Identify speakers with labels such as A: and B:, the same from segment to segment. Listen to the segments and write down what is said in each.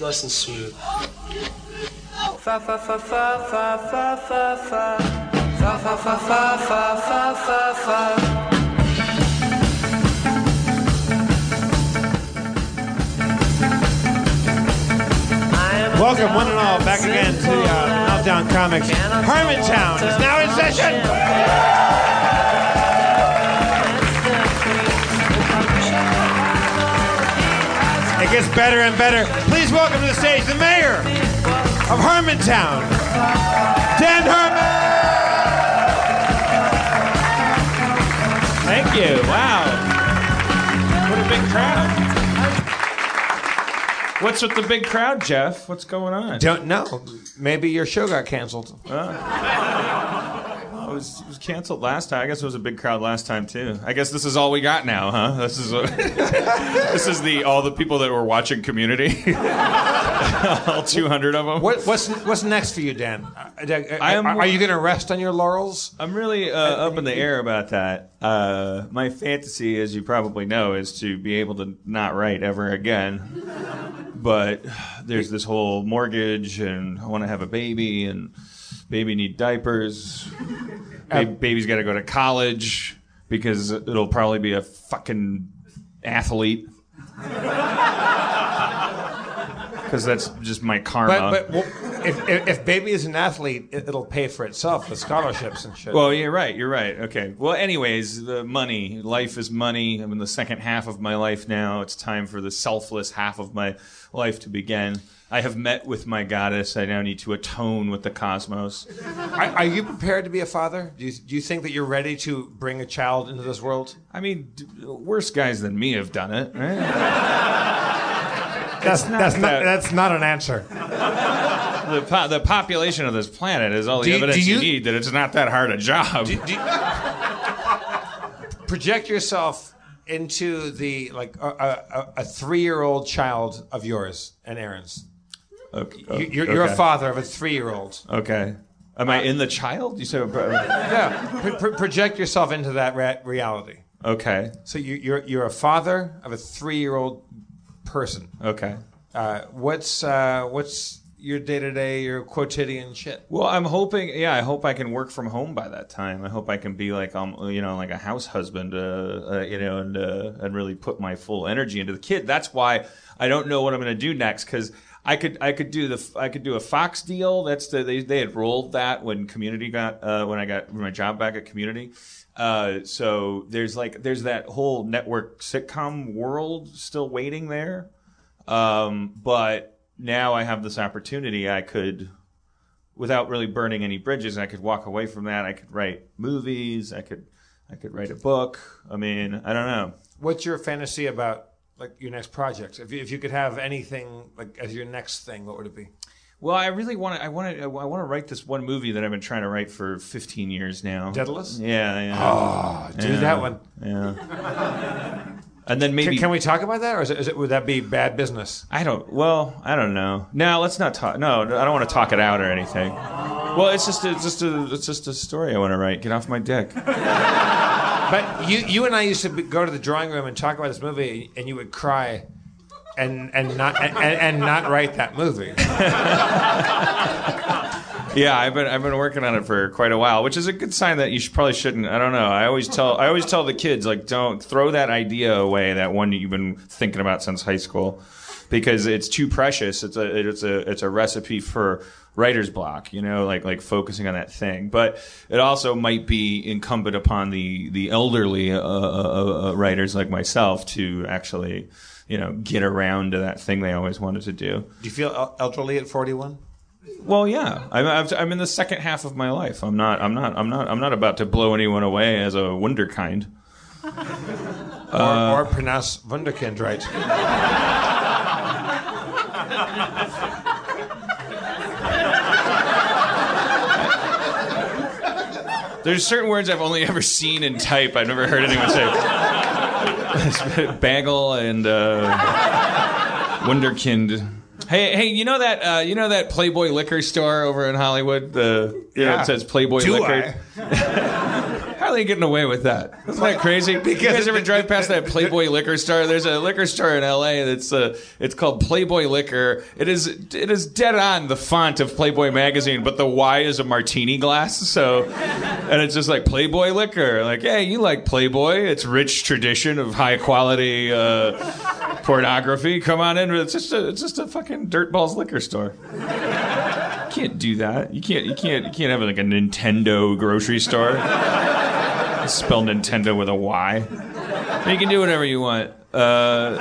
A: Nice and smooth.
B: fa fa fa fa fa fa fa fa fa fa fa fa fa fa fa fa
C: Welcome, one and all, back again to the uh, Meltdown Comics. Hermantown is now in session. It gets better and better. Please welcome to the stage the mayor of Hermantown, Dan Herman. Thank you. Wow. What a big crowd.
D: What's with the big crowd, Jeff? What's going on?
C: Don't know. Maybe your show got canceled.
D: Oh, it, was, it was canceled last time. I guess it was a big crowd last time too. I guess this is all we got now, huh? This is what, this is the all the people that were watching Community, all 200 of them.
C: What, what's what's next for you, Dan? Uh, uh,
D: I am-
C: are, are you going to rest on your laurels?
D: I'm really uh, up in the air about that. Uh, my fantasy, as you probably know, is to be able to not write ever again. But there's this whole mortgage, and I want to have a baby, and baby need diapers.
C: Uh,
D: Ba- baby's got to go to college because it'll probably be a fucking athlete. Because that's just my karma.
C: But, but well, if, if, if baby is an athlete, it, it'll pay for itself with scholarships and shit.
D: Well, you're right. You're right. Okay. Well, anyways, the money, life is money. I'm in the second half of my life now. It's time for the selfless half of my life to begin. I have met with my goddess. I now need to atone with the cosmos.
C: are, are you prepared to be a father? Do you, do you think that you're ready to bring a child into this world?
D: I mean, d- worse guys than me have done it. Right?
C: That's
D: not that's not- that-
C: that's not an answer.
D: The, po- the population of this planet is all the
C: Do you- do
D: evidence you,
C: you-
D: need that it's not that hard a job.
C: Project yourself into the like a, a, a- a three-year-old child of yours and Aaron's.
D: okay.
C: You, you're, you're a
D: Oh, okay.
C: father of a three-year-old.
D: Okay. Am I in the child? You said
C: Yeah. Pro- pro- project yourself into that ra- reality.
D: okay.
C: So you, you're you're a father of a three-year-old person.
D: Okay.
C: Uh, what's uh, what's your day-to-day, your quotidian shit?
D: Well, I'm hoping. Yeah, I hope I can work from home by that time. I hope I can be like, um, you know, like a house husband, uh, uh, you know, and uh, and really put my full energy into the kid. That's why I don't know what I'm going to do next because I could I could do the I could do a Fox deal. That's the they they had rolled that when Community got uh, when I got my job back at Community. Uh, so there's like there's that whole network sitcom world still waiting there. Um, but now I have this opportunity. I could without really burning any bridges. I could walk away from that. I could write movies. I could I could write a book. I mean, I don't know.
C: What's your fantasy about like your next project? If you, if you could have anything like as your next thing, what would it be?
D: Well, I really want to. I want to. I want to write this one movie that I've been trying to write for 15 years now.
C: Daedalus? Oh.
D: Yeah, yeah,
C: do
D: yeah,
C: that one.
D: Yeah. And then maybe
C: Can, can we talk about that, or is it, is it would that be bad business?
D: I don't. Well, I don't know. No, let's not talk. No, I don't want to talk it out or anything. Well, it's just a, it's just a it's just a story I want to write. Get off my dick.
C: But you you and I used to be, go to the drawing room and talk about this movie, and you would cry. And, and not and, and not write that movie.
D: Yeah, I've been I've been working on it for quite a while, which is a good sign that you should, probably shouldn't. I don't know. I always tell I always tell the kids like don't throw that idea away, that one that you've been thinking about since high school, because it's too precious. It's a it's a it's a recipe for writer's block. You know, like like focusing on that thing. But it also might be incumbent upon the the elderly uh, uh, uh, writers like myself to actually you know get around to that thing they always wanted to do.
C: Do you feel el- elderly at forty-one?
D: Well, yeah, I'm, I've- I'm in the second half of my life. I'm not. I'm not. I'm not. I'm not about to blow anyone away as a wunderkind.
C: or, or pronounce Wunderkind right?
D: There's certain words I've only ever seen in type. I've never heard anyone say bagel and uh, wunderkind. Hey, hey, you know that uh, you know that Playboy liquor store over in Hollywood? The you know,
C: Yeah.
D: it says Playboy
C: Do
D: liquor. I? are they getting away with that? Isn't that crazy? Because you guys ever drive past that Playboy liquor store? There's a liquor store in L.A. that's uh, it's called Playboy Liquor. It is it is dead on the font of Playboy magazine, but the Y is a martini glass. So, and it's just like Playboy Liquor. Like, hey, you like Playboy? It's rich tradition of high quality uh, pornography. Come on in. It's just a it's just a fucking dirtballs liquor store can't do that. You can't. You can't. You can't have like a Nintendo grocery store. Spell Nintendo with a Y. You can do whatever you want. Uh,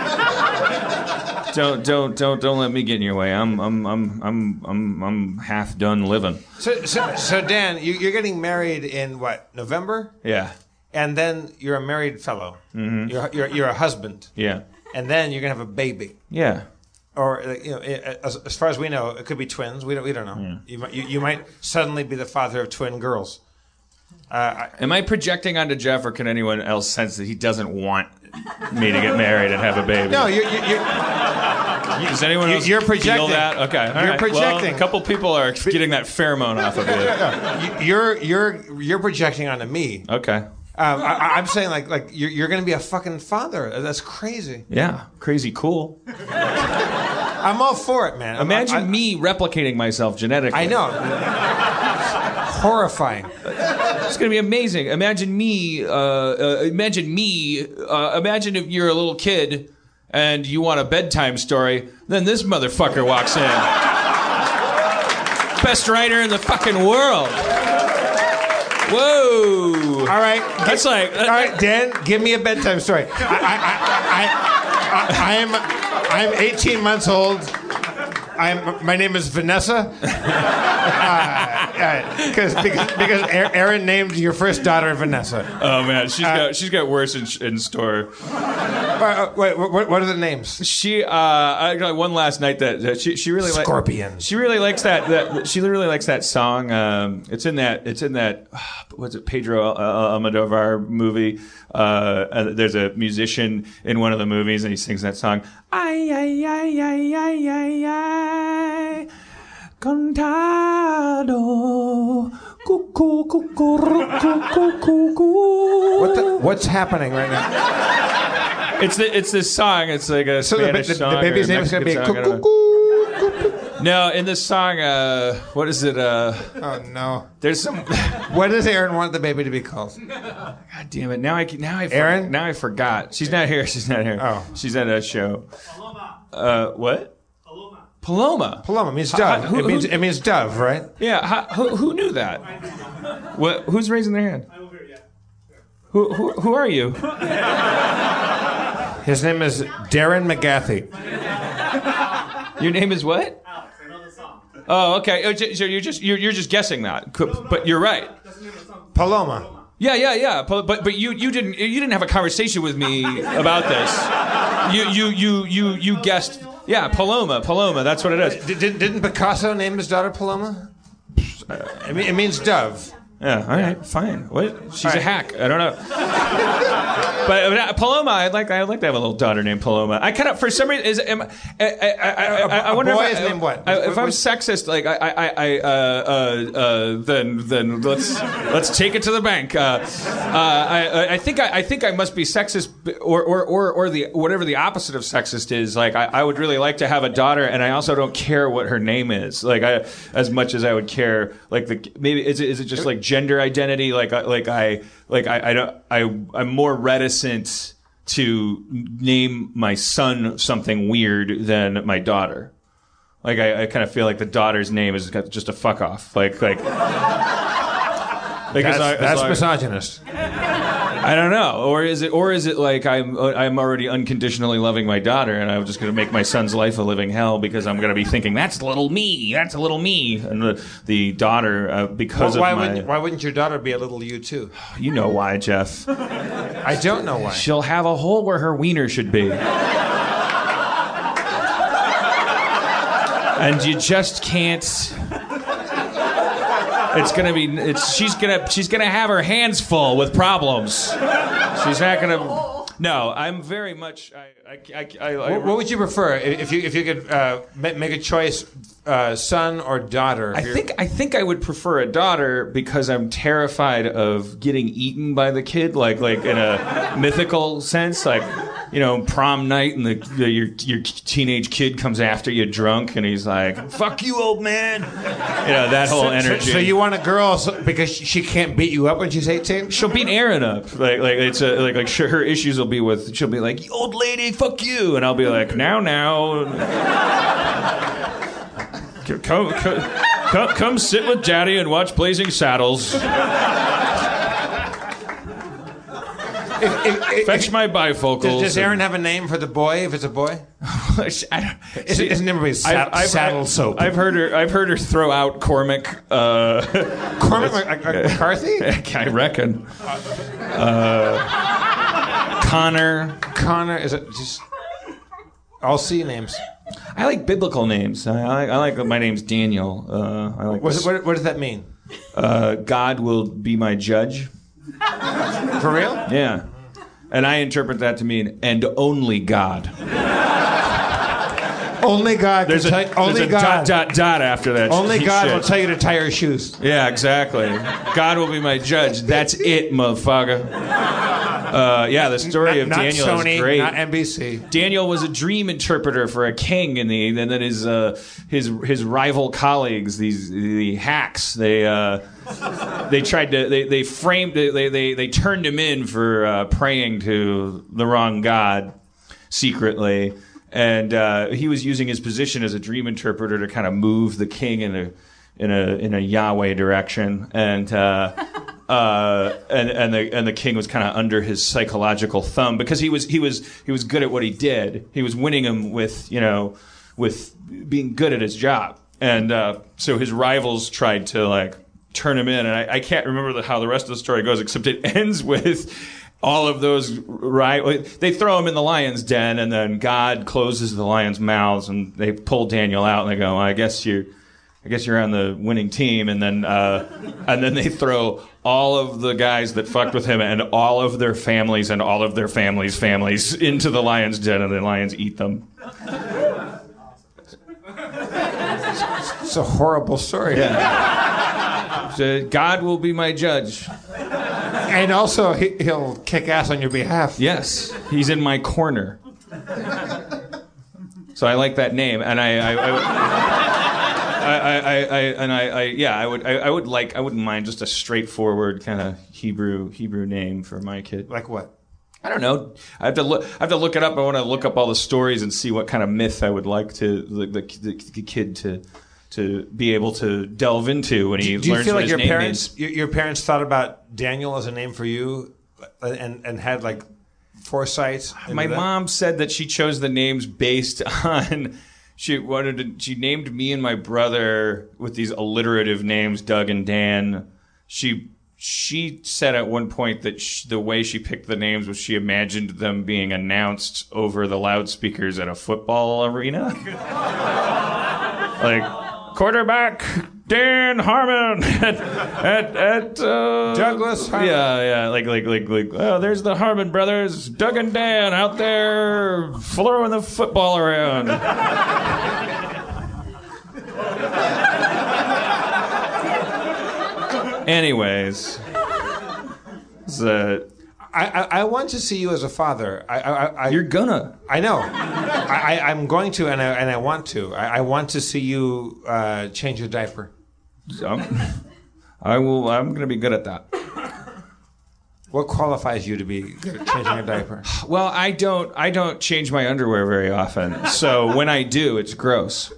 D: don't don't don't don't let me get in your way. I'm I'm I'm I'm I'm I'm half done living.
C: So, so, so Dan, you, you're getting married in what November,
D: Yeah,
C: and then you're a married fellow. You're, you're you're a husband,
D: Mm-hmm. yeah,
C: and then you're gonna have a baby.
D: yeah.
C: Or like, you know, i- as, as far as we know, it could be twins. We don't we don't know. You, might, you you might suddenly be the father of twin girls.
D: Am I projecting onto Jeff, or can anyone else sense that he doesn't want me to get married and have a baby?
C: No, you you you
D: Does anyone
C: You-
D: else
C: you're
D: feel
C: projecting.
D: that? Okay, all
C: You're
D: right.
C: projecting.
D: Well, a couple people are getting that pheromone off of you.
C: you- you're you're you're projecting onto me.
D: Okay.
C: Um, I- I, I'm saying like like you're, you're gonna be a fucking father. That's crazy.
D: Yeah, crazy cool.
C: I'm all for it, man. I'm-
D: Imagine
C: I-
D: me replicating myself genetically.
C: I know. Horrifying.
D: it's gonna be amazing. Imagine me. Uh, uh, imagine me. Uh, imagine if you're a little kid and you want a bedtime story, then this motherfucker walks in. Best writer in the fucking world. Whoa.
C: All right.
D: That's like.
C: All right, Dan, give me a bedtime story. I, I, I, I, I, I am I am 18 months old. I'm, my name is Vanessa. Uh, uh, 'cause- because because Aa- Aaron named your first daughter Vanessa.
D: Oh man, she's got she's got worse in, in store.
C: Uh, uh, wait, what, what are the names?
D: She uh, I got one last night that, that she she really like
C: Scorpions.
D: She really likes that, that she really likes that song. Um, it's in that it's in that ah, what's it Pedro uh, Almodovar movie. Uh, uh, there's a musician in one of the movies and he sings that song. Ay ay ay ay ay ay ay. Contado. Cuckoo, cuckoo, cuckoo, cuckoo, cuckoo.
C: What the, what's happening right now?
D: It's the, it's this song. It's like a
C: So the, ba-
D: Spanish
C: the,
D: song.
C: the baby's
D: or
C: name is going to be
D: Mexican song, I don't know.
C: Cuckoo.
D: No, in this song, uh, what is it? Uh,
C: Oh no!
D: there's some. God
C: What does Aaron want the baby to be called?
D: damn it! Now I can- now I for-
C: Aaron?
D: now I forgot. She's not here. She's not here.
C: Oh.
D: she's at a show. Uh, what? Paloma. Paloma.
C: Paloma means dove.
D: who-
C: it means
D: who-
C: it means dove, right?
D: Yeah. How, who, who knew that? What? Who's raising their hand? Who, who, who are you?
C: His name is Darren McGathy.
D: Your name is what? Oh, okay. Oh, j- so you're just you're, you're just guessing that, Co- but you're right.
C: Paloma.
D: Yeah, yeah, yeah. But but, but you, you didn't you didn't have a conversation with me about this. You you you you you guessed. Yeah, Paloma, Paloma. That's what it is.
C: Did, did, didn't Picasso name his daughter Paloma? It, me- it means dove.
D: Yeah. All right. Fine. What? She's a
C: right.
D: hack. I don't know. but uh, Paloma, I'd like I'd like to have a little daughter named Paloma. I kind of for some reason is am, I, I, I, I, I, I
C: A
D: wonder
C: boy
D: if
C: is
D: I,
C: named what?
D: I- if
C: What-
D: I'm
C: what-
D: sexist, like I I, I uh, uh, uh, then then let's let's take it to the bank. Uh, uh, I I- I think I, I think I must be sexist or, or or or the whatever the opposite of sexist is. Like I, I would really like to have a daughter, and I also don't care what her name is. Like I as much as I would care like the maybe is it, is it just like gender identity? Like I- like I like I I don't I I'm more reticent. To name my son something weird than my daughter. Like I, I kind of feel like the daughter's name is just a fuck off. Like like. Like
C: That's,
D: as long- as
C: that's
D: long-
C: misogynist.
D: I don't know, or is it, or is it like I'm, uh, I'm already unconditionally loving my daughter, and I'm just going to make my son's life a living hell because I'm going to be thinking that's little me, that's little me, and the, the daughter uh, because
C: why,
D: of my,
C: wouldn't, why wouldn't your daughter be a little you too?
D: you know why, Jeff?
C: I don't know why.
D: She'll have a hole where her wiener should be. and you just can't It's gonna be it's she's gonna she's gonna have her hands full with problems. She's not gonna No, I'm very much I I I, I, I
C: What, what would you prefer i- if you if you could uh, ma- make a choice uh, uh, son or daughter?
D: I think I think I would prefer a daughter because I'm terrified of getting eaten by the kid, like like in a mythical sense, like you know prom night and the, the your your teenage kid comes after you drunk and he's like fuck you old man, you know that whole energy.
C: So, so you want a girl so, because she can't beat you up when she's 18?
D: She'll beat Aaron up. Like, like it's a, like, like sure, her issues will be with. She'll be like, "Old lady, fuck you," and I'll be like, "Now, now, come, come, come, come sit with daddy and watch Blazing Saddles.
C: If- if- if-
D: Fetch my bifocals."
C: does, does Aaron have a name for the boy if it's a boy?
D: and- I don't-
C: Isn't- isn't everybody sa- saddle soap?
D: I've heard her. I've heard her throw out Cormac. Uh,
C: Cormac Mac- Mac- McCarthy?
D: I reckon. Uh, Connor.
C: Connor is it just all C names.
D: I like biblical names. I, I like. I like my name's Daniel. Uh, I like.
C: What,
D: this-
C: is it, what, what does that mean?
D: uh, God will be my judge.
C: For real?
D: Yeah. And I interpret that to mean, and only God.
C: Only God.
D: There's a,
C: can tell- only
D: there's a
C: God.
D: dot, dot, dot after that.
C: Only
D: shit.
C: God will tell you to tie your shoes.
D: Yeah, exactly. God will be my judge. That's it, motherfucker. Uh, yeah, the story of
C: not
D: Daniel
C: Sony,
D: is great.
C: not NBC.
D: Daniel was a dream interpreter for a king, and the and then his uh, his his rival colleagues, these the hacks, they uh, they tried to they they framed they they they turned him in for uh, praying to the wrong god secretly, and uh, he was using his position as a dream interpreter to kind of move the king in a in a in a Yahweh direction, and. Uh, uh, and and the and the king was kind of under his psychological thumb because he was he was he was good at what he did. He was winning him with you know with being good at his job, and uh, so his rivals tried to like turn him in. And I, I can't remember the, how the rest of the story goes, except it ends with. All of those, right? They throw him in the lion's den, and then God closes the lion's mouths, and they pull Daniel out, and they go, "I guess you, I guess you're on the winning team, and then uh, and then they throw all of the guys that fucked with him and all of their families and all of their families' families into the lion's den, and the lions eat them.
C: It's a horrible story.
D: So God will be my judge.
C: And also, he, he'll kick ass on your behalf.
D: Yes, he's in my corner. So I like that name, and I, I, I, I, I, I- I- and I, I, yeah, I would, I, I would like, I wouldn't mind just a straightforward kind of Hebrew Hebrew name for my kid.
C: Like what?
D: I don't know. I have to look. I have to look it up. I want to look up all the stories and see what kind of myth I would like to the, the, the, the kid to to be able to delve into when he
C: Do you
D: learns
C: feel
D: what
C: like
D: his
C: your
D: name
C: parents
D: means.
C: your, your parents thought about Daniel as a name for you, and and had like foresight? into
D: My
C: that?
D: mom said that she chose the names based on. She wanted to, she named me and my brother with these alliterative names, Doug and Dan. She she said at one point that sh the way she picked the names was she imagined them being announced over the loudspeakers at a football arena. like quarterback Dan Harmon at at, at uh,
C: Douglas Harmon.
D: Yeah, yeah, like like like like. Oh, there's the Harmon brothers, Doug and Dan, out there throwing the football around. Anyways, it's, uh,
C: I, I I want to see you as a father. I I I,
D: you're gonna.
C: I know. I, I I'm going to, and I and I want to. I, I want to see you uh, change your diaper.
D: I'm, I will. I'm gonna be good at that.
C: What qualifies you to be good at changing a diaper?
D: Well, I don't I don't change my underwear very often. So when I do, it's gross.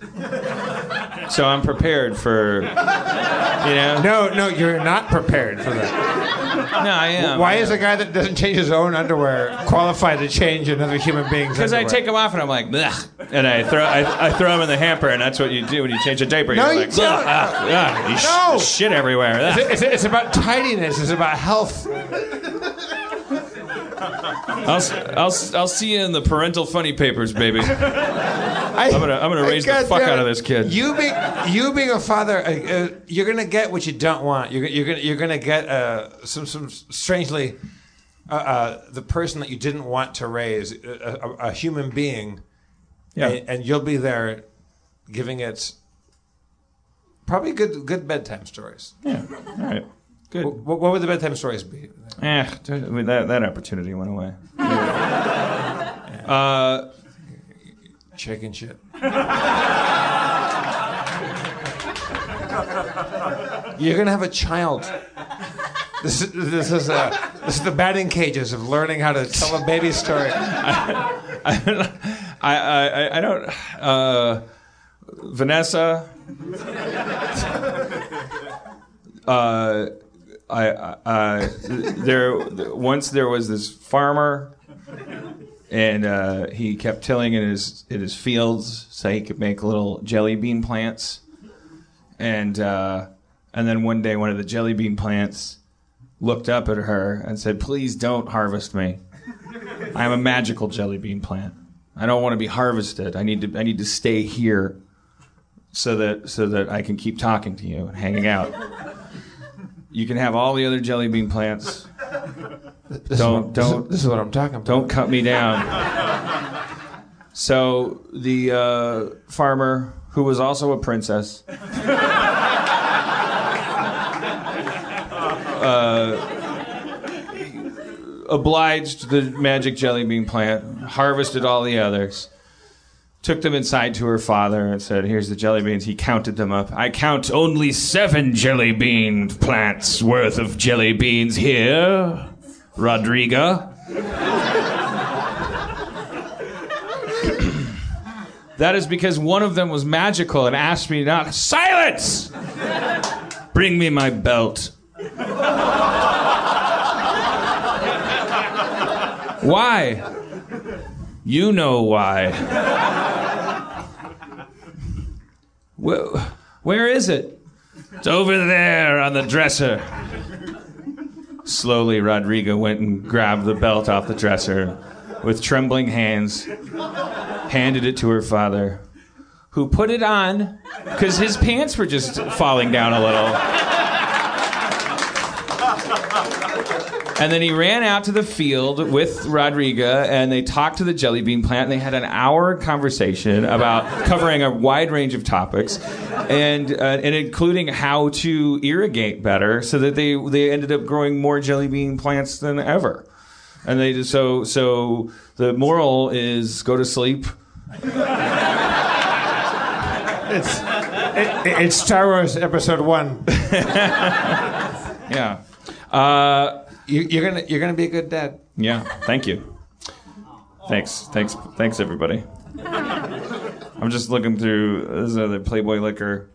D: So I'm prepared for you know.
C: No, no, you're not prepared for that.
D: No, I am.
C: Why is a guy that doesn't change his own underwear qualified to change another human being's?
D: because I
C: underwear?
D: take them off and I'm like, Blech, and I throw I, I throw them in the hamper, and that's what you do when you change a diaper.
C: No,
D: You're
C: you
D: like,
C: don't.
D: "Blech, ah, ah, you sh-
C: No.
D: shit everywhere. ah."
C: It's, it's about tidiness. It's about health.
D: Ah. I'll, s- I'll s- I'll see you in the parental funny papers, baby.
C: I, am
D: gonna- I'm gonna raise the fuck out of this kid.
C: You being you being a father, uh, uh, you're gonna get what you don't want. You're, gonna- you're gonna you're gonna get uh, some some strangely uh, uh, the person that you didn't want to raise, uh, a, a, a human being,
D: Yeah.
C: and, and you'll be there giving it Probably good good bedtime stories.
D: Yeah. All right. Good.
C: Wh- What, would the bedtime stories be?
D: Eh, I mean, that, that opportunity went away. uh,
C: Chicken shit. You're gonna have a child. This is this is uh, this is the batting cages of learning how to tell a baby story.
D: I, I, I- I don't. Uh, Vanessa. Uh, I, I, I there once there was this farmer, and uh, he kept tilling in his in his fields so he could make little jelly bean plants, and uh, and then one day one of the jelly bean plants looked up at her and said, "Please don't harvest me." I'm a magical jelly bean plant. I don't want to be harvested. I need to I need to stay here so that so that I can keep talking to you and hanging out. You can have all the other jelly bean plants.
C: This is what, this
D: Don't-
C: is-
D: don't-
C: This is what I'm talking about.
D: Don't cut me down. So the uh, farmer, who was also a princess, uh, obliged the magic jelly bean plant, harvested all the others, took them inside to her father, and said, "Here's the jelly beans." He counted them up. I count only seven jelly bean plants worth of jelly beans here, Rodrigo. That is because one of them was magical and asked me not. Silence! Bring me my belt. why? You know why. Wh- where is it? It's over there on the dresser. Slowly, Rodrigo went and grabbed the belt off the dresser with trembling hands handed it to her father, who put it on because his pants were just falling down a little. And then he ran out to the field with Rodriga, and they talked to the jelly bean plant. And they had an hour conversation about covering a wide range of topics, and uh, and including how to irrigate better, so that they they ended up growing more jelly bean plants than ever. And they just, so so the moral is go to sleep.
C: It's it, it- it's Star Wars Episode One.
D: Yeah. Uh,
C: You, you're gonna you're gonna be a good dad.
D: yeah. Thank you. Thanks. Thanks. Thanks everybody. I'm just looking through this is another Playboy liquor.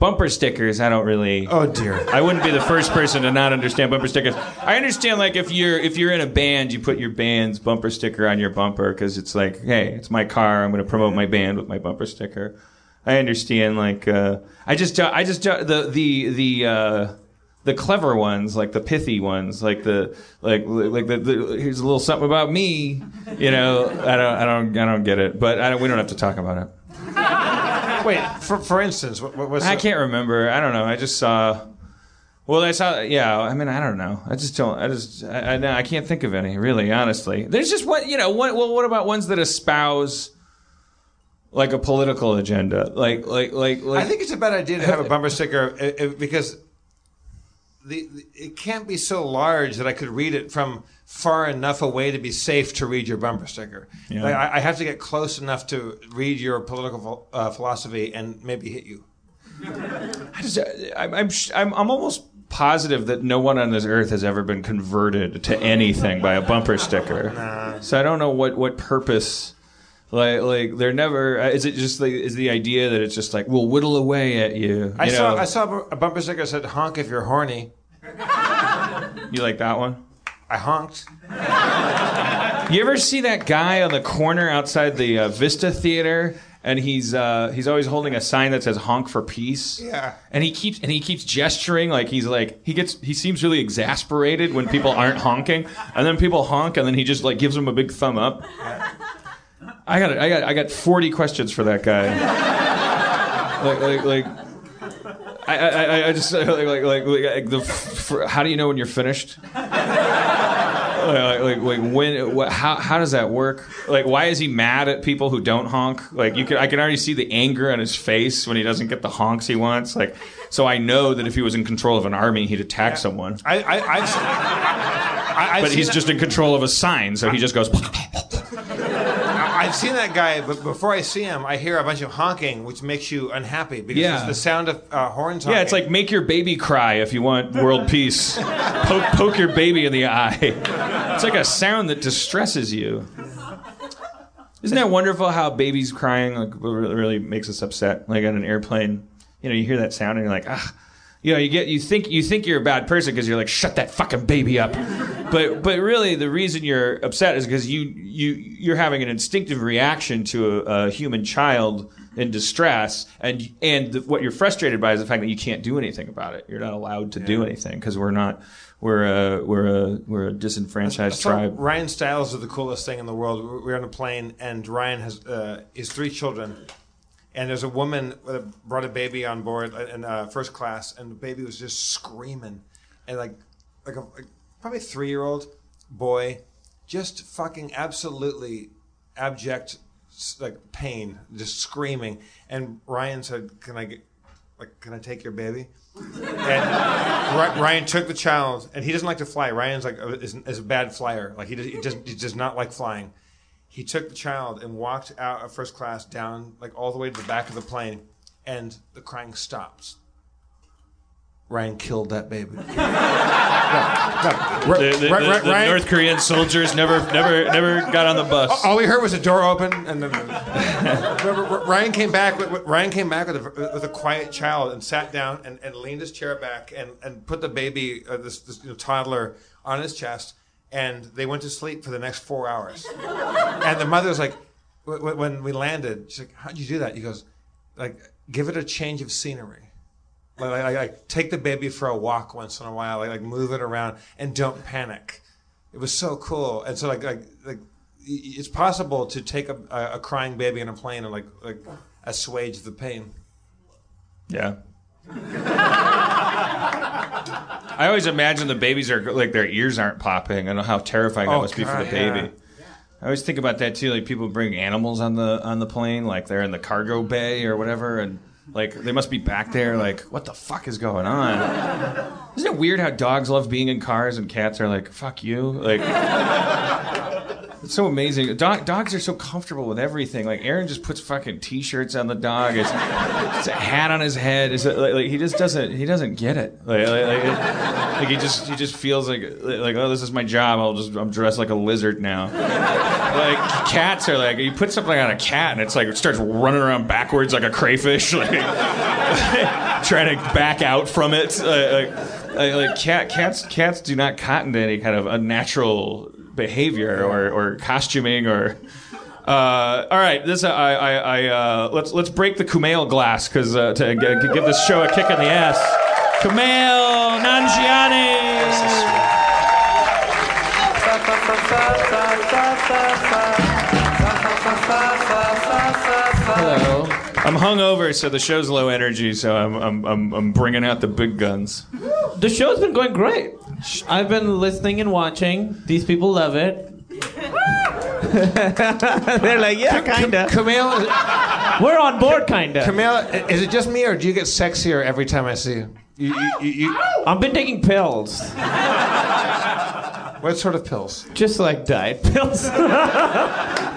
D: Bumper stickers. I don't really.
C: Oh dear.
D: I wouldn't be the first person to not understand bumper stickers. I understand like if you're if you're in a band, you put your band's bumper sticker on your bumper because it's like, hey, it's my car. I'm going to promote my band with my bumper sticker. I understand like uh, I just don't- I just don't- the the the. Uh, the clever ones, like the pithy ones, like the like like the, the here's a little something about me, you know. I don't I don't I don't get it, but I don't, we don't have to talk about it.
C: Wait. For for instance, what, what was
D: I
C: the-
D: can't remember. I don't know. I just saw. Well, I saw. Yeah, I mean, I don't know. I just don't. I just. I, I, no, I can't think of any. Really, honestly, there's just what you know. What well, what about ones that espouse like a political agenda? Like like like like.
C: I think it's a bad idea to have a bumper sticker uh, uh, because the, the- it can't be so large that I could read it from far enough away to be safe to read your bumper sticker.
D: Yeah.
C: Like, I, I have to get close enough to read your political phil- uh, philosophy and maybe hit you.
D: I just, I'm, I'm sh- I'm I'm almost positive that no one on this earth has ever been converted to anything by a bumper sticker. So I don't know what what purpose. Like, like they're never. uh, Is it just like is the idea that it's just like we'll whittle away at you?
C: I
D: you
C: saw
D: know?
C: I saw a bumper sticker that said "honk if you're horny."
D: You like that one?
C: I honked.
D: You ever see that guy on the corner outside the uh, Vista Theater? And he's uh, he's always holding a sign that says "Honk for Peace."
C: Yeah.
D: And he keeps and he keeps gesturing like he's like he gets he seems really exasperated when people aren't honking, and then people honk, and then he just like gives them a big thumb up. I got I got I got forty questions for that guy. like like like. I, I, I- I just like like like, like the f- f- how do you know when you're finished? like, Uh, like, like when? What, how, how does that work? Like, why is he mad at people who don't honk? Like, you can I can already see the anger on his face when he doesn't get the honks he wants. Like, so I know that if he was in control of an army, he'd attack someone.
C: I, I, I've, s- I, have
D: But
C: seen
D: he's
C: that-
D: just in control of a sign, so he just goes.
C: I- I've seen that guy, but before I see him, I hear a bunch of honking, which makes you unhappy because
D: Yeah.
C: it's the sound of uh, horns. Honking.
D: Yeah, it's like make your baby cry if you want world peace. poke, poke your baby in the eye. It's like a sound that distresses you. Isn't that wonderful how babies crying like really really makes us upset? Like on an airplane, you know, you hear that sound and you're like, ah, you know, you get you think you think you're a bad person because you're like, shut that fucking baby up. But but really, the reason you're upset is because you you you're having an instinctive reaction to a, a human child in distress, and and what you're frustrated by is the fact that you can't do anything about it. You're not allowed to do anything because we're not we're a we're a we're a disenfranchised
C: So
D: tribe.
C: Ryan Stiles is the coolest thing in the world. We were on a plane, and Ryan has uh, his three children, and there's a woman that brought a baby on board in uh, first class, and the baby was just screaming, and like like a like probably three year old boy, just fucking absolutely abject s- like pain, just screaming. And Ryan said, "Can I get like Can I take your baby?" And Ry- Ryan took the child, and he doesn't like to fly. Ryan's like uh, is, is a bad flyer. Like he does, he does, he does not like flying. He took the child and walked out of first class down like all the way to the back of the plane, and the crying stops. Ryan killed that baby. No, no. Ry-
D: The, the,
C: Ry-
D: the-
C: Ry-
D: the
C: Ryan-
D: North Korean soldiers never, never, never got on the bus.
C: all we heard was the door open, and then Ryan came back. With, with- Ryan came back with a, with a quiet child and sat down and, and leaned his chair back and, and put the baby, uh, this, this you know, toddler, on his chest, and they went to sleep for the next four hours. And the mother was like, wh- wh- when we landed, she's like, "How'd you do that?" He goes, "Like, give it a change of scenery." Like, like, like take the baby for a walk once in a while, like, like move it around, and don't panic. It was so cool, and so like like like y- y- it's possible to take a, a, a crying baby in a plane and like like assuage the pain.
D: Yeah. I always imagine the babies are like their ears aren't popping. I know how terrifying that
C: Oh,
D: must be for
C: God,
D: the baby.
C: yeah.
D: I always think about that too. Like people bring animals on the on the plane, like they're in the cargo bay or whatever, and like they must be back there. Like what the fuck is going on? Isn't it weird how dogs love being in cars and cats are like fuck you? Like it's so amazing. Dog, dogs are so comfortable with everything. Like Aaron just puts fucking t-shirts on the dog. It's, it's a hat on his head. It's a- like, like, he just doesn't. He doesn't get it. Like, like, like, it- like, he just he just feels like like oh this is my job. I'll just I'm dressed like a lizard now. like cats are like you put something on a cat and it's like it starts running around backwards like a crayfish. Like trying to back out from it. Uh, like, like, like cat, cats, cats do not cotton to any kind of unnatural behavior or, or costuming or. Uh, all right, this I, I, I uh, let's let's break the Kumail glass because uh, to, g- to give this show a kick in the ass. Kumail Nanjiani. Hello. I'm hungover, so the show's low energy. So I'm I'm I'm, I'm bringing out the big guns.
A: The show's been going great. I've been listening and watching. These people love it. They're like, yeah, kinda.
C: Camille,
A: We're on board, kinda.
C: Camille, i- is it just me or do you get sexier every time I see you? You, you, you, you
A: I've been taking pills,
C: what sort of pills?
A: just like diet pills.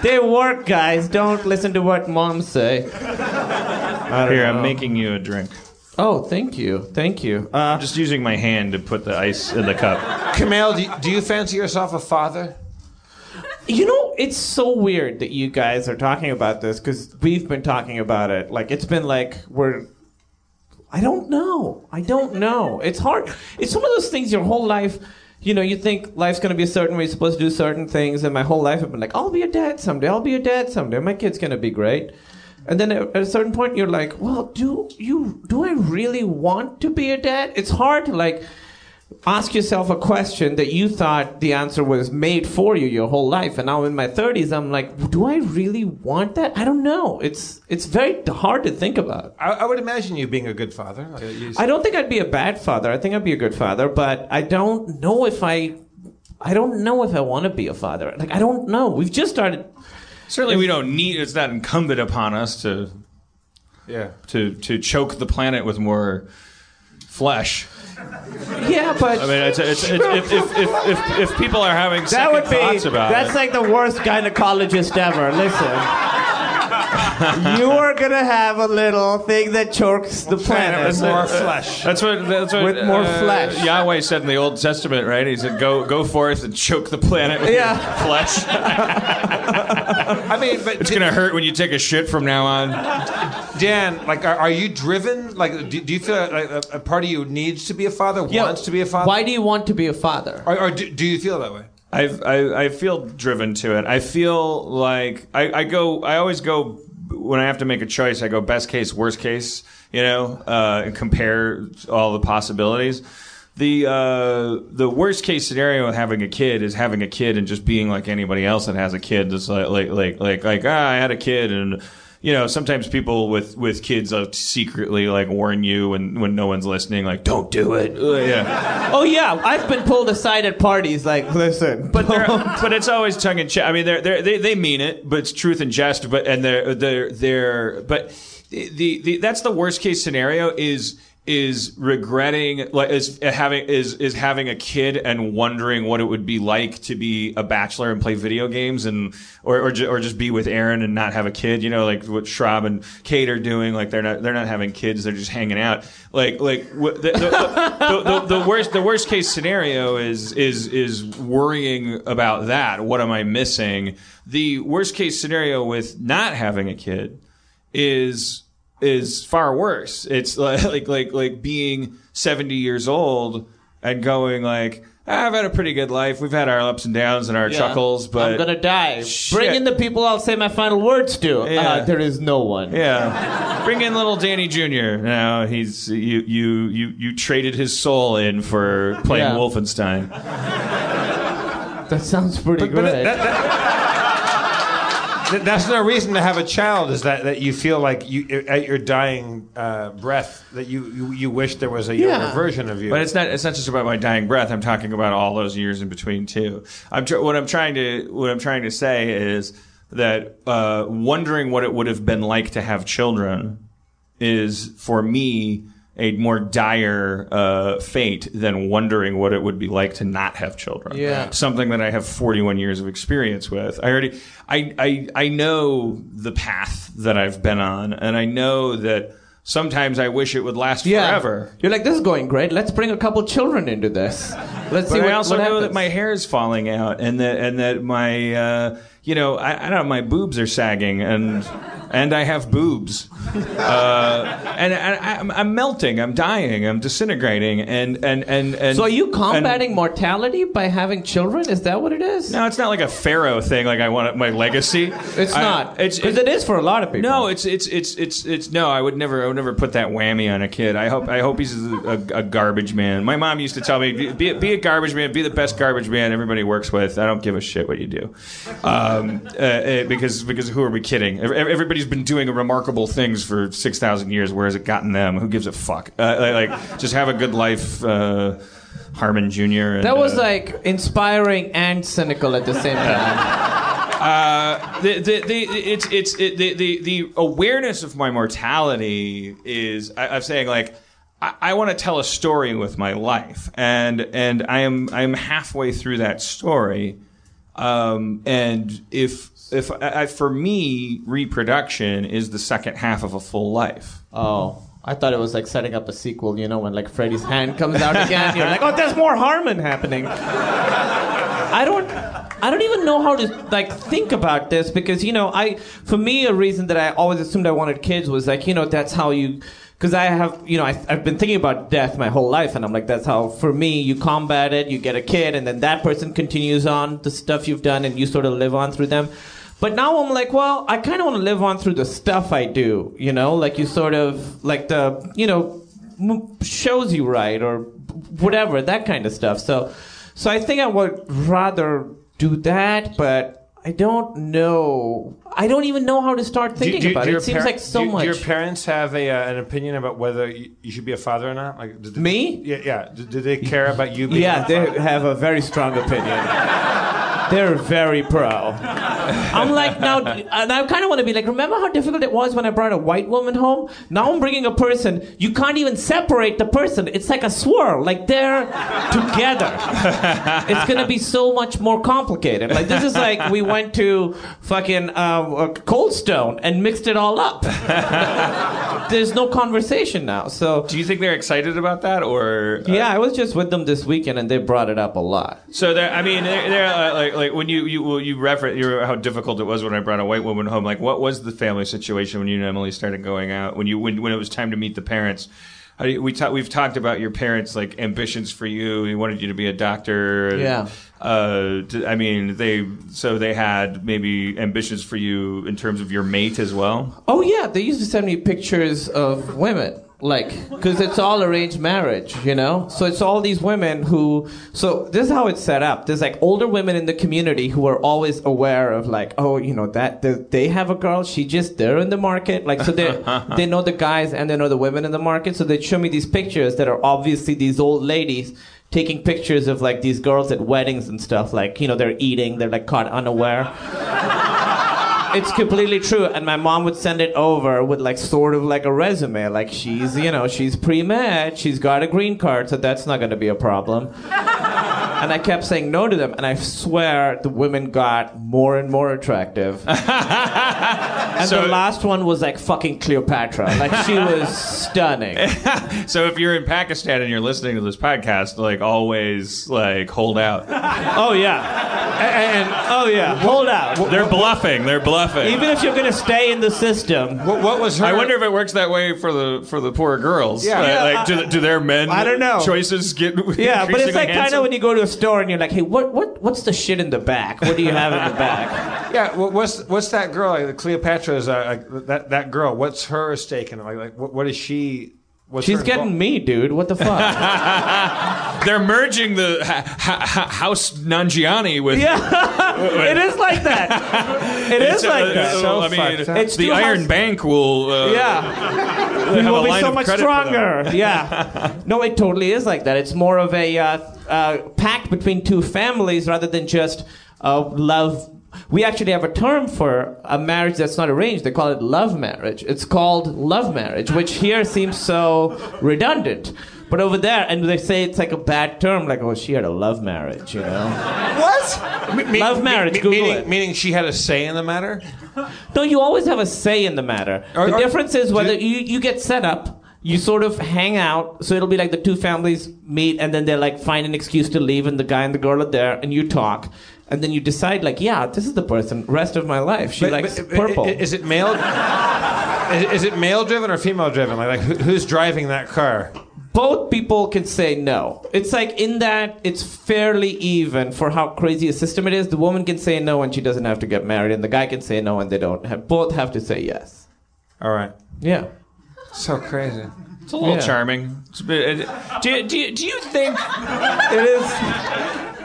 A: they work, guys. Don't listen to what moms say.
D: Here, I'm making you a drink.
A: Oh, thank you, thank you. Uh,
D: I'm just using my hand to put the ice in the cup.
C: Camille, do, you- do you fancy yourself a father?
A: you know, it's so weird that you guys are talking about this because we've been talking about it. Like, it's been like we're. I don't know. I don't know. It's hard. It's one of those things your whole life, you know, you think life's going to be a certain way, you're supposed to do certain things. And my whole life I've been like, I'll be a dad someday. I'll be a dad someday. My kid's going to be great. And then at at a certain point, you're like, well, do you, do I really want to be a dad? It's hard to like, ask yourself a question that you thought the answer was made for you your whole life and now in my 30s i'm like do i really want that i don't know it's it's very hard to think about
C: I, I would imagine you being a good father. Like, you-
A: i don't think i'd be a bad father i think i'd be a good father but i don't know if i I don't know if I want to be a father. Like I don't know. We've just started.
D: Certainly, we don't need. It's not incumbent upon us to
C: Yeah.
D: to to choke the planet with more flesh.
A: Yeah, but
D: I mean, it's, it's, it's, if, if, if, if, if people are having
A: that
D: second
A: would be
D: thoughts about
A: that's
D: it,
A: like the worst gynecologist ever. Listen. you are gonna have a little thing that chokes the planet.
D: with
C: More flesh.
D: that's what that's what uh,
A: With more flesh.
D: Yahweh said in the Old Testament, right? He said, "Go go forth and choke the planet with
A: Yeah.
D: your flesh.
C: I mean, but
D: It's gonna hurt when you take a shit from now on."
C: Dan, like, are, are you driven? Like, do, do you feel like a, a part of you needs to be a father,
A: Yeah,
C: wants to be a father,
A: Why do you want to be a father?
C: or, or do, do you feel that way?
D: I've, I I feel driven to it. I feel like I, I go. I always go when I have to make a choice. I go best case, worst case. You know, uh, and compare all the possibilities. The uh, the worst case scenario of having a kid is having a kid and just being like anybody else that has a kid. That's like like like like like ah, I had a kid and you know, sometimes people with with kids uh, secretly like warn you when when no one's listening, like don't do it. Uh, yeah.
A: Oh yeah, I've been pulled aside at parties. Like, listen,
D: But they're, but it's always tongue in cheek. I mean, they're, they're, they they mean it, but it's truth and jest. But and they're they're they're but the, the, the that's the worst case scenario is is regretting like is having is is having a kid and wondering what it would be like to be a bachelor and play video games and or or, ju- or just be with Aaron and not have a kid you know like what Schraub and Kate are doing like they're not they're not having kids they're just hanging out like like what- the, the, the, the, the worst the worst case scenario is is is worrying about that what am I missing the worst case scenario with not having a kid is is far worse. It's like like like, like being 70 years old and going like "Ah, I've had a pretty good life. We've had our ups and downs and our
A: Yeah.
D: chuckles, but
A: I'm gonna die.
D: Shit.
A: Bring in the people I'll say my final words to. Uh,
D: Yeah.
A: there is no one.
D: yeah. Bring in little Danny Jr. Now he's you you you you traded his soul in for playing
A: Yeah.
D: Wolfenstein.
A: That sounds pretty
C: But
A: good.
C: that, that- that- that's no reason to have a child. Is that that you feel like you at your dying uh, breath that you, you you wish there was a younger
A: Yeah.
C: version of you?
D: But it's not. It's not just about my dying breath. I'm talking about all those years in between too. I'm tr- what I'm trying to what I'm trying to say is that uh, wondering what it would have been like to have children is for me a more dire uh, fate than wondering what it would be like to not have children.
A: Yeah.
D: Something that I have 41 years of experience with. I already, I, I, I know the path that I've been on, and I know that sometimes I wish it would last
A: yeah.
D: forever.
A: You're like, this is going great. Let's bring a couple children into this. Let's see
D: But
A: what,
D: I also
A: what
D: know that
A: happens.
D: my hair is falling out, and that and that my uh, you know I, I don't know my boobs are sagging, and and I have boobs, uh, and I, I'm, I'm melting, I'm dying, I'm disintegrating, and and and, and
A: So are you combating
D: and-
A: mortality by having children? Is that what it is?
D: no, it's not like a pharaoh thing. Like I want my legacy.
A: It's
D: I-
A: not.
D: It's,
A: because it is for a lot of people.
D: No, it's it's it's it's it's no. I would never I would never put that whammy on a kid. I hope I hope he's a, a garbage man. My mom used to tell me be, be be a garbage man, be the best garbage man everybody works with. I don't give a shit what you do, um, uh, uh, because because who are we kidding? Ev- ev- Everybody's been doing remarkable things for six thousand years. Where has it gotten them? Who gives a fuck? Uh, like, like, just have a good life. Uh, Harmon Jr. and,
A: that was
D: uh,
A: like inspiring and cynical at the same time.
D: the, the, the, it's, it's, it, the, the, the awareness of my mortality is I, I'm saying like I, I want to tell a story with my life and and I am I am halfway through that story um, and if if I, I- for me reproduction is the second half of a full life
A: oh. I thought it was like setting up a sequel, you know, when like Freddy's hand comes out again. You're like, oh, there's more Harmon happening. I don't I don't even know how to like think about this because you know I for me a reason that I always assumed I wanted kids was like you know that's how you because I have you know I, I've been thinking about death my whole life and I'm like that's how for me you combat it you get a kid and then that person continues on the stuff you've done and you sort of live on through them but now I'm like well I kind of want to live on through the stuff I do you know like you sort of like the you know m- shows you write or whatever that kind of stuff so so I think I would rather do that, but I don't know. I don't even know how to start thinking about it.
C: your
A: It seems
C: par-
A: like so
C: do-
A: much.
C: Do your parents have a uh, an opinion about whether you, you should be a father or not? Like did they-
A: Me?
C: Yeah, yeah. Do, do they care about you? Being
A: Yeah,
C: a
A: they
C: father?
A: have a very strong opinion. They're very pro. I'm like now, and I kind of want to be like. Remember how difficult it was when I brought a white woman home? Now I'm bringing a person. You can't even separate the person. It's like a swirl. Like they're together. it's gonna be so much more complicated. Like this is like we went to fucking uh, Cold Stone and mixed it all up. There's no conversation now. So
D: Do you think they're excited about that, or uh,
A: yeah, I was just with them this weekend, and they brought it up a lot.
D: So there, I mean, there, there uh, like, like when you you well, you reference you how difficult it was when I brought a white woman home. Like, what was the family situation when you and Emily started going out? When you when when it was time to meet the parents, How do you- we ta- we've talked about your parents' like ambitions for you. He wanted you to be a doctor. and,
A: Yeah.
D: Uh, d- I mean, they so they had maybe ambitions for you in terms of your mate as well.
A: Oh yeah, they used to send me pictures of women, like, because it's all arranged marriage, you know. So it's all these women who. So this is how it's set up. There's like older women in the community who are always aware of like, oh, you know that they, they have a girl. She just they're in the market, like, so they they know the guys and they know the women in the market. So they'd show me these pictures that are obviously these old ladies taking pictures of like these girls at weddings and stuff. Like, you know, they're eating, they're like caught unaware it's completely true. And my mom would send it over with like sort of like a resume, like she's you know she's pre med, she's got a green card, so that's not going to be a problem. And I kept saying no to them, and I swear the women got more and more attractive. and
D: So-
A: the last one was like fucking Cleopatra, like she was stunning.
D: So if you're in Pakistan and you're listening to this podcast, like always, like hold out.
A: Oh yeah, and, oh yeah, hold out.
D: They're bluffing. They're bluffing.
A: Even if you're going to stay in the system,
C: What, what was her?
D: I wonder if it works that way for the for the poor girls.
C: Yeah.
D: Like-
C: Yeah,
D: like, do, do their men?
A: I don't know.
D: Choices get
A: Yeah, but it's
D: increasingly
A: like kind
D: handsome?
A: of when you go to a store and you're like, hey, what, what, what's the shit in the back? What do you have in the back?
C: Yeah, what, what's what's that girl? Like, Cleopatra's uh, like, that that girl. What's her stake in it? Like, like what, what is she? What's
A: She's
C: her
A: getting
C: involve-
A: me, dude. What the fuck?
D: they're merging the ha- ha- ha- House Nanjiani with
A: yeah, it is like that. It is
D: It's, uh,
A: like
D: uh,
A: that.
C: So
D: I mean,
C: fucked up.
A: It's
D: the
A: two
D: Iron
A: house-
D: Bank will. Uh,
A: yeah, we
D: have a
A: will be
D: line
A: so
D: of
A: much
D: credit for them.
A: stronger. Yeah, no, it totally is like that. It's more of a uh, uh, pact between two families rather than just uh, love. We actually have a term for a marriage that's not arranged. They call it love marriage. It's called love marriage, which here seems so redundant. But over there, and they say it's like a bad term, like, oh, she had a love marriage, you know?
C: what? Me- me-
A: Love marriage, Google
C: meaning,
A: it.
C: meaning she had a say in the matter.
A: No, you always have a say in the matter.
C: Are-
A: the
C: are-
A: difference is whether
C: do-
A: you, you get set up, you sort of hang out, so it'll be like the two families meet and then they like find an excuse to leave and the guy and the girl are there and you talk and then you decide like, yeah, this is the person rest of my life. She
C: But-
A: likes
C: but-
A: purple.
C: i- i- Is it male? is, is it male driven or female driven? Like, like who- who's driving that car?
A: Both people can say no. It's like in that it's fairly even for how crazy a system it is. The woman can say no and she doesn't have to get married and the guy can say no and they don't have both have to say yes.
C: All right.
A: Yeah.
C: So crazy.
D: It's a little
A: Yeah.
D: charming. It's a bit, uh, do, do, you- do you think?
A: It is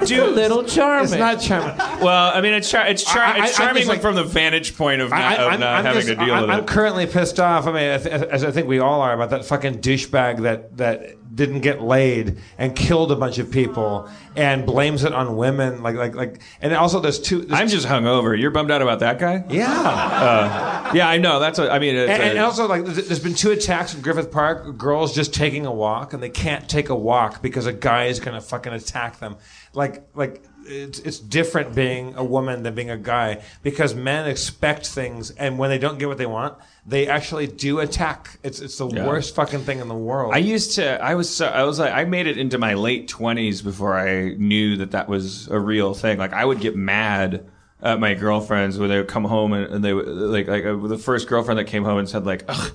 A: it's a little charming.
C: It's not charming.
D: Well, I mean, it's char- it's, char-
C: I- I- I'm
D: it's
C: just
D: charming
C: like-
D: from the vantage point of not,
C: I,
D: of
C: I'm,
D: not
C: I'm
D: having
C: just-
D: to deal
C: I'm,
D: with it.
C: I'm currently pissed off. I mean, as, as I think we all are about that fucking douchebag that that didn't get laid and killed a bunch of people and blames it on women. Like like like. And also, there's two. There's
D: I'm just hungover. You're bummed out about that guy?
C: yeah.
D: Yeah, I know. That's. A, I mean, it's
C: And,
D: a-
C: and also, like, th- there's been two attacks in Griffith Park. Girls just taking a walk, and they can't take a walk because a guy is going to fucking attack them. Like, like it's it's different being a woman than being a guy because men expect things, and when they don't get what they want, they actually do attack. It's it's the worst fucking thing in the world.
D: I used to. I was. So, I was like. I made it into my late twenties before I knew that that was a real thing. Like I would get mad at my girlfriends when they would come home and, and they would like like uh, the first girlfriend that came home and said like, Ugh,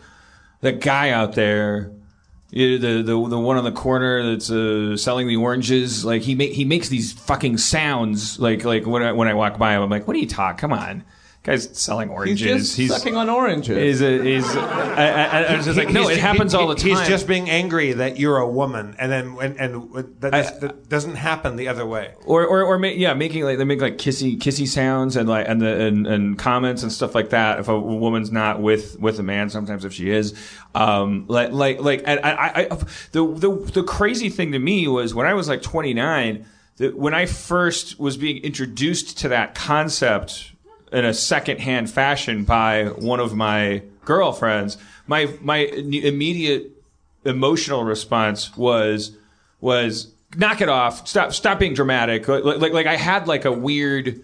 D: the guy out there. You the, the the one on the corner that's uh, selling the oranges, like he ma- he makes these fucking sounds, like like when I when I walk by him, I'm like, what are you talking? Come on, Guy's selling
A: He's
D: oranges.
A: just sucking on oranges.
D: is a, is I, I, I was just like, no,
C: He's-
D: it happens
C: he-
D: all the
C: he-
D: time.
C: He's just being angry that you're a woman, and then and, and that,
D: I-
C: that doesn't happen the other way.
D: or or, or ma- yeah, making like they make like kissy kissy sounds and like and the and, and comments and stuff like that. If a woman's not with with a man, sometimes if she is, um, like like like and I, I, I the the the crazy thing to me was when I was like 29, that when I first was being introduced to that concept in a secondhand fashion by one of my girlfriends, my my immediate emotional response was was knock it off stop stop being dramatic like like, like i had like a weird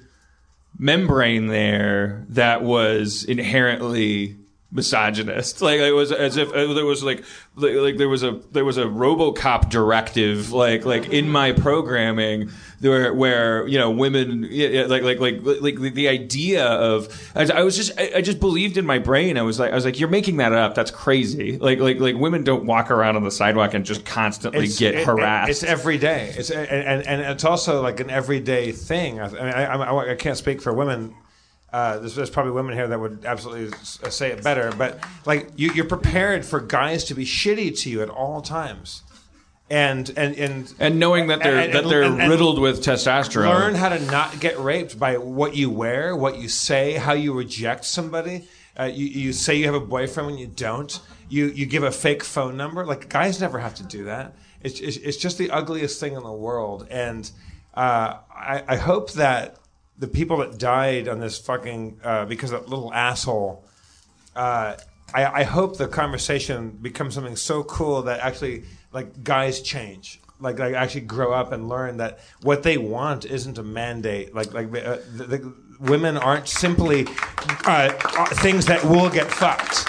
D: membrane there that was inherently misogynist like it was as if uh, there was like like like there was a there was a robocop directive like like in my programming where where you know women yeah, yeah, like like like like like the idea of I I was just I, I just believed in my brain I was like I was like you're making that up that's crazy like like like women don't walk around on the sidewalk and just constantly
C: It's-
D: get
C: it- it-
D: harassed
C: It's every day. It's and, and and it's also like an everyday thing. I, I mean, I, I, I can't speak for women. Uh, there's, there's probably women here that would absolutely s- uh, say it better, but like you, you're prepared for guys to be shitty to you at all times, and and and
D: and knowing that they're
C: And-
D: that they're
C: and- and-
D: riddled with testosterone
C: learn how to not get raped by what you wear, what you say, how you reject somebody. Uh, you, you say you have a boyfriend when you don't. You you give a fake phone number. Like guys never have to do that. It's it's, it's just the ugliest thing in the world. And uh, I, I hope that the people that died on this fucking uh, because of that little asshole uh, I, I hope the conversation becomes something so cool that actually like guys change like like actually grow up and learn that what they want isn't a mandate like like uh, the, the, women aren't simply uh, uh, things that will get fucked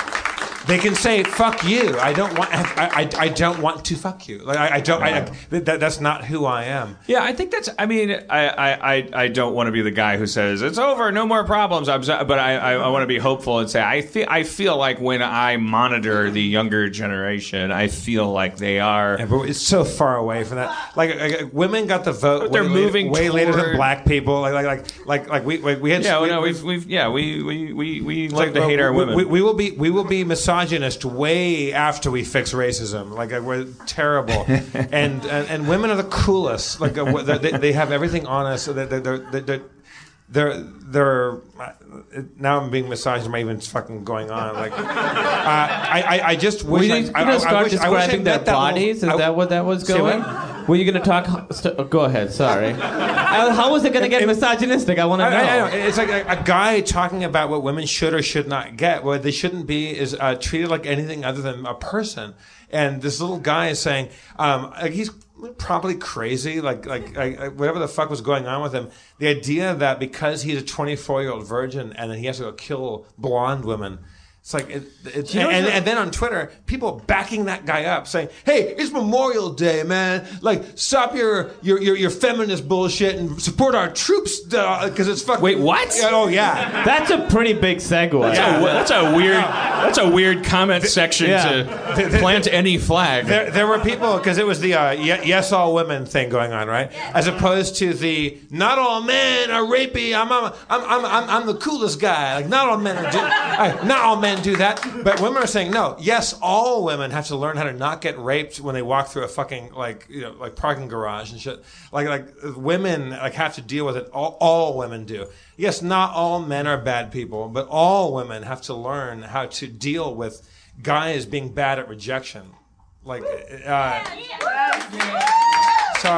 C: they can say "fuck you." I don't want. I, I, I don't want to fuck you. Like I, I don't. I, I, that, that's not who I am.
D: Yeah, I think that's. I mean, I, I, I, I don't want to be the guy who says it's over, no more problems. I'm so, but I, I, I want to be hopeful and say I feel, I feel like when I monitor the younger generation, I feel like they
C: Yeah,
D: are.
C: but it's so far away from that. Like, like, women got the vote.
D: they're
C: way
D: moving
C: later, way later than
D: toward-
C: black people. Like like like like, like we, we we had
D: Yeah, well,
C: we,
D: no,
C: we-
D: we've, we've, yeah, we, we, we, we
C: like,
D: like to
C: well,
D: hate our
C: we,
D: women.
C: We, we will be we will be misogynist way after we fix racism. Like uh, we're terrible, and, and and women are the coolest. Like uh, they, they- they have everything on us. So they're they're they're. they're they're, they're- uh, now I'm being misogynist. Am I even fucking going on? Like, uh, I, I, I just wish
A: Were you
C: I,
A: going
C: I,
A: to
C: I
A: start
C: wish, I wish I
A: describing
C: met
A: their
C: that little-
A: bodies? Is
C: I-
A: that what that was
C: Say
A: going? Were you going to talk? St- oh, go ahead. Sorry. I- How was it going to get misogynistic? I want to know.
C: I, I know. It's like a, a guy talking about what women should or should not get. What they shouldn't be is uh, treated like anything other than a person. And this little guy is saying um, like he's probably crazy, like like I, I- whatever the fuck was going on with him. The idea that because he's a 24 year old virgin and then he has to go kill blonde women. It's like it, it's,
D: know
C: and,
D: what's-
C: and then on Twitter, people backing that guy up, saying, "Hey, it's Memorial Day, man! Like, stop your your your, your feminist bullshit and support our troops because it's fucking."
D: Wait, what?
C: Yeah, oh yeah.
A: That's a pretty big segue.
D: that's, a, that's a weird. That's a weird comment section
A: yeah.
D: to plant any flag.
C: There, there were people because it was the uh, ye- yes all women thing going on, right? As opposed to the not all men are rapey. I'm I'm I'm I'm, I'm, I'm the coolest guy. Like not all men are do, uh, not all men do that. But women are saying no. Yes, all women have to learn how to not get raped when they walk through a fucking like you know like parking garage and shit. Like like women like have to deal with it. All, all women do. Yes, not all men are bad people, but all women have to learn how to deal with guys being bad at rejection like uh, so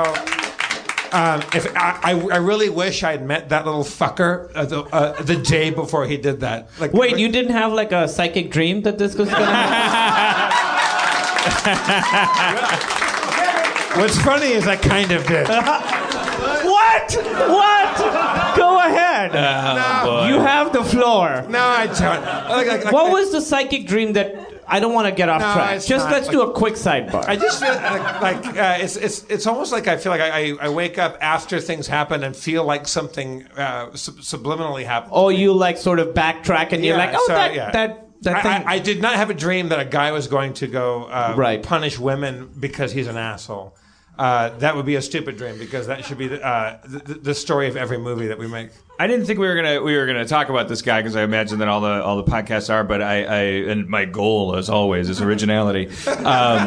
C: um, if I, I, I really wish I had met that little fucker uh, the, uh, the day before he did that. Like,
A: Wait, you didn't have like a psychic dream that this was going to happen?
C: What's funny is I kind of did.
A: Oh, what? What? Go ahead.
C: Uh,
A: you have the floor.
C: no, I don't. Like, like, like,
A: What was the psychic dream that I don't want to get off
C: No,
A: track?
C: it's
A: Just
C: not.
A: let's do a quick sidebar.
C: I just feel like, like uh, it's it's it's almost like I feel like I, I, I wake up after things happen and feel like something uh, sub- subliminally happened.
A: or Oh, you like sort of backtrack and you're
C: Yeah,
A: like, oh,
C: so,
A: that,
C: yeah.
A: that, that
C: I,
A: thing.
C: I, I did not have a dream that a guy was going to go uh,
A: Right.
C: punish women because he's an asshole. Uh, that would be a stupid dream because that should be the, uh, the, the story of every movie that we make.
D: I didn't think we were gonna we were gonna talk about this guy because I imagine that all the all the podcasts are. But I, I and my goal as always is originality. Um,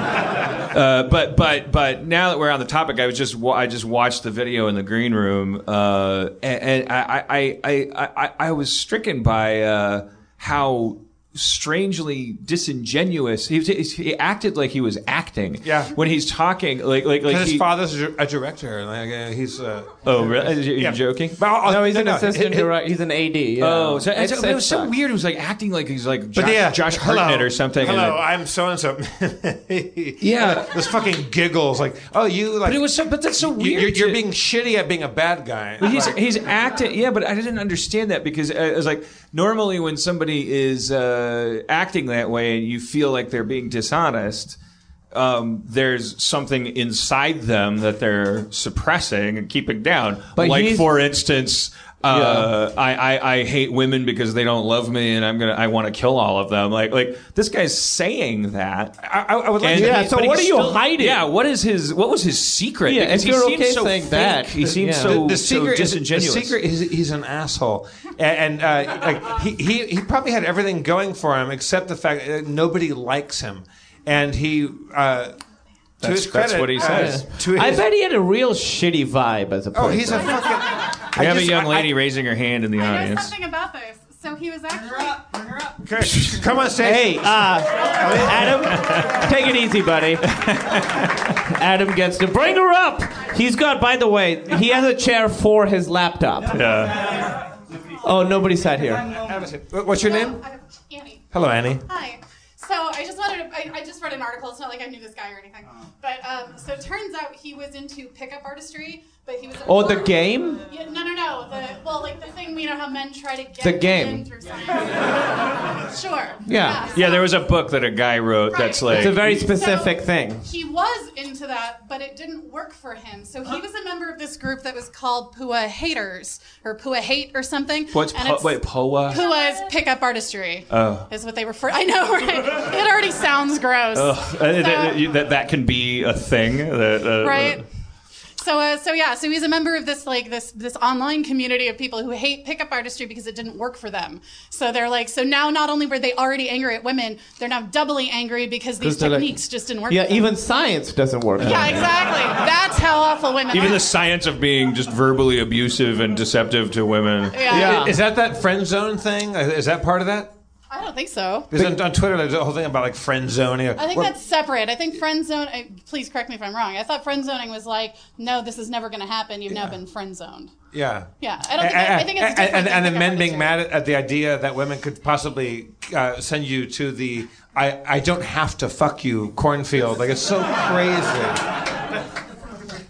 D: uh, but but but now that we're on the topic, I was just wa- I just watched the video in the green room, uh, and, and I, I, I I I I was stricken by uh, how strangely disingenuous he, was, he acted like he was acting.
C: Yeah.
D: when he's talking, like like like
C: his
D: he-
C: father's a dir- a director. Like uh, he's. Uh,
D: Oh, really? Are you
C: Yeah.
D: joking?
C: but I'll-
A: No, he's an
C: it-
A: assistant
C: it-
A: director. He's an AD. yeah.
D: Oh, so,
A: It's-
D: so- but it was so
A: sucks.
D: weird. It was like acting like he's like Josh,
C: But yeah,
D: Josh
C: hello.
D: Hartnett or something. and
C: Hello,
D: like-
C: I'm so and so.
D: Yeah.
C: this fucking giggles like, oh, you like.
D: but it was so. But that's so
C: you,
D: weird.
C: you're, you're
D: to-
C: being shitty at being a bad guy.
D: But he's
C: Like,
D: he's acting. Yeah, but I didn't understand that because uh, it was like normally when somebody is uh, acting that way and you feel like they're being dishonest. Um, there's something inside them that they're suppressing and keeping down.
A: But
D: like,
A: he's-
D: for instance, uh, I, I, I hate women because they don't love me, and I'm gonna I want to kill all of them. Like like this guy's saying that.
C: I, I- I would like.
D: And-
C: to-
A: Yeah,
D: but
A: so
D: he's
A: what are you hiding?
D: Yeah, what is his what was his secret?
A: Yeah,
D: Because
A: if you're
D: he seems
A: okay
D: so
A: saying
D: fake.
A: that,
D: he seems
A: yeah.
D: so,
C: the
D: so
C: secret
D: disingenuous.
C: Is, the secret is he's an asshole, and, and uh, like he, he he probably had everything going for him except the fact that nobody likes him, and he. Uh, to
D: That's-
C: his
D: that's
C: credit,
D: what he
C: uh,
D: says.
C: to his,
A: I bet he had a real shitty vibe as a person.
C: Oh, he's a fucking.
D: We have
C: just-
D: a young
C: I- I-
D: lady raising her hand in the
E: I know
D: audience.
E: something about this. So he was actually
C: Okay, Come on stage.
A: Hey, uh, Adam, take it easy, buddy. Adam gets to bring her up. He's got, by the way, he has a chair for his laptop.
D: Yeah.
A: Oh, nobody sat here.
C: Have a seat. What- What's your name?
E: Uh, Annie.
C: Hello, Annie.
E: Hi. So I just wanted to, I, I just read an article. It's not like I knew this guy or anything.
A: Oh.
E: But um, so it turns out he was into pickup artistry, but he was. a
A: Oh, the
E: poor-
A: game?
E: Yeah, no, no, no. The, well, like the thing, you know how men try to get
A: The
E: women
A: game.
E: through science. sure.
A: Yeah.
D: Yeah,
E: so-
D: there was a book that a guy wrote that's like
A: It's a very specific thing.
E: He was into that, but it didn't work for him. So he was a member of this group that was called Pua Haters or Pua Hate or something.
D: what's
E: And
D: po-
E: it's-
D: wait, Poa?
E: Pua's pickup artistry is what they refer. I know, right? It already sounds gross,
D: Ugh. Uh, that- that,
E: So-
D: you- that, that can be a thing. That, uh,
E: right? So, uh, so yeah, so he's a member of this like this this online community of people who hate pickup artistry because it didn't work for them. So they're like, so now not only were they already angry at women, they're now doubly angry because these
A: 'Cause they're like-
E: techniques just didn't work.
A: Yeah,
E: for them.
A: even science doesn't work.
E: yeah, exactly. That's how awful women.
D: Even
E: are.
D: the science of being just verbally abusive and deceptive to women.
E: Yeah.
C: Is that that friend zone thing? Uh, Is that part of that?
E: I don't think so.
C: Because on, on Twitter, there's a whole thing about like friend zoning.
E: I think that's separate. I think friend zone. I, please correct me if I'm wrong. I thought friend zoning was like, no, this is never going to happen. You've now been friend zoned.
C: yeah.
E: Yeah, I don't think. I, I think it's a
C: and,
E: different
C: and,
E: than
C: and the
E: pickup
C: men being
E: artistry.
C: mad at, at the idea that women could possibly uh, send you to the I, I don't have to fuck you cornfield. Like it's so crazy.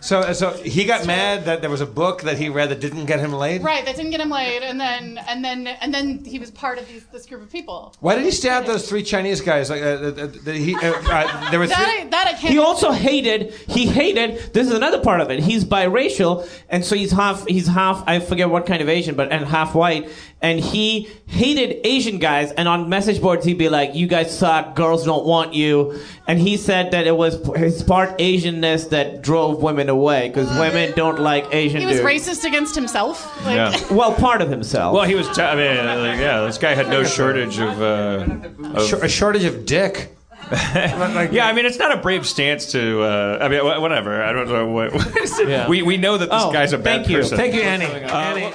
C: So so he got mad that there was a book that he read that didn't get him laid.
E: Right, that didn't get him laid, and then and then and then he was part of these, this group of people.
C: Why did he stab those three Chinese guys? Like uh, uh, uh, that he uh, uh, there were
E: That
C: three.
E: I, that I can't.
A: He also hated. He hated. This is another part of it. He's biracial, and so he's half. He's half. I forget what kind of Asian, but and half white. And he hated Asian guys. And on message boards, he'd be like, "You guys suck. Girls don't want you." And he said that it was his part Asianness that drove women away because women don't like Asian
E: he was
A: dudes.
E: racist against himself. Like,
D: Yeah.
A: Well, part of himself.
D: Well, he was. T- I mean, like, yeah, this guy had no shortage of. Uh,
C: Shor- a shortage of dick. like,
D: Yeah, I mean, it's not a brave stance to. Uh, I mean, wh- whatever. I don't know what. what is it?
A: Yeah.
D: We we know that this
A: Oh,
D: guy's a bad
A: thank you.
D: person. Uh,
C: Thank you, Annie.
D: well-
C: Annie.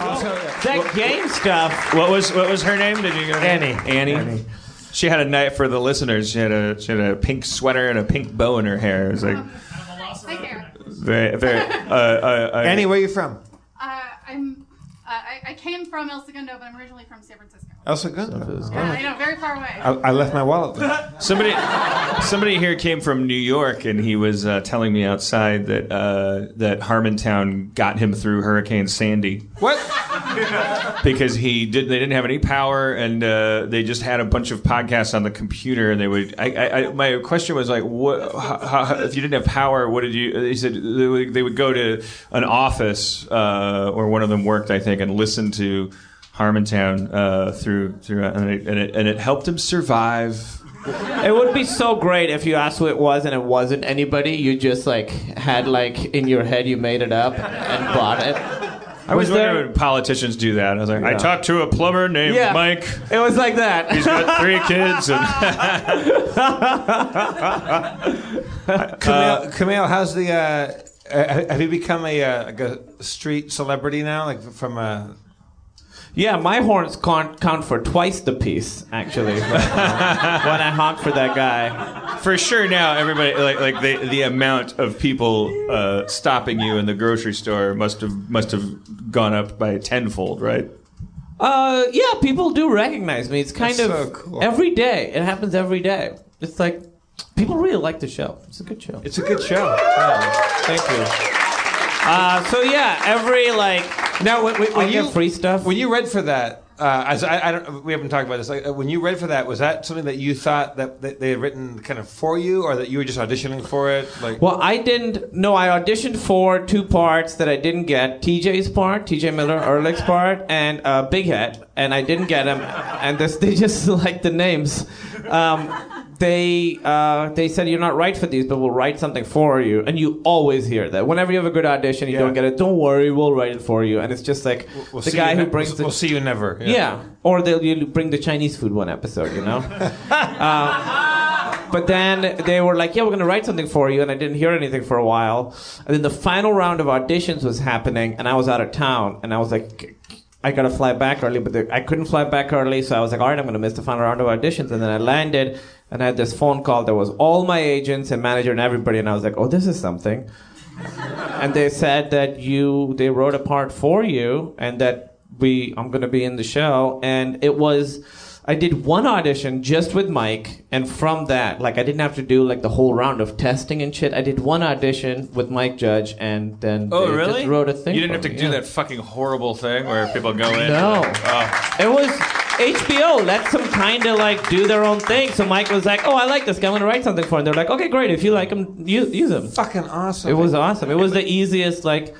C: Also,
A: that game stuff.
D: What was what was her name? Did you get her name? Annie. Annie. She had a night for the listeners. She had a she had a pink sweater and a pink bow in her hair. It was
E: Oh.
D: like
E: Thank you.
D: very very. Uh, uh, uh,
C: Annie, where are you from?
E: Uh, I'm. Uh, I, I came from El Segundo, but I'm originally from San Francisco.
C: Also good.
E: Yeah, I know, very far away.
C: I, I left my wallet. There.
D: Somebody, somebody here came from New York, and he was uh, telling me outside that uh, that Harmontown got him through Hurricane Sandy
C: What?
D: because he did. They didn't have any power, and uh, they just had a bunch of podcasts on the computer. And they would. I, I, I, my question was like, what? How, how, if you didn't have power, what did you? He said they would, they would go to an office, uh, or one of them worked, I think, and listen to Harmontown uh, through through, and it, and it and it helped him survive.
A: It would be so great if you asked who it was and it wasn't anybody. You just like had like in your head you made it up and bought it.
D: I was
A: Was there-
D: wondering when politicians do that. I was like, I talked to a plumber named
A: Yeah.
D: Mike.
A: It was like that.
D: He's got three kids. And
C: Camille, Camille how's the? Uh, uh, have you become a, uh, like a street celebrity now? Like from uh, a
A: Yeah, my horns count, count for twice the piece, actually. uh, when I honk for that guy.
D: for sure now, everybody like like the the amount of people uh, stopping you in the grocery store must have must have gone up by tenfold, right?
A: Uh, yeah, people do recognize me. It's kind
C: That's
A: of
C: so cool.
A: every day. It happens every day. It's like people really like the show. It's a good show.
C: it's a good show.
A: Thank you. Uh, so yeah, every like
C: Now, when, when, when
A: I
C: you
A: get free stuff.
C: when you read for that, uh, as I, I don't, we haven't talked about this. Like, uh, when you read for that, was that something that you thought that that they had written kind of for you, or that you were just auditioning for it? Like,
A: Well, I didn't. No, I auditioned for two parts that I didn't get: TJ's part, TJ Miller Ehrlich's part, and uh, Big Head, and I didn't get them. And this, they just like the names. Um, they uh, they said you're not right for these, but we'll write something for you. And you always hear that whenever you have a good audition, you
C: Yeah.
A: don't get it. Don't worry, we'll write it for you. And it's just like
C: we'll
A: the
C: see
A: guy
C: you
A: who
C: ne-
A: brings
C: we'll,
A: the
C: we'll see you never.
A: yeah, or they'll you bring the Chinese food one episode, you know. uh, but then they were like, "Yeah, we're gonna write something for you," and I didn't hear anything for a while. And then the final round of auditions was happening, and I was out of town, and I was like. I gotta fly back early, but the, I couldn't fly back early, so I was like, all right, I'm gonna miss the final round of auditions. And then I landed, and I had this phone call. There was all my agents and manager and everybody, and I was like, oh, this is something and they said that you they wrote a part for you and that we I'm going to be in the show and it was I did one audition just with Mike and from that like I didn't have to do like the whole round of testing and shit I did one audition with Mike Judge and then they just wrote a thing
D: Oh, You didn't
A: for
D: have to
A: me,
D: do
A: yeah.
D: that fucking horrible thing where people go in.
A: No.
D: and, uh,
A: It was HBO let some kind of like do their own thing so Mike was like oh I like this guy I'm going to write something for him they're like okay great if you like him use, use him
C: fucking awesome.
A: It was awesome. It was the easiest like it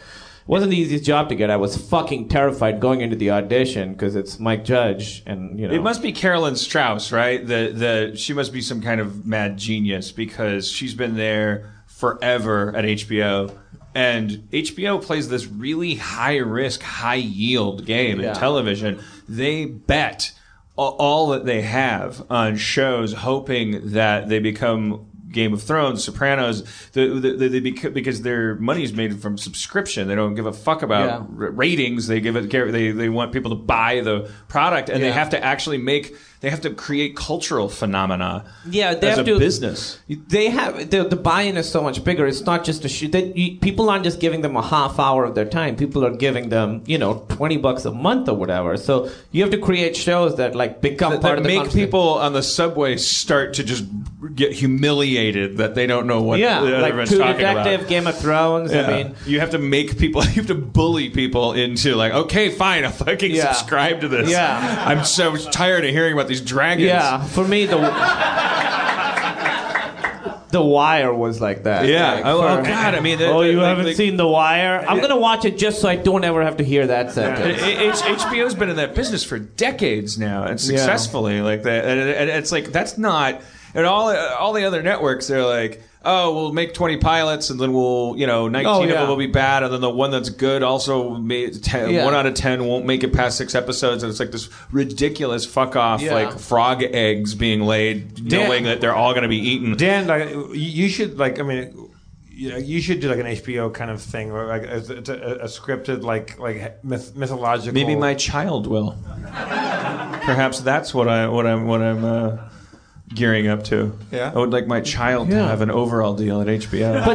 A: wasn't the easiest job to get. I was fucking terrified going into the audition because it's Mike Judge and you know.
D: It must be Carolyn Strauss, right? The the she must be some kind of mad genius because she's been there forever at HBO. And HBO plays this really high risk, high yield game
A: Yeah.
D: in television. They bet a- all that they have on shows, hoping that they become Game of Thrones, Sopranos, the, the, the, they bec- because their money's made from subscription. They don't give a fuck about
A: Yeah.
D: r- ratings. They give it. care- They they want people to buy the product, and they
C: Yeah.
D: have to actually make. They have to create cultural phenomena.
A: Yeah, they
D: as
A: have
D: a
A: to-
D: business.
A: they have the, the buy-in is so much bigger. It's not just a shoot. That you, people aren't just giving them a half hour of their time. People are giving them you know twenty bucks a month or whatever. So you have to create shows that like become
D: That,
A: part
D: that
A: of the
D: make
A: conversation.
D: people on the subway start to just get humiliated that they don't know what
A: Yeah,
D: the other
A: like
D: one's
A: True
D: talking about.
A: Detective, Game of Thrones.
D: Yeah.
A: I mean,
D: you have to make people. You have to bully people into like, okay, fine, I'll fucking
A: Yeah.
D: subscribe to this.
A: Yeah.
D: I'm so tired of hearing about these dragons.
A: yeah. For me, the The Wire was like that.
D: Yeah.
A: Like,
D: oh, oh,
A: for-
D: God. I mean, the-
A: Oh,
D: the-
A: you
D: like-
A: haven't
D: like-
A: seen The Wire? I'm gonna watch it just so I don't ever have to hear that
D: It-
A: sentence.
D: it- it's- HBO's been in that business for decades now, and successfully. Like that, and, it- and it's like that's not. And all all the other networks, they're like, oh, we'll make twenty pilots, and then we'll, you know, nineteen
A: Oh,
D: of
A: yeah.
D: them will be bad, and then the one that's good also made ten,
A: Yeah.
D: one out of ten won't make it past six episodes, and it's like this ridiculous fuck off,
A: Yeah.
D: like frog eggs being laid,
C: Dan-
D: knowing that they're all going to be eaten.
C: Dan, like you- you should like I mean, you know, you should do like an HBO kind of thing, or like a, a, a scripted like like myth, mythological.
D: Maybe my child will. Perhaps that's what I what I'm what I'm uh, gearing up to.
C: Yeah.
D: I would like my child to
A: Yeah.
D: have an overall deal at HBO.
A: But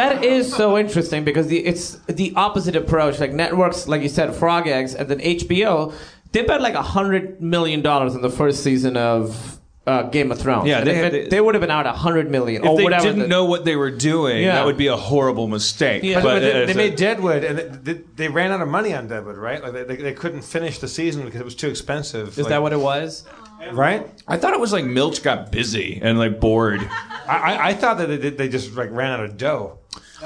A: that is so interesting because the, it's the opposite approach. Like networks, like you said, Frog Eggs, and then HBO, they bet like a hundred million dollars on the first season of uh, Game of Thrones.
D: Yeah,
A: And
D: they
A: if
D: had-
A: it- they would have been out a hundred million
D: if
A: or
D: they
A: whatever.
D: didn't
C: uh,
A: the-
D: know what they were doing,
A: Yeah.
D: that would be a horrible mistake.
A: Yeah.
D: But,
C: But they,
D: it's
C: they
D: a-
C: made Deadwood, and they, they, they ran out of money on Deadwood, right? Like they, they, they couldn't finish the season because it was too expensive.
A: is that what it was?
C: Right?
D: I thought it was like Milch got busy and like bored.
C: I, I, I thought that they, they just like ran out of dough.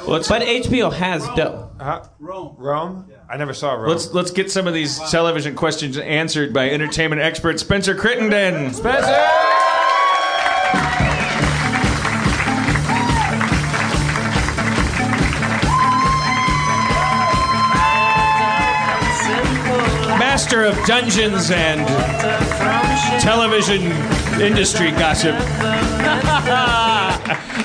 D: Let's
A: But HBO has dough.
C: Huh? Rome. Rome? I never saw Rome.
D: let's let's get some of these television questions answered by entertainment expert Spencer Crittenden.
F: master of dungeons and television industry gossip.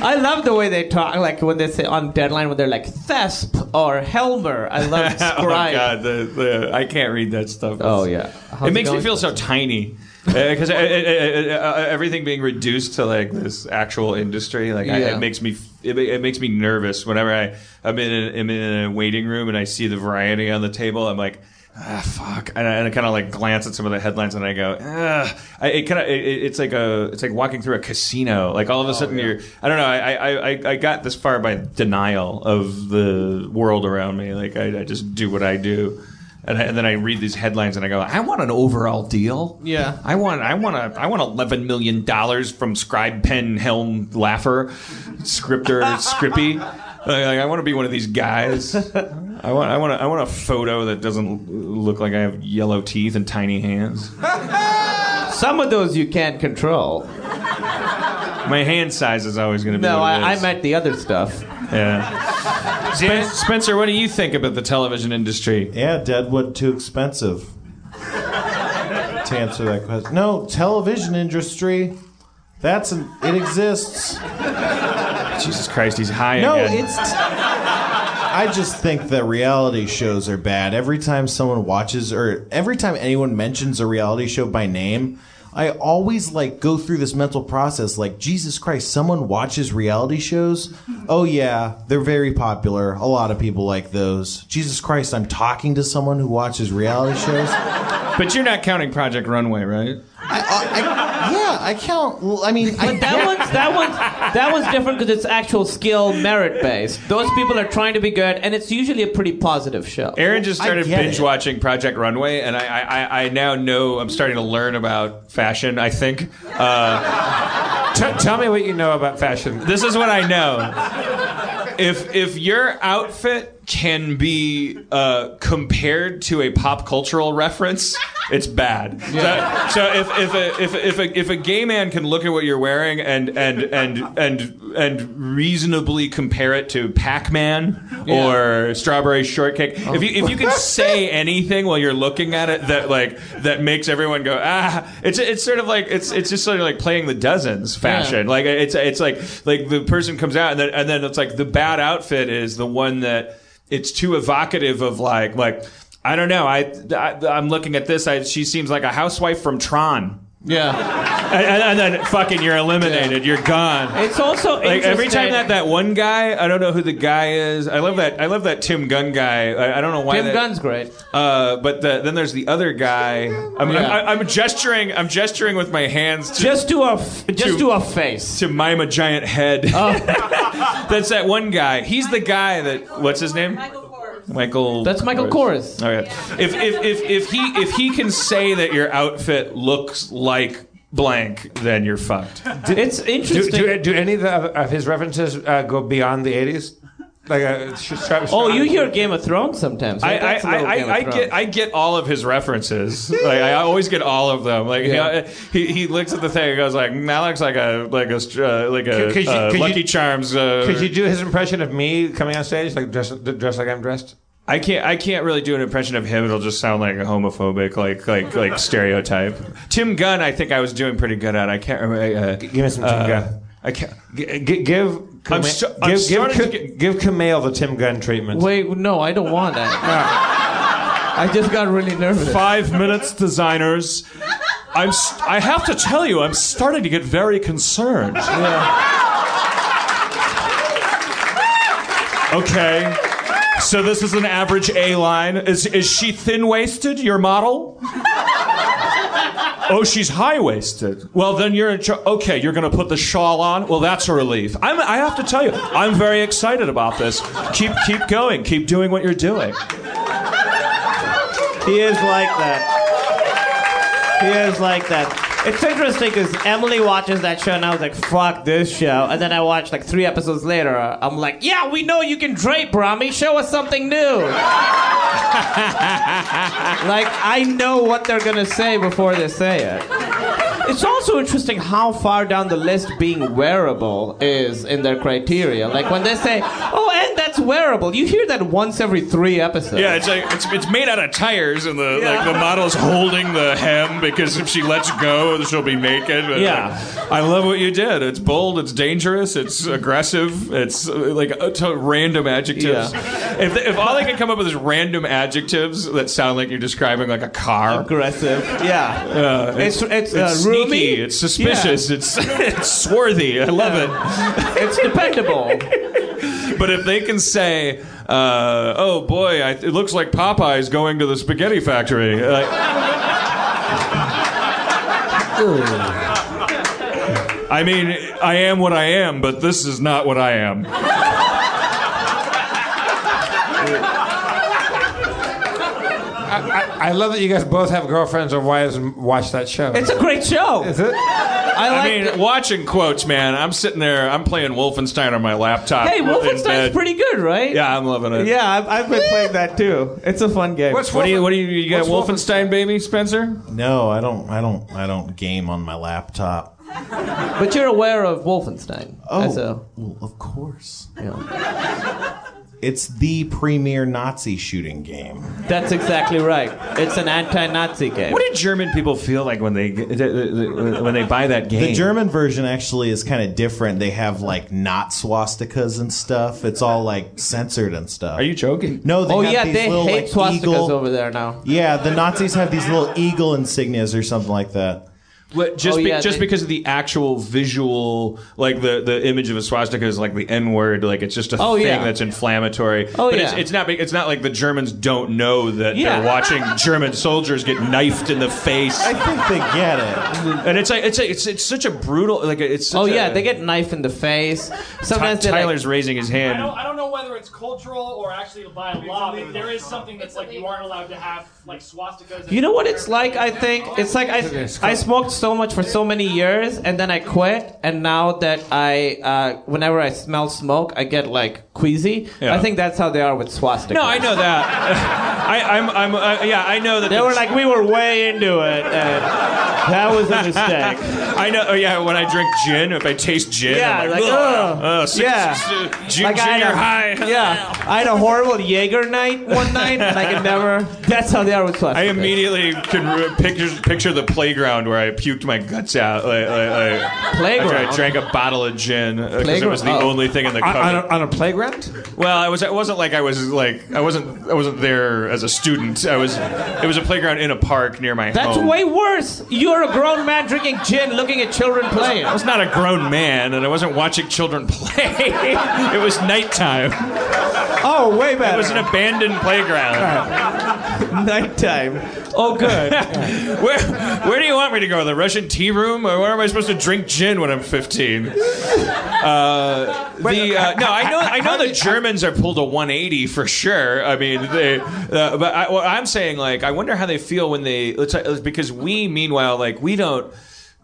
A: I love the way they talk, like when they say on deadline, when they're like Thesp or Helmer. I love
D: oh
A: Scribe.
D: god, the, the, I can't read that stuff.
A: Oh, yeah. How's
D: it
A: it
D: makes me
A: going?
D: feel so tiny because uh, uh, everything being reduced to like this actual industry, like I,
A: Yeah.
D: it makes me it, ma- it makes me nervous whenever I I'm in a, I'm in a waiting room and I see the variety on the table. I'm like. Ah, fuck! And I, and I kind of like glance at some of the headlines, and I go, ah. I, it kind of it, it- it's like a it's like walking through a casino. Like all of a sudden, you're I don't know. I, I I I got this far by denial of the world around me. Like I, I just do what I do. And, I, and then I read these headlines and I go, I want an overall deal.
A: Yeah.
D: I want, I want a, I want eleven million dollars from Scribe, Pen, Helm, Laffer, Scripter, Scrippy. Like, like, I want to be one of these guys. I want, I want, a, I want a photo that doesn't l- look like I have yellow teeth and tiny hands.
A: Some of those you can't control.
D: My hand size is always going to be.
A: No,
D: what it
A: I, I
D: is.
A: meant the other stuff.
D: Yeah. Spen- Spencer, what do you think about the television industry?
G: Yeah, Deadwood too expensive. to answer that question, no television industry. That's an, it exists.
D: Jesus Christ, he's high
G: No,
D: again.
G: it's. I just think that reality shows are bad. Every time someone watches or every time anyone mentions a reality show by name, I always like go through this mental process like Jesus Christ, someone watches reality shows? Oh yeah, they're very popular. A lot of people like those. Jesus Christ, I'm talking to someone who watches reality shows?
D: but you're not counting Project Runway, right?
G: I, I, I- yeah, I count well, I mean, I
A: That one's that one's that one's different because it's actual skill merit based. Those people are trying to be good, and it's usually a pretty positive show.
D: Aaron just
G: I
D: started
G: get
D: binge
G: it.
D: watching Project Runway, and I, I, I- I now know I'm starting to learn about fashion. I think Uh,
C: T- tell me what you know about fashion.
D: this is what I know. If if your outfit can be uh, compared to a pop cultural reference, it's bad. So, so if if a, if if a, if a gay man can look at what you're wearing and and and and and reasonably compare it to Pac-Man or Strawberry Shortcake, if you if you can say anything while you're looking at it that like that makes everyone go ah, it's it's sort of like it's it's just sort of like playing the dozens fashion. Like it's it's like like the person comes out and then and then it's like the bad outfit is the one that it's too evocative of like like I don't know. I, I am looking at this. I, she seems like a housewife from Tron.
A: Yeah,
D: And, and- and then fucking you're eliminated. You're gone.
A: it's also
D: Like every time that
A: interesting-
D: that one guy, I don't know who the guy is. I love that. I love that Tim Gunn guy. I, I don't know why.
A: Tim
D: that-
A: Gunn's great.
D: Uh, but the, then there's the other guy. I'm, I'm, I'm gesturing. I'm gesturing with my hands to
A: Just do a f- just
D: To-
A: do a face.
D: to mime a giant head.
A: Oh.
D: That's that one guy. He's the guy that. What's his name? Michael.
A: That's Michael Kors.
D: Okay. If, if if if he if he can say that your outfit looks like blank, then you're fucked.
A: It's
C: Do,
A: interesting.
C: do, do any of, the, of his references uh, go beyond the 80s? Like, uh, sh- sh-
A: oh, you hear Game of Thrones sometimes.
D: I,
A: right?
D: I,
A: That's a little
D: I,
A: Game of
D: I, I
A: Thrones.
D: get I get all of his references. Like I always get all of them. Like
A: Yeah.
D: he, he looks at the thing and goes like, "Mm, "That looks like a like a str- uh, like a
C: Could- could you-
D: uh,
C: could you-
D: Lucky Charms." Uh,
C: Could you do his impression of me coming on stage, like dress, dress like I'm dressed?
D: I can't I can't really do an impression of him. It'll just sound like a homophobic like like like stereotype. Tim Gunn, I think I was doing pretty good at. I can't remember. Uh,
C: Give me some Tim Gunn.
D: I can't.
C: G- g- give Kama-
D: sta- I'm
C: give, give,
D: starting to
C: Ka-
D: get-
C: give Kamel the Tim Gunn treatment.
A: Wait, no, I don't want that. I just got really nervous.
D: Five minutes, designers. I'm. St- I have to tell you, I'm starting to get very concerned. Okay. So this is an average A line. Is is she thin waisted? Your model? Oh, she's high waisted. Well, then you're in charge. Okay, you're going to put the shawl on. Well, that's a relief. I'm, I have to tell you, I'm very excited about this. Keep keep going. Keep doing what you're doing.
G: He is like that. He is like that.
A: It's interesting because Emily watches that show and I was like, fuck this show. And then I watched like three episodes later. I'm like, yeah, we know you can drape, Rami. Show us something new. like, I know what they're going to say before they say it. It's also interesting how far down the list being wearable is in their criteria. Like when they say, oh, and that that's wearable. You hear that once every three episodes.
F: Yeah, it's like it's, it's made out of tires, and the like the model's holding the hem because if she lets go, she'll be naked. But,
A: Yeah.
F: like, I love what you did. It's bold. It's dangerous. It's aggressive. It's uh, like uh, to- random adjectives. If, if all I can come up with is random adjectives that sound like you're describing like a car.
A: aggressive. Yeah. it's it's, uh,
F: It's
A: roomy.
F: sneaky. It's suspicious. It's it's swarthy. I love it.
A: It's dependable.
F: But if they can say, uh, "Oh boy, I, it looks like Popeye's going to the spaghetti factory," uh, like, I mean, I am what I am, but this is not what I am.
C: I, I love that you guys both have girlfriends or wives and watch that show.
A: it's a great show.
C: Is it?
A: I like.
F: I mean,
A: it.
F: watching quotes, man. I'm sitting there. I'm playing Wolfenstein on my laptop.
A: Hey,
F: in
A: Wolfenstein's
F: bed.
A: pretty good, right?
F: Yeah, I'm loving it.
A: Yeah, I've, I've been playing that too. It's a fun game.
C: What's
F: What do you? What do you? You got
C: What's
F: Wolfenstein, baby, Spencer?
G: No, I don't. I don't. I don't game on my laptop.
A: but you're aware of Wolfenstein.
G: Oh,
A: as a-
G: well, of course.
A: yeah.
G: It's the premier Nazi shooting game.
A: That's exactly right. It's an anti-Nazi game.
D: What do German people feel like when they when they buy that game?
G: The German version actually is kind of different. They have like not swastikas and stuff. It's all like censored and stuff.
D: Are you joking?
G: No, they
A: oh
G: have
A: yeah,
G: these
A: they
G: little,
A: hate
G: like,
A: swastikas
G: eagle-
A: over there now.
G: Yeah, the Nazis have these little eagle insignias or something like that.
D: What, just
A: Oh,
D: be-
A: yeah,
D: just
A: they-
D: because of the actual visual, like the, the image of a swastika is like the N word, like it's just a
A: Oh,
D: thing
A: yeah.
D: that's inflammatory.
A: Oh,
D: but it's,
A: yeah.
D: it's not be- it's not like the Germans don't know that
A: Yeah.
D: they're watching German soldiers get knifed in the face,
G: I think they get it.
D: and it's like it's a, it's, it's such a brutal like it's such
A: Oh yeah,
D: a-
A: they get knife in the face. Sometimes they like,
D: Tyler's raising his
H: I don't,
D: hand.
H: I don't know whether it's cultural or actually by law, but there is something that's like you aren't allowed to have like swastikas.
A: You know what it's like? I think it's like I I smoked so much for so many years, and then I quit, and now that I uh, whenever I smell smoke, I get like queasy.
D: Yeah.
A: I think that's how they are with swastikas.
D: No, I know that. I, I'm I'm uh, yeah, I know that
A: They
D: the-
A: were like, we were way into it, and that was a mistake.
D: I know. Oh yeah, when I drink gin, if I taste gin,
A: Yeah,
D: I'm
A: like,
D: like, ugh,
A: ugh,
D: uh, six,
A: yeah.
D: six, uh, ju-
A: Like, I had
D: junior
A: a-
D: high.
A: Yeah, I had a horrible Jaeger night one night, and I could never. That's how they are with swastikas.
D: I immediately can re- picture picture the playground where I puked my guts out. Like, like, like, after I
A: Playground?
D: drank a bottle of gin because it was the
A: Playground? Oh.
D: only thing in the
C: On, on, a,
D: cupboard.
C: on a playground?
D: Well, I was. It wasn't like I was like I wasn't. I wasn't there as a student. I was. It was a playground in a park near my
A: That's
D: home.
A: way worse. You're a grown man drinking gin, looking at children playing.
D: I was not a grown man, and I wasn't watching children play. it was nighttime.
A: Oh, way better.
D: It was an abandoned playground.
A: nighttime. Oh, good.
D: Where, where do you want me to go? The Russian tea room? Or where am I supposed to drink gin when I'm 15? Uh, the, uh, no, I know. I know the Germans are pulled a 180 for sure. I mean, they. Uh, but I, what I'm saying, like, I wonder how they feel when they. Let's, uh, because we, meanwhile, like, we don't.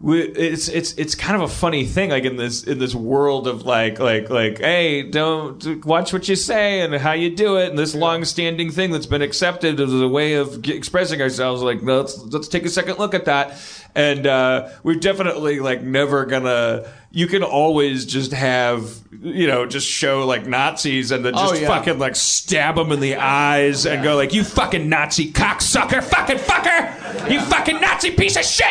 D: We, it's it's it's kind of a funny thing, like in this in this world of like like like, hey, don't watch what you say and how you do it, and this long-standing thing that's been accepted as a way of g- expressing ourselves. Like, no, let's let's take a second look at that, and uh, we're definitely like never gonna. You can always just have you know just show like Nazis and then just
A: Oh, yeah.
D: fucking like stab them in the eyes and go like, you fucking Nazi cocksucker, fucking fucker, you fucking Nazi piece of shit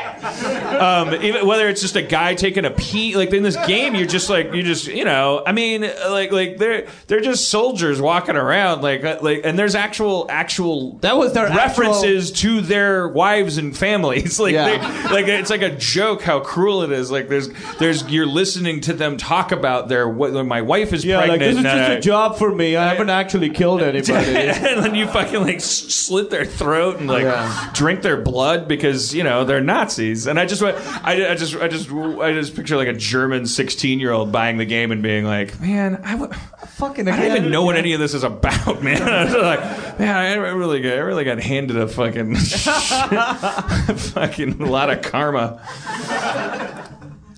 D: um, even whether it's just a guy taking a pee, like in this game, you're just like you just you know, I mean, like like they're they're just soldiers walking around, like uh, like, and there's actual actual
A: That was their
D: references to their wives and families, like
A: Yeah.
D: they, like it's like a joke how cruel it is. Like there's there's you're listening to them talk about their what my wife is
A: Yeah, like this
D: pregnant.
A: is
D: and uh,
A: just
D: I-
A: a job for me. I haven't actually killed anybody.
D: and then you fucking like s- slit their throat and like
A: Yeah.
D: drink their blood because you know they're Nazis. And I just went, I, I just, I just, I just picture like a German sixteen-year-old buying the game and being like, man, I w- fucking, I don't even know what any of this is about, man. I was like, man, I really, got, I really got handed a fucking, fucking lot of karma.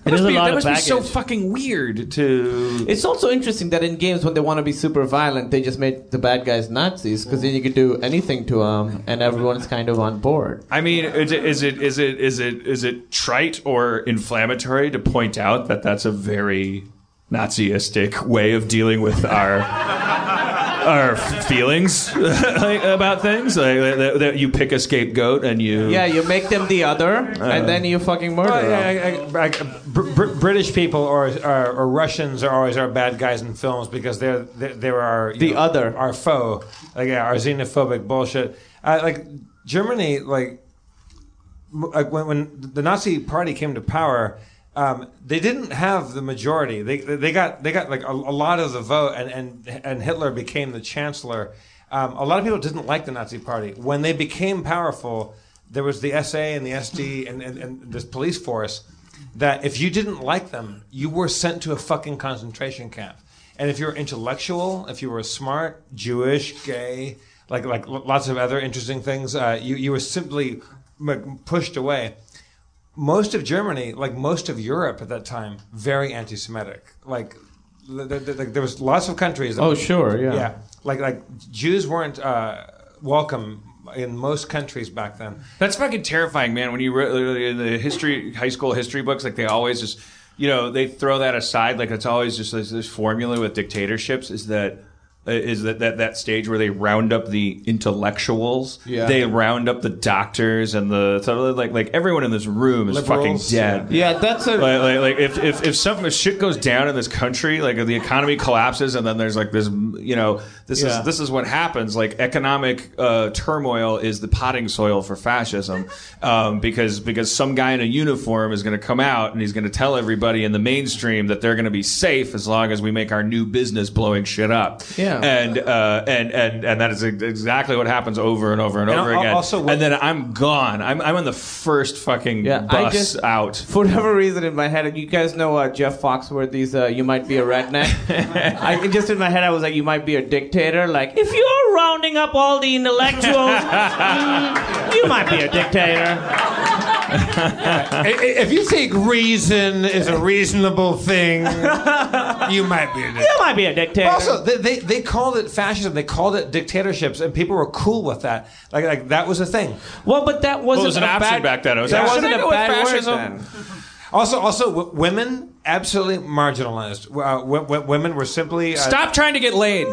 D: It must
A: a
D: be,
A: lot
D: that
A: of
D: must be so
A: baggage.
D: fucking weird to.
A: It's also interesting that in games, when they want to be super violent, they just make the bad guys Nazis because then you could do anything to them, and everyone's kind of on board.
D: I mean, is it, is it is it is it is it trite or inflammatory to point out that that's a very Naziistic way of dealing with our our feelings like, about things. Like, that, that you pick a scapegoat and you
A: Yeah, you make them the other, and then you fucking murder
C: Well,
A: them.
C: Oh, yeah, I- I- I- Br- Br- British people or, or, or Russians are always our bad guys in films because they're they're, they're our you
A: The other.
C: our foe, like yeah, our xenophobic bullshit. Uh, like Germany, like m- like when, when the Nazi Party came to power, um, they didn't have the majority. They they got they got like a, a lot of the vote, and and and Hitler became the chancellor. Um, a lot of people didn't like the Nazi Party when they became powerful. There was the SA and the SD and, and, and this police force that if you didn't like them, you were sent to a fucking concentration camp. And if you were intellectual, if you were smart, Jewish, gay, like like lo- lots of other interesting things, uh, you you were simply m- pushed away. Most of Germany, like most of Europe at that time, very anti-Semitic. Like, th- th- th- like there was lots of countries. That
A: Oh, sure, yeah.
C: yeah. Like like Jews weren't uh, welcome in most countries back then.
D: That's fucking terrifying, man. When you re- in the history, high school history books, like they always just, you know, they throw that aside. Like it's always just this, this formula with dictatorships is that is that, that that stage where they round up the intellectuals,
A: Yeah.
D: they round up the doctors and the so like like everyone in this room is
C: Liberals,
D: fucking dead.
A: Yeah, that's a.
D: Like, like, like if, if, if some if shit goes down in this country, like if the economy collapses, and then there's like this, you know, this
A: Yeah.
D: is this is what happens. Like economic uh, turmoil is the potting soil for fascism, um, because because some guy in a uniform is going to come out and he's going to tell everybody in the mainstream that they're going to be safe as long as we make our new business blowing shit up.
A: Yeah.
D: and uh, and and and that is ex- exactly what happens over and over and,
C: And
D: over
C: al-
D: again.
C: also what-
D: and then I'm gone. I'm I'm on the first fucking
A: Yeah, I
D: bus
A: just-
D: out.
A: for whatever reason in my head, you guys know uh, Jeff Foxworthy's uh, "You Might Be a Redneck." I just in my head, I was like, "You might be a dictator." Like, if you're rounding up all the intellectuals, mm, you might be a dictator.
C: I- I- if you think reason is a reasonable thing, you might be. An
A: You might be a dictator.
C: also, they, they they called it fascism. They called it dictatorships, and people were cool with that. Like like that was a thing.
A: well, but that wasn't
D: Well, it was an
A: a
D: option
A: bad,
D: back then. It was
A: that
D: an option.
A: wasn't a
D: Should I go with
A: bad word
D: fascism?
A: then.
C: Also, also w- women absolutely marginalized. Uh, w- w- women were simply uh,
D: Stop trying to get laid.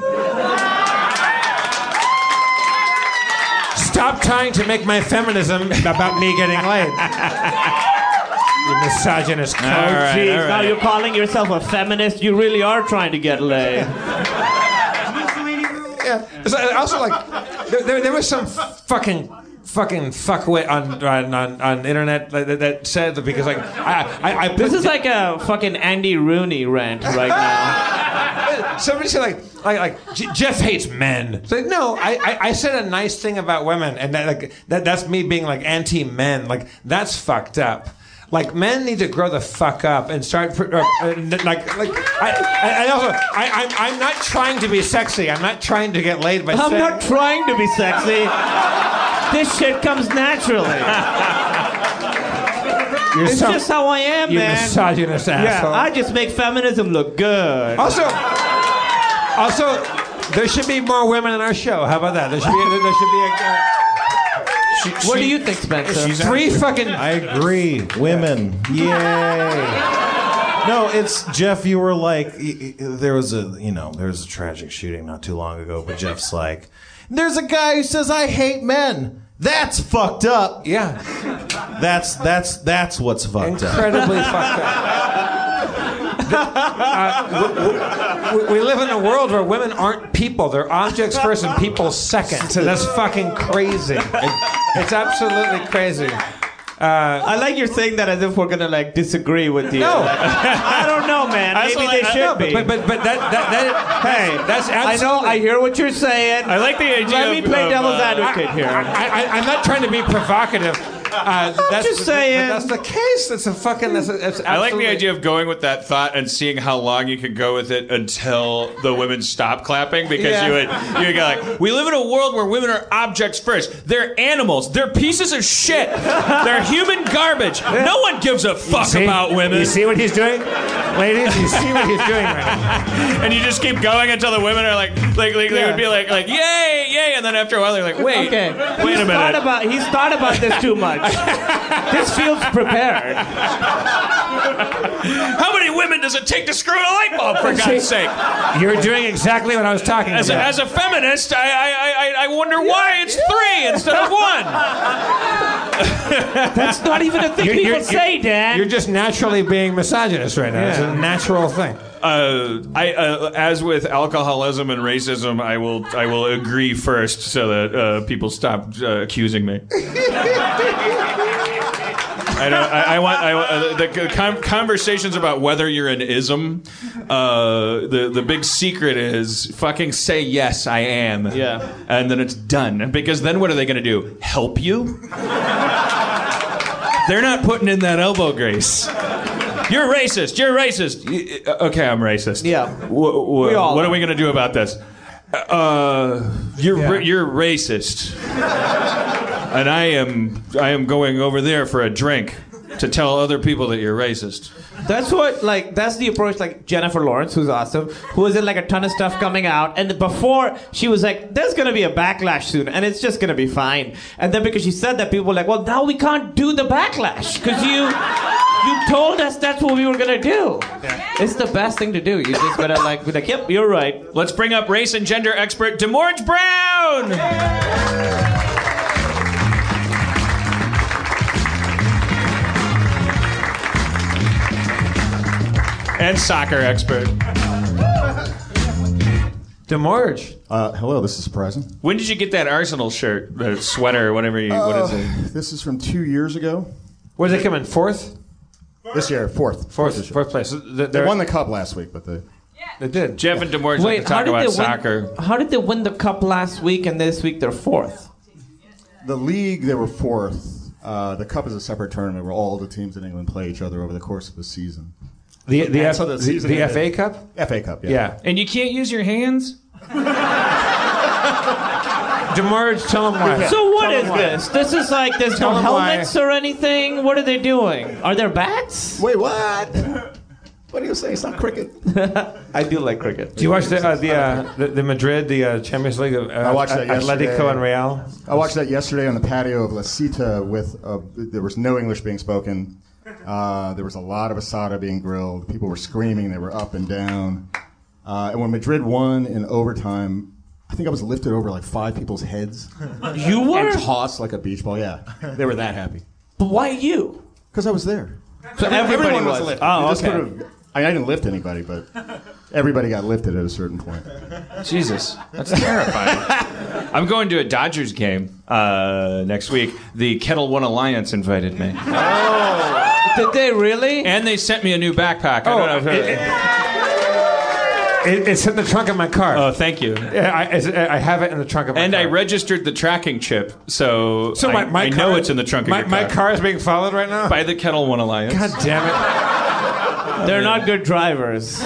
C: Stop trying to make my feminism about me getting laid. you misogynist. cunt.
D: All right,
A: Jeez,
D: all
A: now
D: right.
A: you're calling yourself a feminist. You really are trying to get laid.
C: Yeah. So, and also, like, there, there, there was some fucking fucking fuckwit on on on, on internet that, that- that said that because like I I, I put
A: This is like a fucking Andy Rooney rant right now.
C: Somebody said like like like "J- Jeff hates men. It's like no, I, I I said a nice thing about women, and that like that that's me being like anti men. Like that's fucked up. Like men need to grow the fuck up and start pr- or, uh, n- like like I, I, I also I I'm, I'm not trying to be sexy. I'm not trying to get laid by.
A: I'm
C: saying-
A: not trying to be sexy. This shit comes naturally.
C: You're
A: It's
C: so-
A: just how I am,
C: you
A: man.
C: misogynist
A: Yeah,
C: asshole. Oh,
A: I just make feminism look good.
C: Also, also, there should be more women in our show. How about that? There should be there should be uh, a. Uh,
A: What do you think, Spencer?
I: She's
C: Three fucking
G: I agree. Women. Yay. No, it's Jeff. You were like, y- y- there was a, you know, there was a tragic shooting not too long ago, but Jeff's like, there's a guy who says I hate men. That's fucked up.
C: yeah,
G: That's that's that's what's fucked up.
C: incredibly fucked up. Uh, we, we- we live in a world where women aren't people; they're objects first and people second. So that's fucking crazy. it's absolutely crazy.
A: I like you're saying that as if we're gonna like disagree with you.
C: No.
A: I don't know, man.
D: I also
A: Maybe they
D: like- I
A: should
C: No,
A: be.
C: but but but but that that, that
A: hey,
C: that's
A: I know.
C: absolutely.
A: I hear what you're saying.
D: I like the idea.
A: Let me
D: of-
A: play
D: of,
A: devil's
D: uh,
A: advocate here.
C: I, I, I'm not trying to be provocative. Uh, that's,
A: just saying.
C: That's the case. That's a fucking. That's, a, that's
D: I like
C: absolutely-
D: the idea of going with that thought and seeing how long you can go with it until the women stop clapping because
C: Yeah.
D: you would you would go like, we live in a world where women are objects first. They're animals. They're pieces of shit. They're human garbage. No one gives a fuck
C: See?
D: about women.
C: You see what he's doing, ladies? You see what he's doing right now?
D: and you just keep going until the women are like, like, like they
C: Yeah.
D: would be like, like, yay, yay, and then after a while they're like, wait,
A: Okay.
D: wait
A: he's
D: a
A: Thought
D: minute.
A: about, he's thought about this too much. this feels prepared.
D: How many women does it take to screw in a light bulb, for God's sake?
A: You're doing exactly what I was talking
D: As a,
A: about.
D: as a feminist, I, I, I, I wonder why it's three instead of one.
A: That's not even a thing people say, Dan.
C: You're just naturally being misogynist right now. It's a natural thing.
D: Uh, I, uh, as with alcoholism and racism, I will, I will agree first so that uh, people stop uh, accusing me. I, don't, I, I want I, want- uh, the the con conversations about whether you're an ism. Uh, the the big secret is fucking say yes, I am.
A: Yeah.
D: and then it's done because then what are they going to do? Help you? They're not putting in that elbow grease. You're racist. You're racist. Y- uh, Okay, I'm racist.
A: Yeah.
D: Wh- wh-
A: We all
D: what are
A: are.
D: we going to do about this? Uh, you're ra- you're racist and I am I am going over there for a drink to tell other people that you're racist.
A: That's what like that's the approach like Jennifer Lawrence, who's awesome, who was in like a ton of stuff coming out, and before she was like, There's gonna be a backlash soon and it's just gonna be fine. And then because she said that people were like, Well now we can't do the backlash because you you told us that's what we were gonna do. It's the best thing to do. You just gotta like be like, Yep, you're right.
D: Let's bring up race and gender expert Demorge Brown. And soccer expert.
C: Demorge.
J: Uh, hello, this is surprising.
D: When did you get that Arsenal shirt, the sweater, whatever you, what is
A: Oh.
D: it?
J: This is from two years ago.
C: Where did they come in? Fourth?
J: This year, fourth.
C: Fourth,
J: this year.
C: fourth place.
J: They won the cup last week, but they.
C: They did.
D: Jeff and Demorge like
A: Wait,
D: to
A: how
D: talk
A: did they
D: about
A: win
D: soccer.
A: how did they win the cup last week and this week they're fourth?
J: The league, they were fourth. Uh, the cup is a separate tournament where all the teams in England play each other over the course of the season.
C: The, the,
J: That's how the
C: the, the,
J: season ended.
C: FA Cup?
J: FA Cup, yeah.
C: Yeah.
D: And you can't use your hands?
C: Demorge, tell them why.
A: So what is this? This is like there's no
C: Tell 'em why.
A: helmets or anything. What are they doing? Are there bats?
J: Wait, what? What do you say? It's not cricket.
A: I do like cricket.
C: Do you watch the uh, the, uh, the the Madrid the uh, Champions League? Of, uh,
J: I watched that
C: Atletico
J: yesterday.
C: and Real.
J: I watched that yesterday on the patio of La Cita with uh there was no English being spoken. Uh, there was a lot of asada being grilled. People were screaming. They were up and down. Uh, and when Madrid won in overtime, I think I was lifted over like five people's heads
A: You
J: and
A: were?
J: tossed like a beach ball. Yeah, they were that happy
A: But why you?
J: because I was there.
A: So everybody
J: Everyone
A: was.
J: lifted. You
A: Oh,
J: just
A: okay.
J: could've- I, mean, I didn't lift anybody, but everybody got lifted at a certain point.
D: Jesus, that's terrifying. I'm going to a Dodgers game uh, next week. The Kettle One Alliance invited me,
A: Did they really?
D: and they sent me a new backpack.
A: Oh.
D: I don't know if-
C: it- It, it's in the trunk of my car.
D: oh, thank you.
C: Yeah, I, it's- I have it in the trunk of my
D: And
C: car.
D: I registered the tracking chip, so,
C: So my,
D: I,
C: my
D: I
C: car,
D: know it's in the trunk of
C: my,
D: your
C: My
D: car.
C: car is being followed right now.
D: by the Kettle One Alliance.
C: God damn it!
A: They're not good drivers.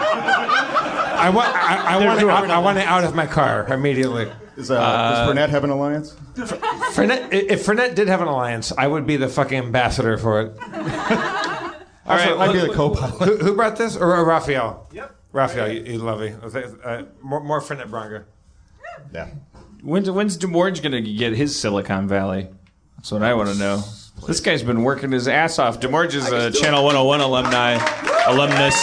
C: I want I, I want it out, I want it out of my car immediately.
J: Is, uh, does Burnett have an alliance?
C: Fernet, i- if Fernet did have an alliance, I would be the fucking ambassador for it. All
J: right, I'd be the co-pilot.
C: Who, who brought this? Or uh, Raphael? Yep. Raphael, you, you lovey. Uh, more, more Fernet Branger.
J: Yeah.
D: When's when's DeMorge gonna get his Silicon Valley? That's what I want to know. This guy's been working his ass off. DeMorge is a Channel 101 alumni, alumnus.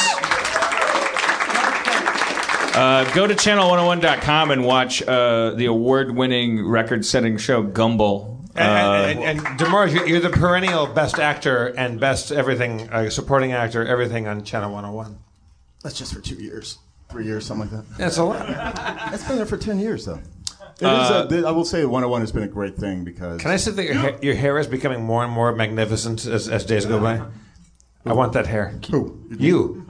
D: Uh, go to channel101.com and watch uh, the award-winning, record-setting show Gumball. Uh,
C: And, and, and, and Demar, you're you're the perennial best actor and best everything, uh, supporting actor, everything on Channel 101.
J: That's just for two years, three years, something like that.
C: That's a lot. Uh,
J: It's been there for 10 years, though. It is a, th- I will say 101 has been a great thing because.
C: Can I say that your, ha- your hair is becoming more and more magnificent as, as days go by? I want that hair.
J: Who?
C: You.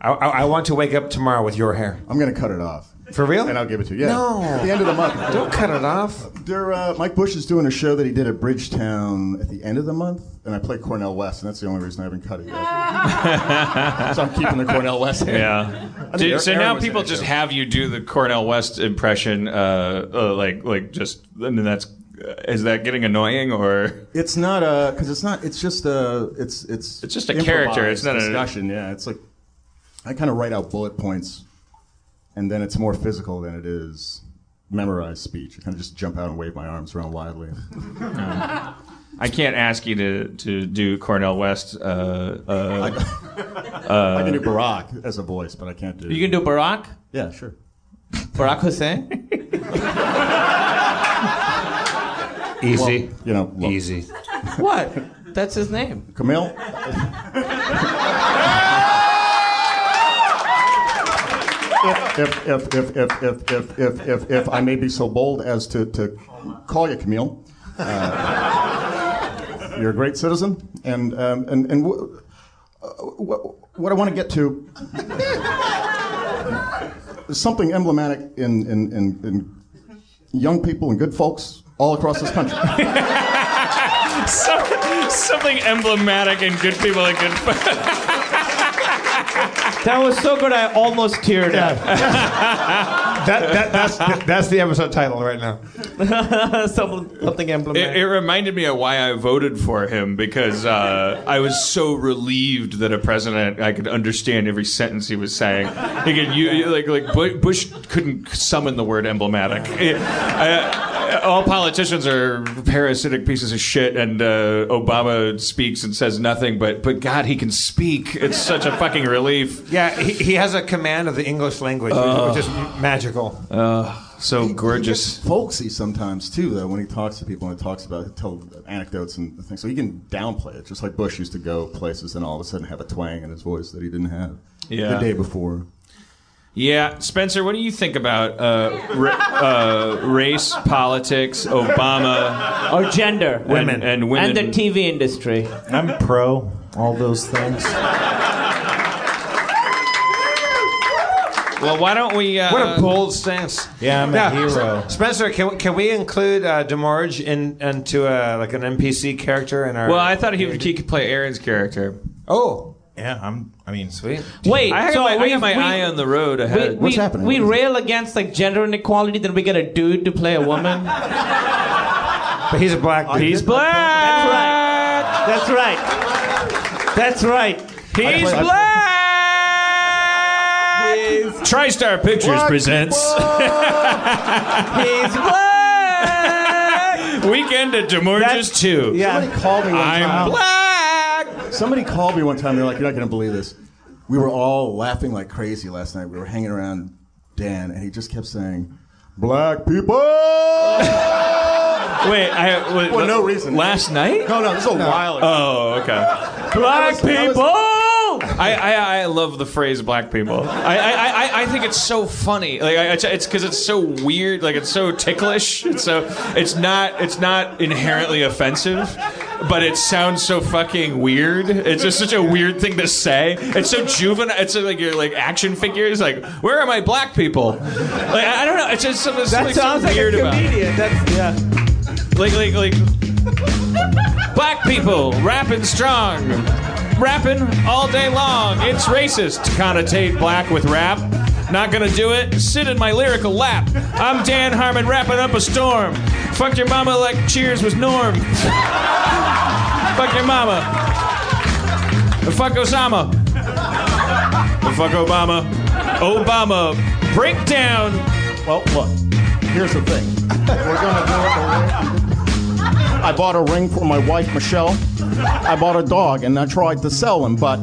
C: I, I, I want to wake up tomorrow with your hair.
J: I'm going to cut it off.
C: For real?
J: And I'll give it to you. Yeah.
C: No.
J: At the end of the month.
C: Don't cut it off.
J: There, uh, Mike Bush is doing a show that he did at Bridgetown Um, at the end of the month, and I play Cornell West, and that's the only reason I haven't cut it yet. so I'm keeping the Cornell West hair.
D: yeah.
J: think
D: Dude, so
J: Aaron
D: now
J: was in
D: people
J: it,
D: just
J: though.
D: have you do the Cornell West impression, uh, uh, like like just. I mean, that's uh, is that getting annoying or?
J: It's not a because it's not. It's just a. It's it's.
D: It's just a character, it's
J: improvised
D: not a-
J: discussion. yeah, it's like I kind of write out bullet points, and then it's more physical than it is memorized speech. I kind of just jump out and wave my arms around wildly.
K: I can't ask you to, to do Cornell West. Uh, uh,
J: I can do Barack as a voice, but I can't do.
A: You can do Barack?
J: yeah, sure.
A: Barack Hussein?
K: easy,
J: You know, look,
K: easy.
A: what? That's his name.
J: Camille. if, if, if, if, if, if, if, if, if, if I may be so bold as to, to call you Camille, uh, you're a great citizen. And, um, and, and w- uh, what, what I want to get to is something emblematic in, in, in, in young people and good folks all across this country.
D: So- something emblematic and good people and good.
A: That was so good I almost teared up.
C: That, that, that's, that's the episode title right now.
A: Some- something
D: It, it
A: emblematic.
D: reminded me of why I voted for him because uh, I was so relieved that a president I could understand every sentence he was saying. He could, you, you- like like Bu- Bush couldn't summon the word emblematic. It- I- I- all politicians are parasitic pieces of shit, and uh, Obama speaks and says nothing. But but God, he can speak. It's such a fucking relief.
C: Yeah, he, he has a command of the English language, which is magical.
D: So
J: He
D: gorgeous.
J: gets folksy sometimes too, though, when he talks to people and talks about tell anecdotes and things. So he can downplay it, just like Bush used to go places and all of a sudden have a twang in his voice that he didn't have
D: Yeah.
J: the day before.
D: Yeah, Spencer, what do you think about uh, ra- uh, race, politics, Obama?
A: or gender.
D: Women. And- and women.
A: And the TV industry.
G: I'm pro all those things.
D: Well, why don't we? Uh,
C: What a bold stance.
G: Yeah, I'm a
C: Now,
G: hero.
C: S- Spencer, can, we- can we include uh, Demarge in, into uh like an NPC character in our?
D: Well, I thought he would he could play Aaron's character.
C: oh,
G: Yeah, I'm. I mean,
C: sweet.
A: Wait,
D: I had
A: so
D: my, I
A: we,
D: had my
A: we,
D: eye on the road
A: we,
D: ahead.
A: we,
J: happening?
A: we
J: What is it?
A: rail against like gender inequality, then we get a dude to play a woman.
C: but he's a black dude.
D: He's black.
A: That's right. That's right.
D: He's
J: I-
D: black. TriStar Pictures presents
A: He's black.
D: Weekend at Demorges
A: That's-
D: Two.
A: Yeah.
J: Somebody called me one
D: I'm
J: time.
D: black.
J: Somebody called me one time. They're like, "You're not going to believe this." We were all laughing like crazy last night. We were hanging around Dan, and he just kept saying, "Black people." no,
D: Wait, I wait,
J: For no reason.
D: Last night?
J: no, this is a while ago.
D: Oh, okay.
A: Black people.
D: I, I, I love the phrase black people. I, I, I, I think it's so funny. Like I, it's because it's so weird. Like it's so ticklish. It's so it's not it's not inherently offensive, but it sounds so fucking weird. It's just such a weird thing to say. It's so juvenile. It's like your like action figures. Like where are my black people? Like I, I don't know. It's just something
A: That
D: like,
A: sounds
D: so
A: like
D: weird
A: a
D: about. It.
A: comedian. That's yeah.
D: Like like like black people rapping strong. Rapping all day long. It's racist to connotate black with rap. Not gonna do it. Sit in my lyrical lap. I'm Dan Harmon rapping up a storm. Fuck your mama like Cheers was Norm. fuck your mama. And fuck Osama. And fuck Obama. Obama. Break down.
J: Well, look, here's the thing. We're gonna do it the way- I bought a ring for my wife Michelle. I bought a dog and I tried to sell him, but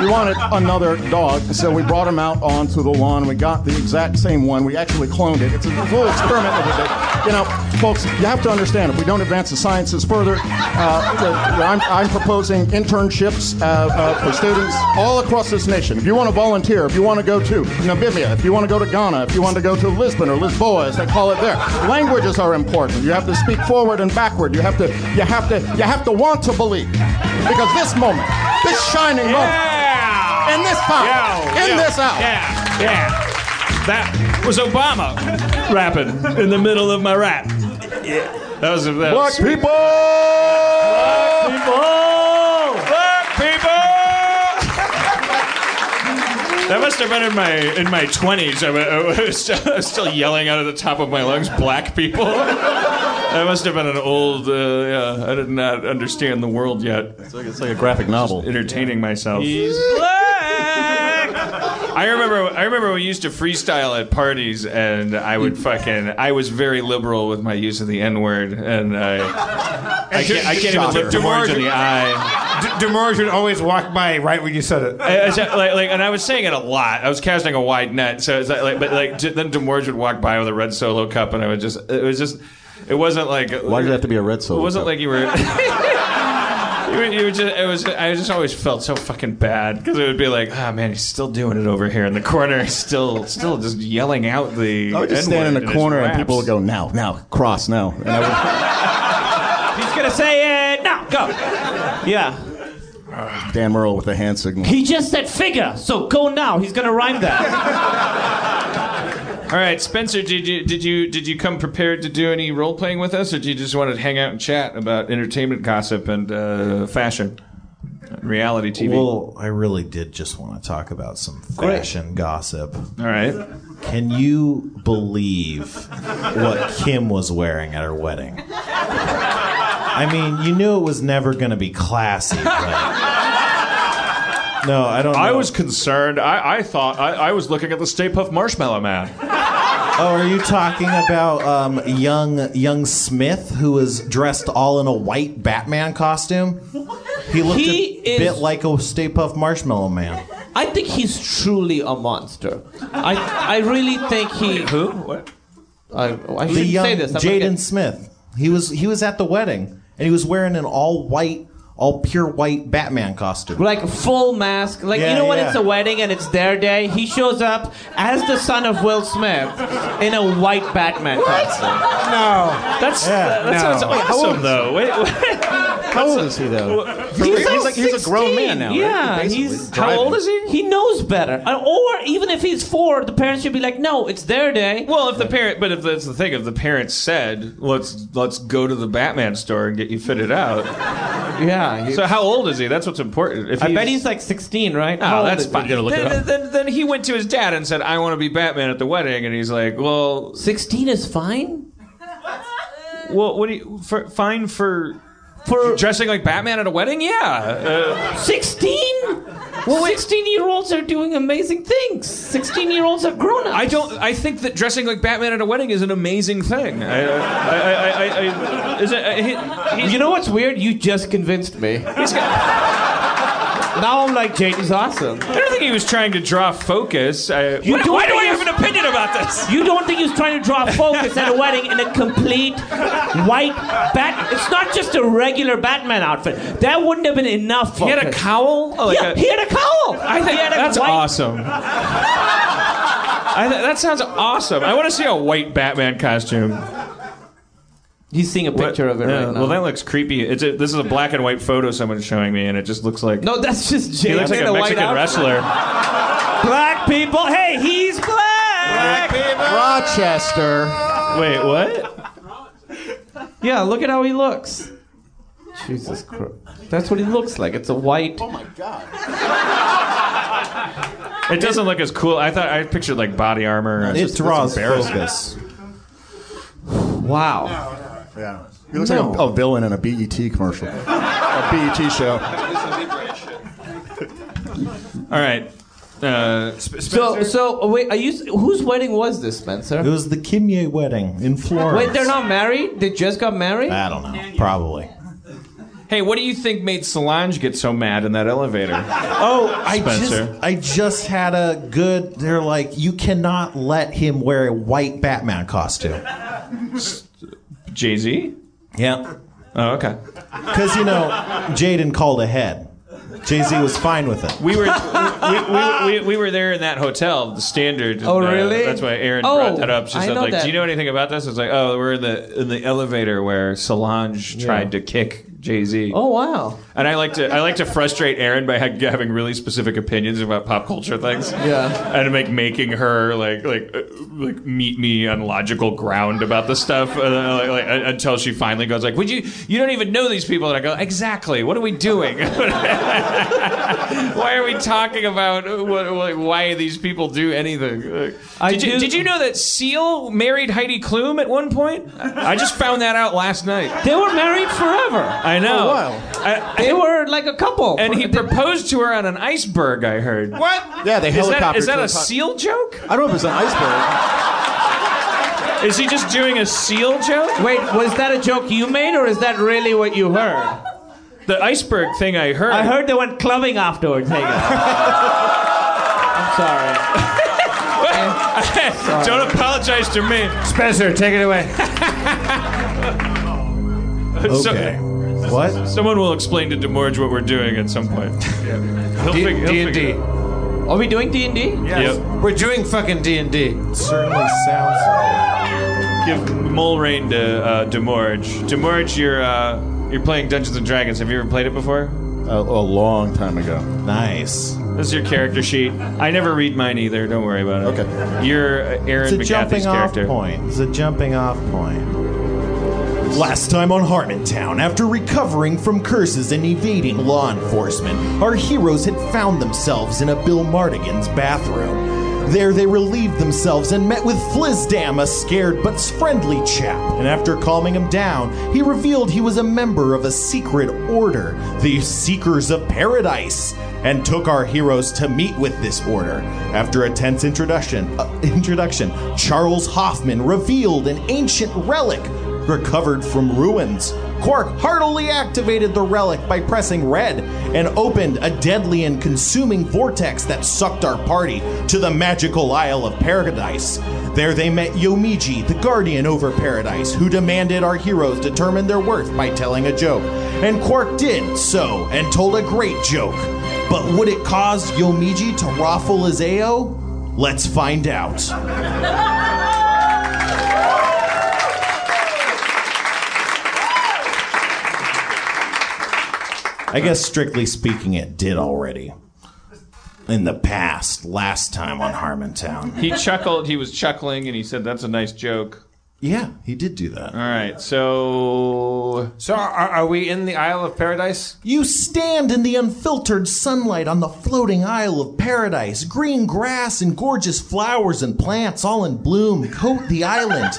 J: we wanted another dog, so we brought him out onto the lawn. We got the exact same one. We actually cloned it. It's a little experiment with it. but, You know, folks, you have to understand if we don't advance the sciences further, uh, the- the- I'm, I'm proposing internships uh, uh, for students all across this nation. If you want to volunteer, if you want to go to Namibia, if you want to go to Ghana, if you want to go to Lisbon or Lisboa, as they call it there, languages are important. You have to speak forward and backward. You have to, you have to, you have to want to believe, because this moment, this shining moment,
D: Yeah!
J: in this time,
D: Yeah,
J: in
D: yeah,
J: this hour.
D: Yeah, yeah. That was Obama rapping in the middle of my rap. Yeah. That was that
J: Black
D: was-
J: people.
D: Black people. That must have been in my in my twenties. I wa- I was still, I was still yelling out of the top of my lungs, "Black people!" That must have been an old. Uh, yeah, I did not understand the world yet.
J: It's like a graphic novel.
D: Entertaining myself.
A: He's black.
D: I remember. I remember we used to freestyle at parties, and I would fucking. I was very liberal with my use of the N word, and I. I can't, I can't even look DeMarge in the eye.
L: D- Demorge would always walk by right when you said it.
D: I- I said, like, like, and I was saying it a lot. I was casting a wide net, so it's like, like, but like, j- then Demorge would walk by with a red solo cup, and I would just. It was just. It wasn't like.
C: Why did it have to be a red
D: It
C: solo?
D: wasn't like you were. you were, you were just, it was. I just always felt so fucking bad because it would be like, ah, man, he's still doing it over here in the corner, still, still just yelling out the.
J: I would just stand in
D: N-word
J: a
D: his
J: corner and
D: raps.
J: people would go, now, now, cross, now. And I
A: He's gonna say it now. Go. Yeah.
J: would, Dan Merle with the hand signal.
A: He just said figure, so go now. He's gonna rhyme that.
D: All right, Spencer, did you did you did you come prepared to do any role playing with us, or do you just want to hang out and chat about entertainment gossip and uh, fashion, and reality TV?
G: Well, I really did just want to talk about some fashion gossip.
D: All right.
G: Can you believe what Kim was wearing at her wedding? I mean, you knew it was never going to be classy. But... No, I don't. Know.
D: I was concerned. I, I thought I, I was looking at the Stay Puft Marshmallow Man.
G: Oh, are you talking about um, young young Smith who was dressed all in a white Batman costume? He looked
A: He
G: a
A: is-
G: bit like a Stay Puft Marshmallow Man.
A: I think he's truly a monster. I I really think he.
D: Who? What?
A: I, I
G: The
A: should
G: young
A: say this. I'm gonna
G: um, Jaden
A: get-
G: Smith. He was he was at the wedding and he was wearing an all white, all pure white Batman costume.
A: like full mask. Like
G: Yeah,
A: you know when
G: yeah.
A: it's a wedding and it's their day, he shows up as the son of Will Smith in a white Batman costume.
J: No.
D: That's
A: uh,
G: Yeah,
D: that sounds awesome though. Wait,
C: How old is he though?
A: He's,
C: He's like- he's a grown man now, right?
A: Yeah,
C: Basically,
A: he's
C: driving.
A: how old is he? He knows better. Uh, Or even if he's four, the parents should be like, "No, it's their day."
D: Well, if the parent, but if that's the thing, if the parents said, "Let's let's go to the Batman store and get you fitted out,"
A: yeah.
D: so how old is he? That's what's important. If
A: I bet he's like 16, right?
C: Ah,
A: How
D: Oh,
A: old
D: that's
A: is he?
D: fine.
C: look it
D: then,
C: up.
D: then, then he went to his dad and said, "I want to be Batman at the wedding," and he's like, "Well,
A: 16 is fine
D: well, what do you for, fine for
A: for
D: dressing like Batman at a wedding? Yeah,
A: 16. Well, 16 year olds are doing amazing things. 16 year olds are grown ups.
D: I don't. I think that dressing like Batman at a wedding is an amazing thing. I, I, I, I, I, is it, uh, he, he's-
A: You know what's weird? You just convinced me. now I'm like, Jaden's awesome.
D: I don't think he was trying to draw focus. I,
A: You
D: why,
A: don't
D: why do I
A: think
D: have an
A: he's-
D: opinion about this?
A: You don't think he's trying to draw focus at a wedding in a complete white bat? It's not just a regular Batman outfit. That wouldn't have been enough.
D: He had a
A: focus.
D: cowl. Oh, like
A: yeah,
D: a-
A: he had a cowl.
D: I think
A: he had a
D: that's
A: white-
D: awesome. I th- that sounds awesome. I want to see a white Batman costume.
A: He's seeing a picture of it
D: Yeah,
A: right now.
D: Well, that looks creepy. It's a, this is a black and white photo someone's showing me, and it just looks like
A: no, that's just Jaden
D: he looks like
A: in
D: a
A: white
D: Mexican
A: outfit.
D: wrestler.
A: Black people. Hey, he's black.
C: Rochester.
D: Wait, what?
A: Yeah, look at how he looks. Jesus Christ. That's what he looks like. It's a white.
D: It doesn't look as cool. I thought I pictured like body armor. and-
G: It draws focus.
A: Wow.
J: Yeah. He looks like a, a villain in a BET commercial, a BET show.
D: All right. Uh,
A: So, so wait, are you? Whose wedding was this, Spencer?
G: It was the Kimye wedding in Florence.
A: Wait, they're not married. They just got married.
G: I don't know. Probably.
D: hey, what do you think made Solange get so mad in that elevator?
G: Oh, I
D: Spencer.
G: just I just had a good. They're like, you cannot let him wear a white Batman costume.
D: Jay Z.
G: Yeah,
D: Oh, okay.
G: because you know, Jaden called ahead. Jay Z was fine with it.
D: We were we, we, we, we were there in that hotel, the standard. uh,
A: Oh, really?
D: that's why Erin
A: Oh,
D: brought that up. She
A: I
D: said,
A: know
D: like,
A: that.
D: do you know anything about this? It's like, oh, we're in the in the elevator where Solange tried to kick Jay Z.
A: Oh wow.
D: And I like to I like to frustrate Erin by ha- having really specific opinions about pop culture things.
A: Yeah.
D: And make making her like like uh, like meet me on logical ground about the stuff uh, like, like, uh, until she finally goes like, "Would you you don't even know these people?" And I go, "Exactly. What are we doing?" why are we talking about what, what, why these people do anything? Did
A: I
D: you,
A: do-
D: did you know that Seal married Heidi Klum at one point? I just found that out last night.
A: They were married forever.
D: I know.
J: wow.
D: I-
A: They were like a couple.
D: and he proposed to her on an iceberg. I heard.
C: What?
J: Yeah, they
D: Is that,
J: helicoptered
D: is that
J: to
D: a
J: the top.
D: seal joke?
J: I don't know if it's an iceberg.
D: Is he just doing a seal joke?
A: Wait, was that a joke you made, or is that really what you heard?
D: The iceberg thing I heard.
A: I heard they went clubbing afterwards. Hang on. I'm sorry.
D: Don't apologize to me.
C: Spencer, take it away.
D: So-
G: Okay. What?
D: someone will explain to Demorge what we're doing at some point. He'll
C: D-
D: fig- he'll
C: D&D.
D: figure it out.
A: Are we doing D and D?
C: Yes.
D: Yep.
M: We're doing fucking D and D.
G: Certainly sounds.
D: Give Mulrain to uh, Demorge. Demorge, you're uh, you're playing Dungeons and Dragons. Have you ever played it before?
N: A, a long time ago.
G: Nice.
D: This is your character sheet. I never read mine either. Don't worry about it.
N: Okay.
D: You're uh,
G: It's
D: Aaron
G: a
D: McGathy's
G: jumping off
D: character.
G: point. It's a jumping off point. Last time on Harmontown, after recovering from curses and evading law enforcement, our heroes had found themselves in a Bill Mardigan's bathroom. There they relieved themselves and met with Flizdam, a scared but friendly chap. And after calming him down, he revealed he was a member of a secret order, the Seekers of Paradise, and took our heroes to meet with this order. After a tense introduction, uh, introduction, Charles Hoffman revealed an ancient relic recovered from ruins. Quark heartily activated the relic by pressing red and opened a deadly and consuming vortex that sucked our party to the magical Isle of Paradise. There they met Yomiji, the guardian over Paradise, who demanded our heroes determine their worth by telling a joke. And Quark did so and told a great joke. But would it cause Yomiji to raffle his AO? Let's find out. I guess strictly speaking, it did already. In the past, last time on Harmontown.
D: He chuckled. He was chuckling, and he said, "That's a nice joke."
G: Yeah, he did do that.
D: All right. So
C: So are, are we in the Isle of Paradise?
G: You stand in the unfiltered sunlight on the floating Isle of Paradise. Green grass and gorgeous flowers and plants all in bloom coat the island,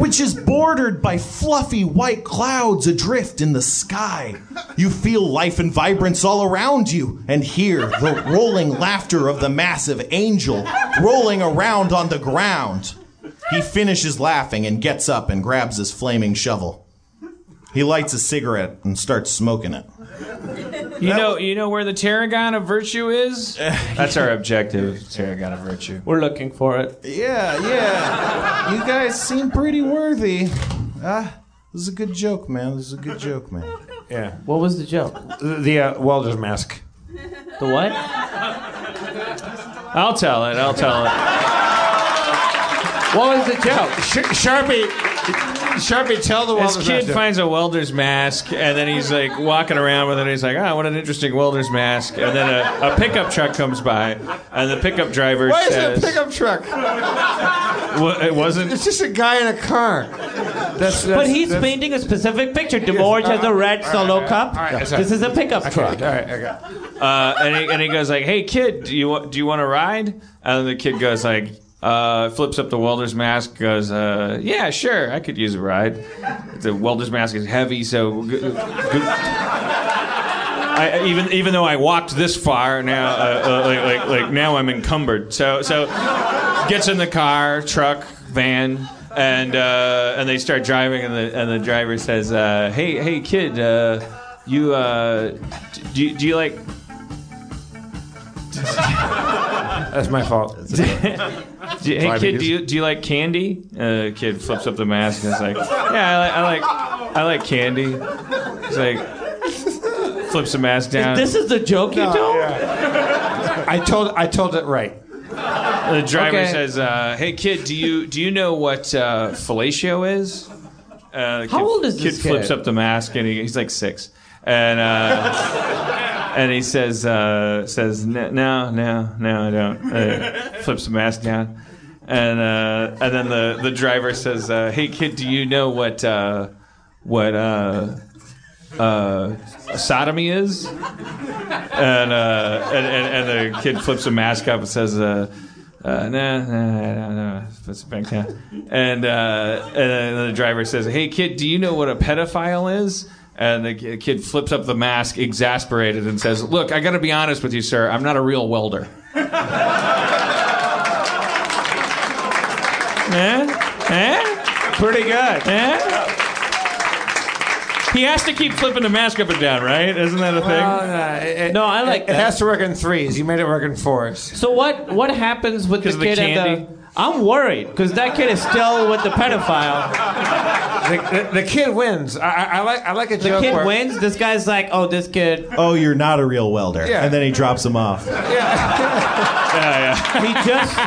G: which is bordered by fluffy white clouds adrift in the sky. You feel life and vibrance all around you and hear the rolling laughter of the massive angel rolling around on the ground. He finishes laughing and gets up and grabs his flaming shovel. He lights a cigarette and starts smoking it.
D: you know you know where the tarragon of virtue is. That's our objective. Tarragon of virtue.
A: We're looking for it.
G: Yeah, yeah. you guys seem pretty worthy. Ah, this is a good joke, man. This is a good joke, man.
C: Yeah.
A: What was the joke?
C: The, the uh, welder's mask.
A: The what?
D: I'll tell it. I'll tell it.
A: What was the joke?
C: Sh- Sharpie, Sharpie, tell the
D: This
C: welder's
D: kid
C: mask.
D: finds a welder's mask, and then he's like walking around with it. And he's like, "Ah, what an interesting welder's mask!" And then a, a pickup truck comes by, and the pickup driver
C: Why is
D: says,
C: it a pickup truck?
D: "Well, "It wasn't."
C: It's just a guy in a car. That's, that's
A: But he's
C: that's,
A: painting a specific picture. DeMorge has a red solo cup.
C: all right, that's
A: this
C: right.
A: is a pickup truck.
C: All right, okay.
D: Uh, and, he, and he goes like, "Hey, kid, do you wa- do you want to ride?" And the kid goes like, uh, flips up the welder's mask, goes, uh, "Yeah, sure, I could use a ride." The welder's mask is heavy, so. G- g- I, even even though I walked this far now, uh, uh, like, like like now I'm encumbered. So so, gets in the car, truck, van, and uh, and they start driving, and the and the driver says, uh, "Hey hey kid, uh, you uh, d- do you- do you like
C: That's my fault.
D: Do, hey
C: Five
D: kid,
C: years.
D: do you do you like candy? Uh, kid flips up the mask and is like, yeah, I like I like, I like candy. He's like, flips the mask down.
A: This is the joke you told?
C: I told I told it right.
D: the driver
A: okay.
D: says, uh, hey kid, do you do you know what uh, fellatio is?
A: How
D: Uh, kid-
A: old is this
D: Kid flips
A: kid?
D: up the mask and he, he's like six, and uh, and he says uh, says "N- no no no I don't. Uh, flips the mask down, and uh, and then the the driver says, uh, hey kid, do you know what uh, what uh, uh, sodomy is, and, uh, and and and the kid flips a mask up and says, uh, uh, "Nah, nah, nah, nah, it's back down." And uh, and then the driver says, "Hey kid, do you know what a pedophile is?" And the ki- kid flips up the mask, exasperated, and says, "Look, I got to be honest with you, sir. I'm not a real welder." Eh? Eh? Pretty good. Eh? He has to keep flipping the mask up and down, right? Isn't that a thing?
A: No, I like
C: It,
A: that.
C: has to work in threes. You made it work in fours.
A: So what what happens with the
D: 'Cause of the
A: kid
D: candy?
A: at the? I'm worried because that kid is still with the pedophile.
C: The, the, the kid wins. I, I, I like I like a
A: The
C: joke
A: kid
C: where-
A: wins. This guy's like, oh, this kid.
G: Oh, you're not a real welder.
C: Yeah.
G: And then he drops him off.
A: He just.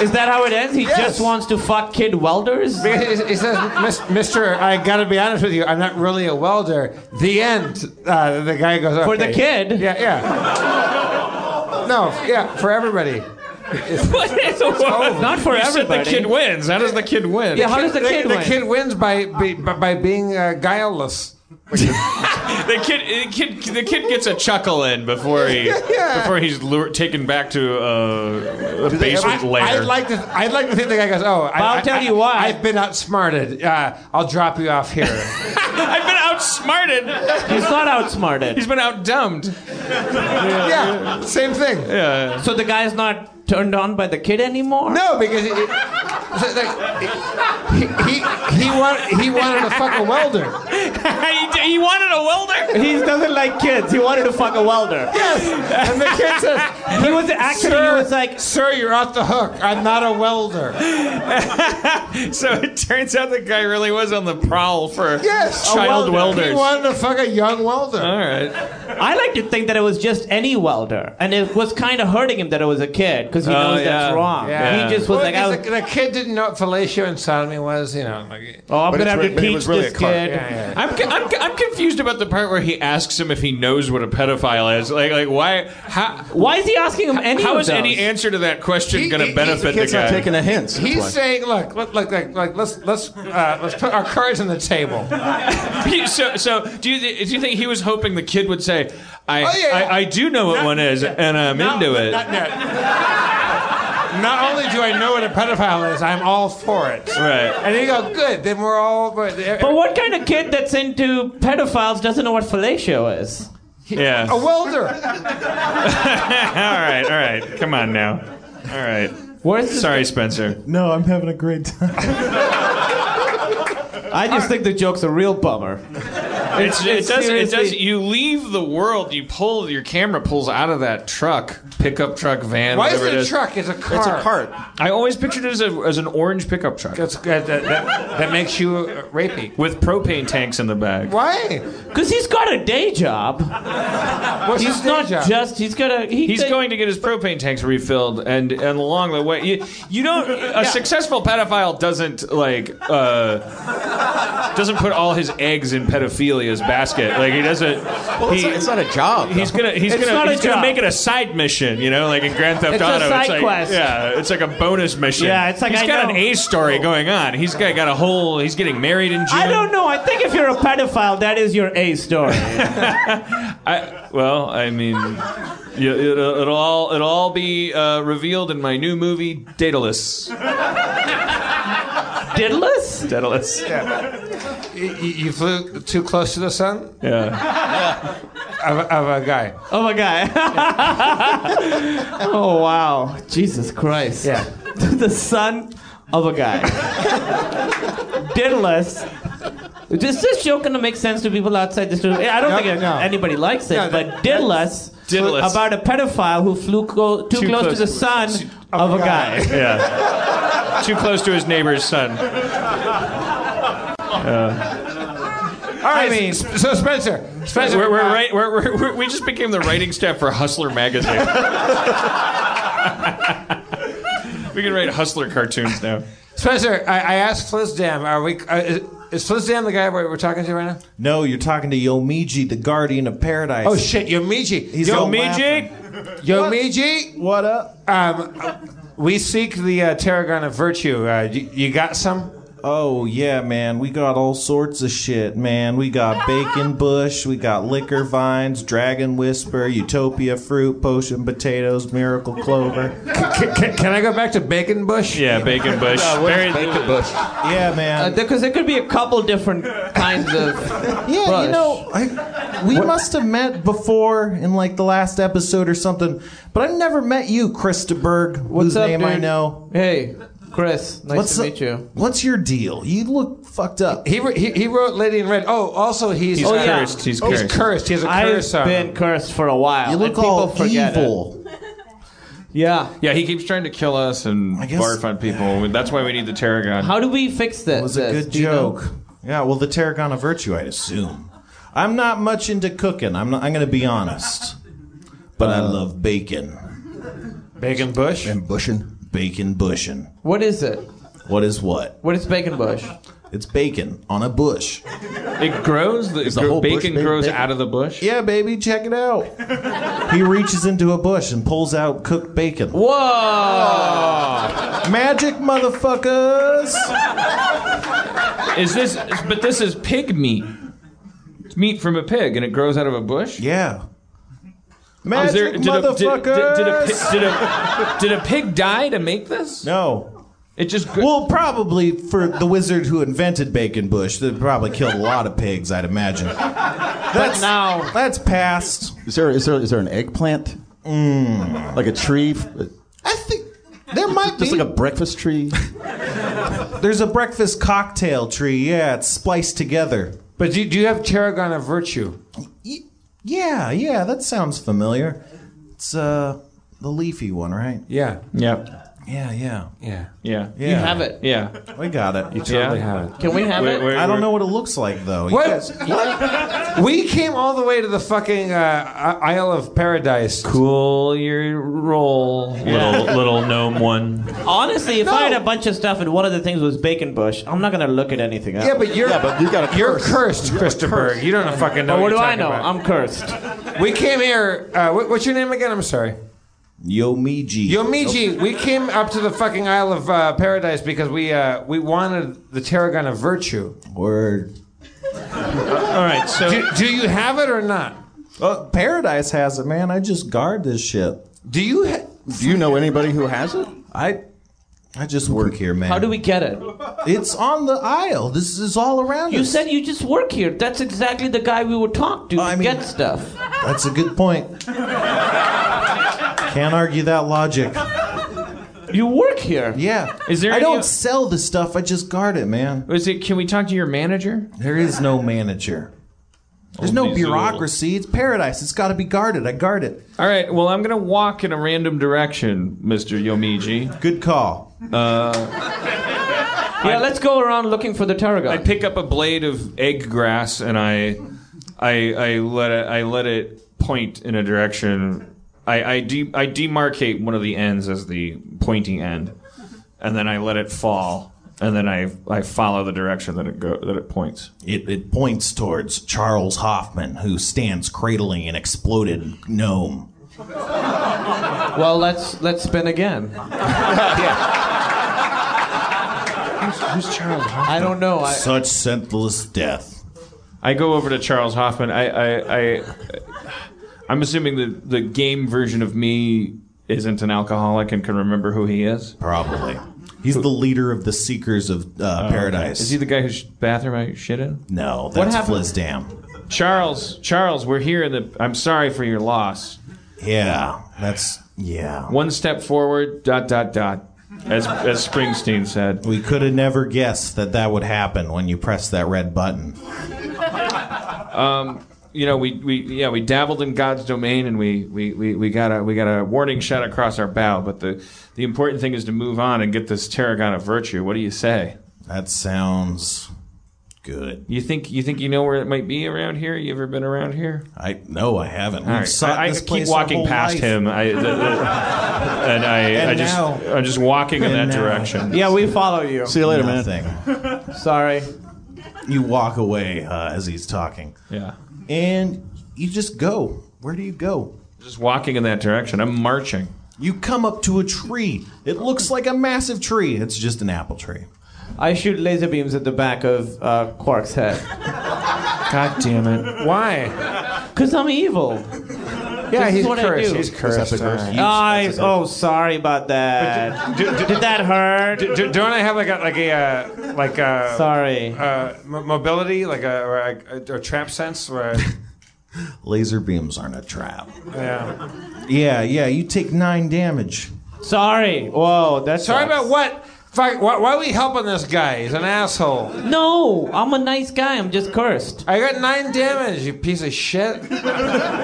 A: Is that how it ends? He
C: Yes.
A: just wants to fuck kid welders.
C: Because It it says, "Mis- Mister, I gotta be honest with you, I'm not really a welder. The end. Uh, the guy goes,
A: For the
C: "Okay."
A: kid?
C: Yeah, yeah. No, yeah, for everybody. Oh.
A: Not for everybody.
D: The kid wins. How does the kid win?
A: Yeah, how does the kid
C: the,
A: win?
C: kid wins by, be, by being uh, guileless.
D: The kid, the kid, the kid gets a chuckle in before he
C: Yeah.
D: before he's lured, taken back to uh, a
C: I,
D: basement
C: I'd
D: later.
C: like to. I'd like to think the guy goes, "Oh, I,
A: I'll
C: I-
A: tell
C: I-
A: you why.
C: I've been outsmarted. Uh, I'll drop you off here."
D: I've been outsmarted.
A: He's not outsmarted.
D: He's been outdumbed.
C: yeah, same thing.
A: So the guy's not turned on by the kid anymore.
C: No, because it, it- so, like, he, he, he, want, he wanted to fuck a welder.
D: he, he wanted a welder.
A: He doesn't like kids. He wanted to fuck a welder.
C: Yes. And the kid says,
A: He was actually he
C: Sir.
A: was like,
C: Sir, you're off the hook. I'm not a welder.
D: So it turns out the guy really was on the prowl for
C: Yes.
D: child
A: welder.
C: He
D: welders.
C: wanted to fuck a young welder.
D: All right.
A: I like to think that it was just any welder, and it was kind of hurting him that it was a kid because he knows
D: yeah.
A: that's wrong. He
D: Yeah.
A: just was
C: Well,
A: like, I
C: because
A: was-
C: the, the kid didn't know what fellatio and sodomy was, you know. Like,
A: "Oh, I'm
O: But
A: gonna
O: it's
A: have
O: re-
A: to
O: but it
A: teach
O: was really
A: this
O: a cart.
A: kid."
C: yeah, yeah.
D: I'm, co- I'm, co- I'm confused about the part where he asks him if he knows what a pedophile is. Like, like why? How,
A: Why is he asking him any?
D: how
A: of
D: is any
A: those?
D: answer to that question
C: He-
D: going
C: he-
D: to benefit
J: Kids
D: the
J: not
D: guy?
J: taking a hint. That's
C: He's
J: why.
C: saying, look, look, look, like, like, let's let's uh, let's put our cards on the table.
D: He- so, so do you do you think he was hoping the kid would say, "I
C: Oh, yeah, yeah.
D: I, I do know what
C: Not-
D: one is,
C: yeah.
D: and I'm
C: Not-
D: into it."
C: Not, not- not only do I know what a pedophile is, I'm all for it.
D: right.
C: And you go, good. Then we're all.
A: But what kind of kid that's into pedophiles doesn't know what fellatio is?
D: Yeah.
C: A welder.
D: all right. All right. Come on now. All right.
A: Where's this-
D: Sorry, Spencer.
G: No, I'm having a great time.
A: I just think the joke's a real bummer.
D: It's, it
A: it's
D: does. It does.
A: seriously-
D: You leave the world. You pull. Your camera pulls out of that truck, pickup truck, van.
C: Why is
D: whatever
C: it
D: it
C: a
D: is.
C: truck? It's a car.
J: It's a cart.
D: I always pictured it as, a, as an orange pickup truck
C: That's that, that, that, that makes you uh, rapey.
D: with propane tanks in the back.
C: Why?
A: Because he's got a day job.
C: What's
A: He's
C: his day
A: not
C: job?
A: just. He's got a. He
D: He's
A: think-
D: going to get his propane tanks refilled, and and along the way, you, you don't. A successful pedophile doesn't like uh, doesn't put all his eggs in pedophilia's basket. Like he doesn't.
J: Well, it's,
D: he-
J: not, it's not a job.
D: He's gonna he's
A: It's not a
D: gonna he's gonna
A: job.
D: make it a side mission, you know, like in Grand Theft
A: It's a
D: Auto.
A: side
D: like
A: quest.
D: yeah, it's like a bonus mission.
A: Yeah, it's like,
D: he's
A: I
D: got
A: know.
D: an A story going on. He's got, got a whole. He's getting married in June.
A: I don't know. I think if you're a pedophile, that is your A story.
D: I, well, I mean, you, it'll, it'll all it'll all be uh, revealed in my new movie, Daedalus.
A: Diddless?
D: Daedalus. Yeah.
C: You, you flew too close to the sun of, of a guy.
A: Oh my god. oh wow. Jesus Christ.
C: Yeah.
A: the son of a guy. Diddless. Is this joke gonna make sense to people outside this room? I don't
C: No,
A: think
C: no.
A: anybody likes it,
C: No,
A: but
C: that-
A: Diddless,
D: Diddless.
A: about a pedophile who flew co- too, close,
D: close
A: to the
D: to-
A: son of a guy.
D: Yeah. Too close to his neighbor's son.
C: I mean, so Spencer, Spencer,
D: We're, we're
C: uh,
D: right. We're, we're, we're, we just became the writing staff for Hustler magazine. we can write Hustler cartoons now.
C: Spencer, I, I asked Flizdam, are we? Uh, is, is Flizdam the guy we're, we're talking to right now?
G: No, you're talking to Yomiji, the guardian of paradise.
C: Oh shit, Yomiji.
G: He's
C: Yo,
G: all laughing.
C: Yomiji,
G: What up?
C: um, we seek the uh, tarragon of virtue. Uh, you, you got some?
G: Oh yeah, man. We got all sorts of shit, man. We got bacon bush, we got liquor vines, dragon whisper, utopia fruit, potion potatoes, miracle clover.
C: Can, can, can I go back to Bacon Bush?
D: Yeah, Bacon Bush.
C: No, what is Bacon Bush?
G: Yeah, man.
A: Because Uh, there could be a couple different kinds of.
G: Yeah,
A: bush.
G: you know, I, we must have met before in like the last episode or something, but I never met you, Krista Berg, whose
A: up,
G: name I
A: dude?
G: know.
A: Hey, Chris. Nice
G: What's
A: to
G: up-
A: meet you.
G: What's your deal? You look fucked up.
C: He, wr- he, he wrote Lady in Red. Oh, also he's,
D: He's
C: uh,
D: cursed. He's
C: oh,
D: cursed.
C: He has a curse
A: I've
C: on
A: been
C: him.
A: cursed for a while.
G: You
A: and
G: look
A: people
G: all
A: forget it.
G: evil.
A: Yeah.
D: Yeah, he keeps trying to kill us and
G: I guess-
D: barf on people. That's why we need the tarragon.
A: How do we fix this?
G: It was a
A: this?
G: good
A: Do you know?
G: joke. Yeah, well, the tarragon of virtue, I'd assume. I'm not much into cooking. I'm not, I'm going to be honest, but I love bacon,
C: Bacon Bush.
P: And bushing.
G: bacon bushin.
A: What is it?
G: What is what?
A: What is bacon bush?
G: It's bacon on a bush.
D: It grows. The,
G: the
D: gro-
G: whole bush
D: bacon
G: made of
D: grows
G: bacon?
D: out of the bush.
G: Yeah, baby, check it out. he reaches into a bush and pulls out cooked bacon.
D: Oh,
A: Whoa!
G: Magic, motherfuckers!
D: Is this? But this is pig meat. It's meat from a pig, and it grows out of a bush.
G: Yeah.
D: Is
G: Magic,
D: Oh, there- did, a, did, did,
G: motherfuckers!
D: did a, pi- did, a, did a pig die to make this?
G: no.
D: It just gr-
G: Well, probably for the wizard who invented Bacon Bush, that probably killed a lot of pigs, I'd imagine. That's
A: now-
G: that's past.
J: Is there is there is there an eggplant? Like a tree? Just
G: I think there might be.
J: like a breakfast tree?
G: There's a breakfast cocktail tree. Yeah, it's spliced together.
C: But do, do you have tarragon of virtue?
G: Y- yeah, yeah, that sounds familiar. It's uh the leafy one, right?
C: Yeah.
D: yeah,
G: Yeah, yeah,
C: Yeah.
D: yeah,
G: yeah.
A: You have it.
D: yeah.
G: We got it.
D: yeah.
C: Totally have it.
A: Can we have it?
G: I don't know what it looks like though. You
C: What?
G: guys-
C: what? We came all the way to the fucking uh, I- Isle of Paradise.
D: Cool your roll, little little gnome one.
A: Honestly, if I had a bunch of stuff and one of the things was bacon bush, I'm not gonna look at anything else.
C: Yeah, but you're
J: Yeah, but you got a
C: you're
J: curse.
C: cursed, Christopher. You don't fucking know.
A: But what do
C: you're
A: I
C: talking
A: know?
C: about.
A: I'm cursed.
C: We came here. Uh, what, what's your name again? I'm sorry.
G: Yomiji.
C: Yomiji, we came up to the fucking Isle of uh, Paradise because we uh, we wanted the tarragon of virtue.
G: Word.
D: All right, so
C: Do, do you have it or not?
G: Oh, paradise has it, man. I just guard this shit.
C: Do you? Ha-
J: Do you know anybody who has it?
G: I I just work here, man.
A: How do we get it?
G: It's on the aisle. This is all around
A: You
G: us.
A: said you just work here. That's exactly the guy we would talk to
G: I
A: to
G: mean-
A: get stuff.
G: That's a good point. Can't argue that logic.
A: You work here.
G: Yeah.
D: Is there
G: I
D: any-
G: don't sell the stuff. I just guard it, man.
D: is it? Can we talk to your manager?
G: There is no manager. There's no
D: Only Zool.
G: bureaucracy. It's paradise. It's got to be guarded. I guard it.
D: All right. Well, I'm gonna walk in a random direction, Mister Yomiji.
G: Good call.
A: Yeah, let's go around looking for the tarragon.
D: I pick up a blade of egg grass and I, I, I let it, I let it point in a direction. I, I, de- I demarcate one of the ends as the pointing end, and then I let it fall, and then I, I follow the direction that it go that it points.
G: It, it points towards Charles Hoffman, who stands cradling an exploded gnome.
A: well, let's let's spin again.
D: Who's Charles?
A: I don't know. I,
G: Such senseless death.
D: I go over to Charles Hoffman. I, I, I I'm assuming the the game version of me isn't an alcoholic and can remember who he is.
G: Probably. He's the leader of the Seekers of uh, Paradise.
D: Oh, Is he the guy whose bathroom I shit in?
G: No, that's
A: happened-
G: Flizdam.
D: Charles, Charles, we're here in the. I'm sorry for your loss.
G: Yeah, that's yeah.
D: One step forward, dot dot dot, as as Springsteen said.
G: We could have never guessed that that would happen when you press that red button.
D: You know, we, we yeah we dabbled in God's domain and we, we, we, we got a we got a warning shot across our bow. But the the important thing is to move on and get this tarragon of virtue. What do you say?
G: That sounds good.
D: You think you think you know where it might be around here? You ever been around here?
G: I no, I haven't.
D: All
G: We've
D: right.
G: sought
D: I, I
G: this
D: keep
G: place our
D: walking
G: whole
D: past
G: life.
D: him. I, the- the- and I, I just
G: now-
D: I'm just walking in that
G: and now.
D: direction.
A: yeah, we follow you.
J: See you later, man.
G: Nothing.
A: Sorry.
G: You walk away uh, as he's talking,
D: Yeah.
G: and you just go. Where do you go?
D: Just walking in that direction. I'm marching.
G: You come up to a tree. It looks like a massive tree. It's just an apple tree.
A: I shoot laser beams at the back of uh, Quark's head.
C: God damn it! Why?
A: Because I'm evil.
C: Yeah,
A: This is
C: he's
A: what I
C: cursed.
A: do.
C: He's cursed.
A: That's a curse.
C: All right.
A: I, oh, sorry about that. Did that hurt?
C: Do, do, don't I have like a like a uh, like a
A: sorry
C: uh, m- mobility like a or a, a trap sense where I-
G: Laser beams aren't a trap.
C: yeah.
G: Yeah, yeah. You take nine damage.
A: Sorry. Whoa, that's
C: Sorry about what? Fuck, why, why are we helping this guy? He's an asshole.
A: No, I'm a nice guy. I'm just cursed.
C: I got nine damage, you piece of shit.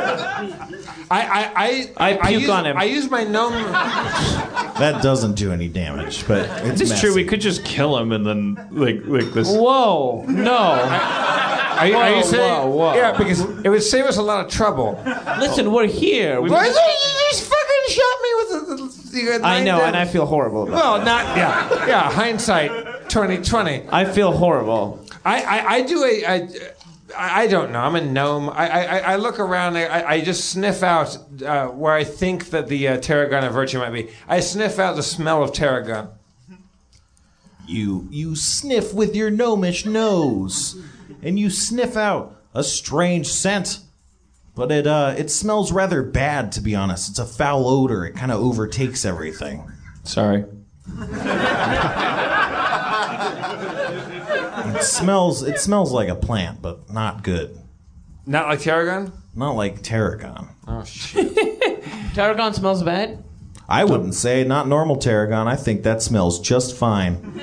C: I I I
A: I puke
C: use,
A: on him.
C: I use my gnome.
G: That doesn't do any damage, but it's
D: It's true.
G: massive.
D: We could just kill him and then like like this.
A: Whoa, no.
C: Are you, are you
A: Whoa,
C: saying?
A: whoa, whoa.
C: Yeah, because it would save us a lot of trouble.
A: Listen, we're here. We-
C: Why is it- you just fucking shot me with the. the- the-
A: I know,
C: nine
A: and I
C: damage?
A: feel horrible. About
C: Well, not yeah, yeah. Hindsight, twenty twenty.
A: I feel horrible.
C: I, I, I do a. I, I I don't know. I'm a gnome. I, I, I- I look around. I- I, I just sniff out uh, where I think that the uh, tarragon of virtue might be. I sniff out the smell of tarragon.
G: You you sniff with your gnomish nose, and you sniff out a strange scent. But it uh it smells rather bad to be honest. It's a foul odor. It kind of overtakes everything.
D: Sorry.
G: It smells it smells like a plant, but not good.
C: Not like tarragon.
G: Not like tarragon.
C: Oh shit!
A: Tarragon smells bad.
G: I wouldn't say not normal tarragon. I think that smells just fine.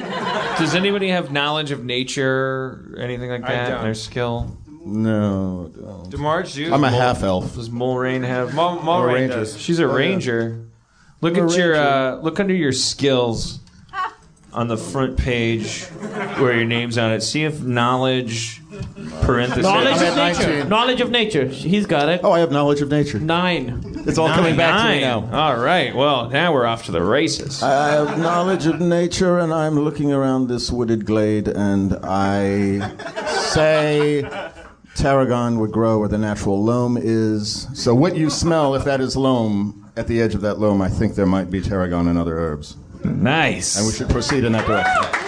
D: Does anybody have knowledge of nature, anything like that?
C: don't.
D: Their skill?
J: No. don't.
C: Demarge, you.
J: I'm a half elf.
D: Does Mulrain have?
C: Mul- Mulrain
J: Ranger.
C: does.
D: She's a ranger. Look at your uh, look under your skills on the front page where your name's on it. See if knowledge parentheses.
A: Knowledge
J: I'm
A: of
J: at
A: nature.
J: 19.
A: Knowledge of nature. He's got it.
J: Oh, I have knowledge of nature.
A: Nine.
J: It's all coming back to me now.
D: Nine. All right. Well, now we're off to the races.
J: I have knowledge of nature, and I'm looking around this wooded glade, and I say tarragon would grow where the natural loam is.
Q: So what you smell, if that is loam, at the edge of that loam, I think there might be tarragon and other herbs.
D: nice.
Q: And we should proceed in that direction.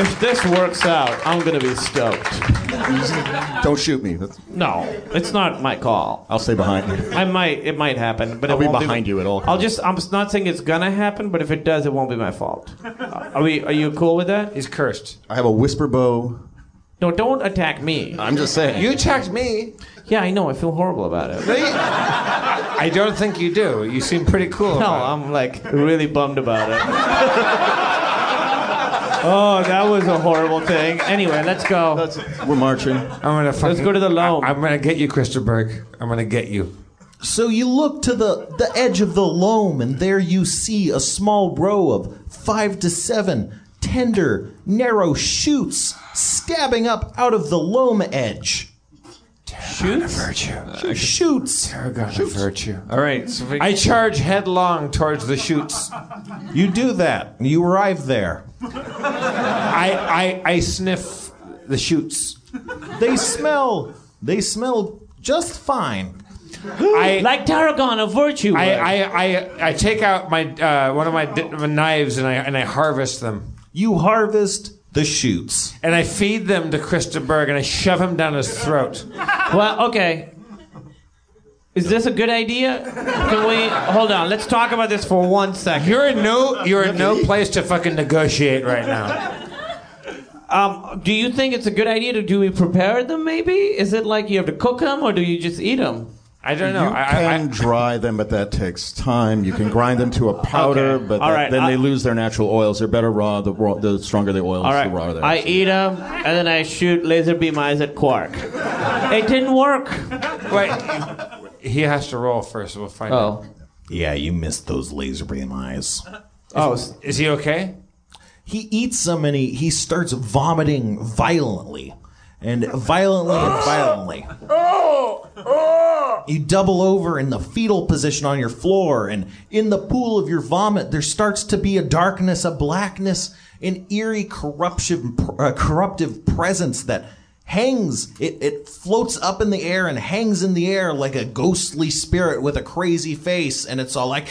A: If this works out, I'm gonna be stoked.
Q: Don't shoot me. That's,
A: No, it's not my call.
Q: I'll stay behind you.
A: I might. It might happen, but
Q: I'll
A: it
Q: be
A: won't
Q: behind you at all
A: I'll just. I'm not saying it's gonna happen, but if it does, it won't be my fault. Are we? Are you cool with that?
C: He's cursed.
Q: I have a whisper bow.
A: No, don't attack me.
Q: I'm just saying.
C: You attacked me.
A: Yeah, I know. I feel horrible about it.
C: No, you- I don't think you do. You seem pretty
A: No,
C: cool. about it.
A: I'm like really bummed about it. oh, that was a horrible thing. Anyway, let's go.
J: We're marching.
C: I'm gonna. Fucking,
A: go to the loam.
C: I, am gonna get you, Christerberg. I'm gonna get you.
G: So you look to the, the edge of the loam, and there you see a small row of five to seven tender, narrow shoots stabbing up out of the loam edge.
C: Virtue.
G: Shoots!
C: Tarragon of virtue.
D: All right. So we,
C: I charge headlong towards the chutes.
G: You do that. You arrive there.
C: I, I, I sniff the shoots.
G: They smell. They smell just fine.
C: I,
A: Like tarragon, a virtue.
C: I,
A: word.
C: I, I, I take out my uh, one of my, di- my knives and I and I harvest them
G: You harvest the shoots.
C: and I feed them to Christenberg and I shove him down his throat.
A: Well, okay. Is this a good idea? Can we hold on? Let's talk about this for one second.
C: You're in no you're in no place to fucking negotiate right now.
A: Um, do you think it's a good idea to do we prepare them? Maybe is it like you have to cook them or do you just eat them?
C: I don't know.
Q: you
C: I, I,
Q: can dry them, but that takes time. You can grind them to a powder,
A: Okay.
Q: but
A: All
Q: that-
A: right.
J: Then
A: I-
J: they lose their natural oils. They're better raw. The, raw, the stronger the oils,
A: All right,
J: the rawer they are.
A: I eat them and then I shoot laser beam eyes at Quark. it didn't work.
C: I, wait, he has to roll first. We'll find out.
A: Oh,
G: Yeah, you missed those laser beam eyes.
A: oh, s-
C: Is he okay?
G: He eats them and he, he starts vomiting violently. And violently and violently. You double over in the fetal position on your floor, and in the pool of your vomit, there starts to be a darkness, a blackness, an eerie corruption, uh, corruptive presence that hangs. It, it floats up in the air and hangs in the air like a ghostly spirit with a crazy face, and it's all like.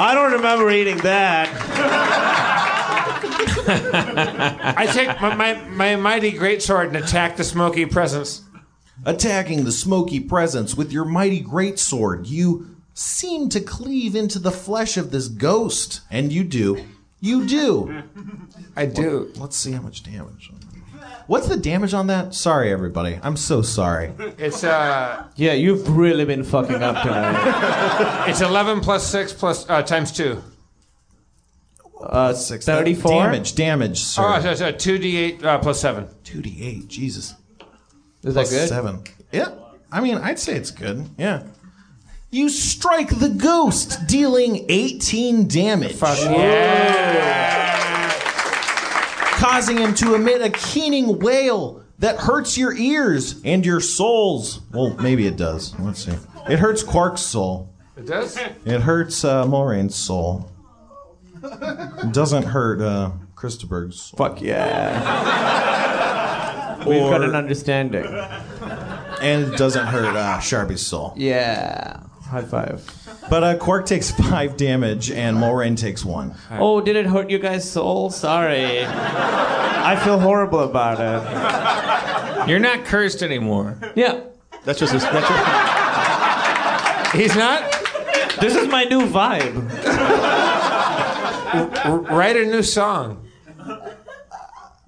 A: I don't remember eating that.
C: I take my, my, my mighty great sword and attack the smoky presence.
G: Attacking the smoky presence with your mighty greatsword, you seem to cleave into the flesh of this ghost. And you do. You do.
C: I do.
G: let's see how much damage. What's the damage on that? Sorry, everybody. I'm so sorry.
C: It's uh,
A: Yeah, you've really been fucking up tonight.
C: it's eleven plus six plus uh, times two.
A: Uh,
G: Six
A: 34?
G: Damage, damage, sir.
C: Oh, so, so two d eight uh, plus seven.
G: 2d8, Jesus.
A: Is that
G: Plus
A: good?
G: Seven. Yeah. I mean, I'd say it's good. Yeah. You strike the ghost, dealing 18 damage, causing him to emit a keening wail that hurts your ears and your souls. Well, maybe it does. Let's see. It hurts Quark's soul.
C: It does.
G: It hurts uh, Mulrain's soul. It doesn't hurt uh, Christopher's soul.
A: Fuck yeah. We've got an understanding.
G: And it doesn't hurt uh, Sharpie's soul.
A: Yeah. High five.
G: But uh, Quark takes five damage and Mulrain takes one.
A: Oh, did it hurt you guys' soul? Sorry. I feel horrible about it.
D: You're not cursed anymore.
A: Yeah.
R: That's just his. That's just,
C: He's not.
A: This is my new vibe.
C: R- write a new song.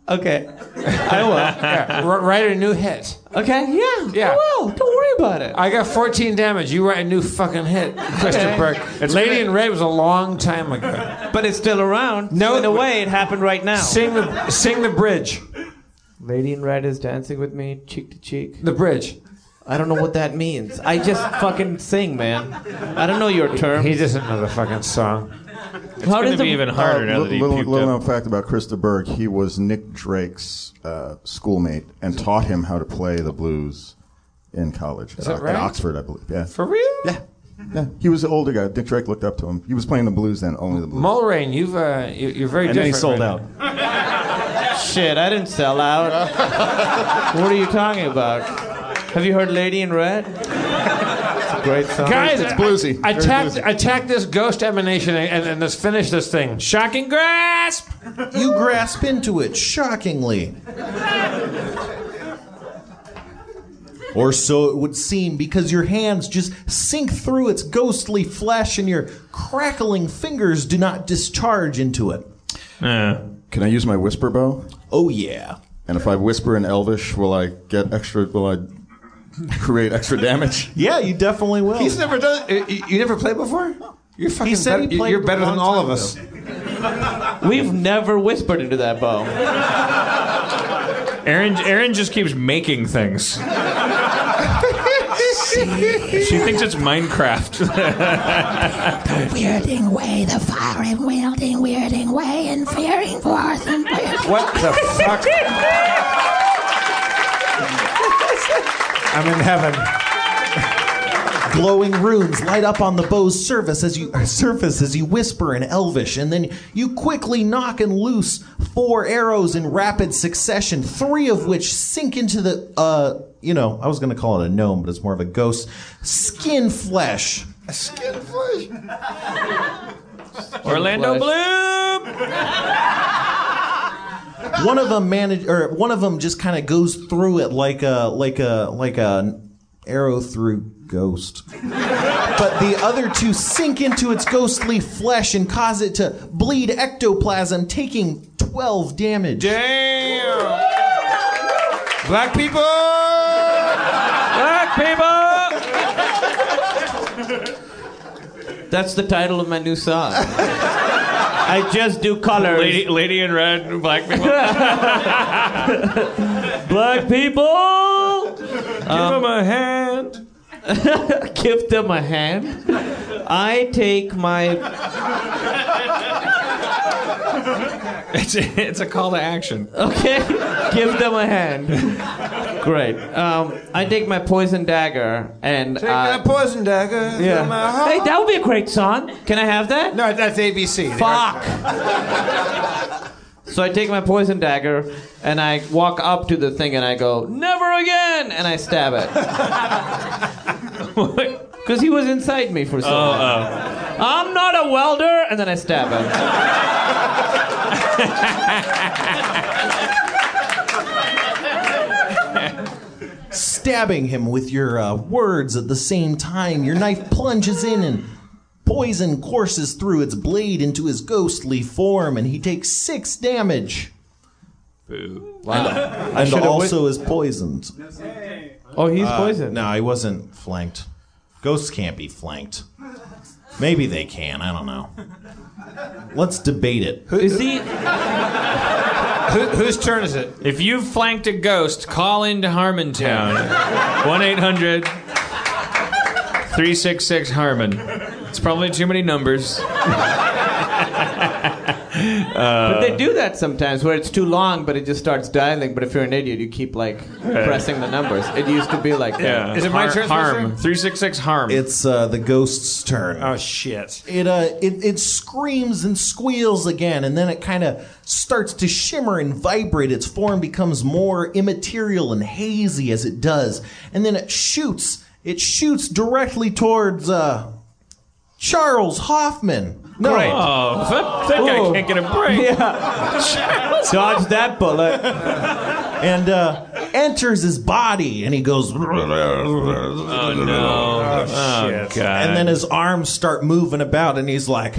A: Okay. I
C: Yeah, r- write a new hit.
A: will. Okay, yeah.
C: Yeah.
A: I will. Don't worry about it.
C: I got 14 damage. You write a new fucking hit, Christopher. Burke. Lady in Red was a long time ago.
A: But it's still around.
C: No,
A: So in a
C: it-
A: way, it happened right now.
C: Sing the sing the bridge.
A: Lady in Red is dancing with me, cheek to cheek.
C: The bridge.
A: I don't know what that means. I just fucking sing, man. I don't know your term.
C: He doesn't know the fucking song.
D: It's going to be even harder now
J: little,
D: that he
J: Uh, little,
D: puked
J: little
D: up.
J: known fact about Krista Berg: he was Nick Drake's uh, schoolmate and taught him how to play the blues in college at,
C: that
J: at
C: right?
J: Oxford, I believe. Yeah,
C: For real?
J: yeah, yeah. He was an older guy. Nick Drake looked up to him. He was playing the blues then, only the blues.
C: Mulrain, you've uh, you- you're very
R: and then he sold
C: different. right
R: out.
A: Shit, I didn't sell out. what are you talking about? Have you heard Lady in Red? It's a great song.
C: Guys,
J: It's bluesy.
C: I- I-
J: Very
C: attack,
J: bluesy.
C: attack this ghost emanation and, and let's finish this thing. Shocking grasp!
G: You grasp into it shockingly. Or so it would seem, because your hands just sink through its ghostly flesh and your crackling fingers do not discharge into it.
J: Can I use my whisper bow?
G: Oh, yeah.
J: And if I whisper in Elvish, will I get extra? Will I create extra damage?
G: Yeah, you definitely will.
C: He's never done. You, you never played before? You're fucking.
G: He said he
C: better-
G: played
C: you're
G: it a
C: better
G: long
C: than all
G: time
C: of us.
A: We've never whispered into that bow.
D: Aaron, Aaron just keeps making things. she thinks it's Minecraft.
S: Weirding way, the firing, wielding, weirding way, and fearing forth and
C: What the fuck? I'm in heaven.
G: Glowing runes light up on the bow's surface as you surface as you whisper in Elvish, and then you quickly knock and loose four arrows in rapid succession, three of which sink into the uh you know, I was gonna call it a gnome, but it's more of a ghost. Skin flesh.
J: Skin flesh.
D: Orlando Bloom!
G: One of them manage or one of them just kinda goes through it like a like a like a arrow through ghost. but the other two sink into its ghostly flesh and cause it to bleed ectoplasm, taking 12 damage.
C: Damn! Black people! Black people!
A: That's the title of my new song. I just do colors.
D: Lady, lady in red, black people.
A: Black people,
D: Give him a hand.
A: give them a hand. I take my.
D: It's a, it's a call to action.
A: Okay, give them a hand. Great. Um, I take my poison dagger and.
C: Take
A: uh,
C: that poison dagger. from my
A: yeah.
C: heart.
A: Hey, that would be a great song. Can I have that?
C: No, that's ABC.
A: Fuck. so I take my poison dagger and I walk up to the thing and I go, never again! And I stab it. Because he was inside me for so long. I'm not a welder, and then I stab him.
G: stabbing him with your uh, words at the same time. Your knife plunges in and poison courses through its blade into his ghostly form, and he takes six damage.
D: Boo.
G: And, and also is poisoned.
A: Oh, he's poisoned.
G: No, he wasn't flanked. Ghosts can't be flanked. Maybe they can. I don't know. Let's debate it.
A: Is he?
D: Who, whose turn is it? If you've flanked a ghost, call into Harmontown. 1 800 366 Harmon. It's probably too many numbers.
A: but they do that sometimes where it's too long, but it just starts dialing. But if you're an idiot, you keep like pressing the numbers. It used to be like that.
D: Yeah. Is it my Har- turn, harm. Spencer? 366 harm.
G: It's uh, the ghost's turn.
D: Oh, shit.
G: It, uh, it it screams and squeals again, and then it kind of starts to shimmer and vibrate. Its form becomes more immaterial and hazy as it does, and then it shoots. It shoots directly towards uh, Charles Hoffman. No,
D: Great. Oh, that, that guy can't get a break.
A: Yeah. Dodge that bullet.
G: and uh, enters his body, and he goes.
D: Oh, no. Oh,
G: shit.
D: God.
G: And then his arms start moving about, and he's like,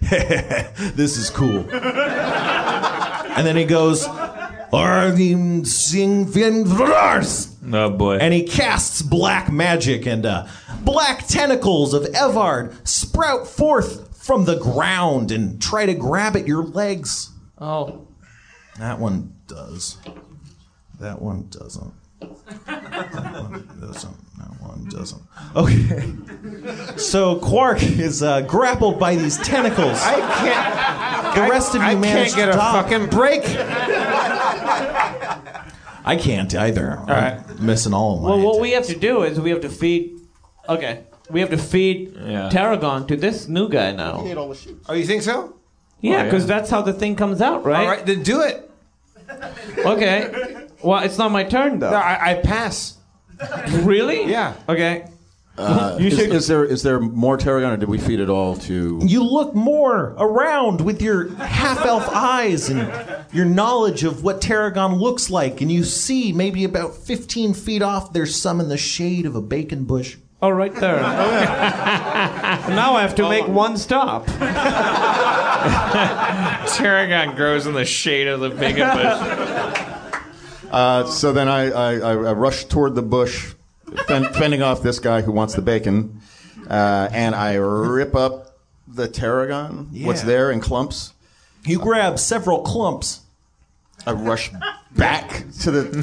G: "This is cool." and then he goes, "Arnim sing vin vrars."
D: Oh, boy.
G: And he casts black magic, and uh, black tentacles of Evard sprout forth from the ground and try to grab at your legs.
A: Oh.
G: That one does. That one doesn't. That one doesn't. That one doesn't. Okay. So Quark is uh, grappled by these tentacles.
T: I Oh, can't.
G: The rest of you
T: I, I
G: managed
T: can't get
G: to
T: a
G: dock.
T: fucking break.
G: I can't either. All
A: right.
G: missing all of my.
A: Well, what we have to do is we have to feed. Okay, we have to feed Tarragon to this new guy now.
T: Oh, you think so?
A: Yeah,
T: Oh, yeah.
A: because that's how the thing comes out, right?
T: All right, then do it.
A: Okay. Well, it's not my turn though.
T: No, I, I pass.
A: Really?
T: Yeah.
A: Okay.
U: Uh,
A: You
U: is,
A: should-
U: is there is there more tarragon, or did we feed it all to?
G: You look more around with your half elf eyes and your knowledge of what tarragon looks like, and you see maybe about 15 feet off there's some in the shade of a bacon bush.
A: Oh, right there. now I have to make one stop.
D: Tarragon grows in the shade of the big bush.
J: Uh, so then I, I, I I rush toward the bush, fend, fending off this guy who wants the bacon, uh, and I rip up the tarragon, what's
G: Yeah.
J: there in clumps.
G: You grab several clumps.
J: I rush back to the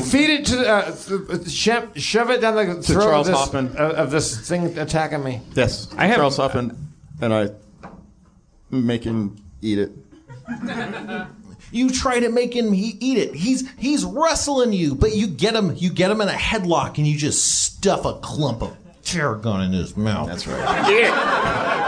T: Feed it to uh, th- shove, shove it down the throat
J: Charles
T: of, this,
J: Hoffman.
T: of- of this thing attacking me.
J: Yes,
D: I have-
J: Charles Hoffman, and I make him eat it.
G: You try to make him he eat it. He's he's wrestling you, but you get him you get him in a headlock and you just stuff a clump of tarragon in his mouth. That's right.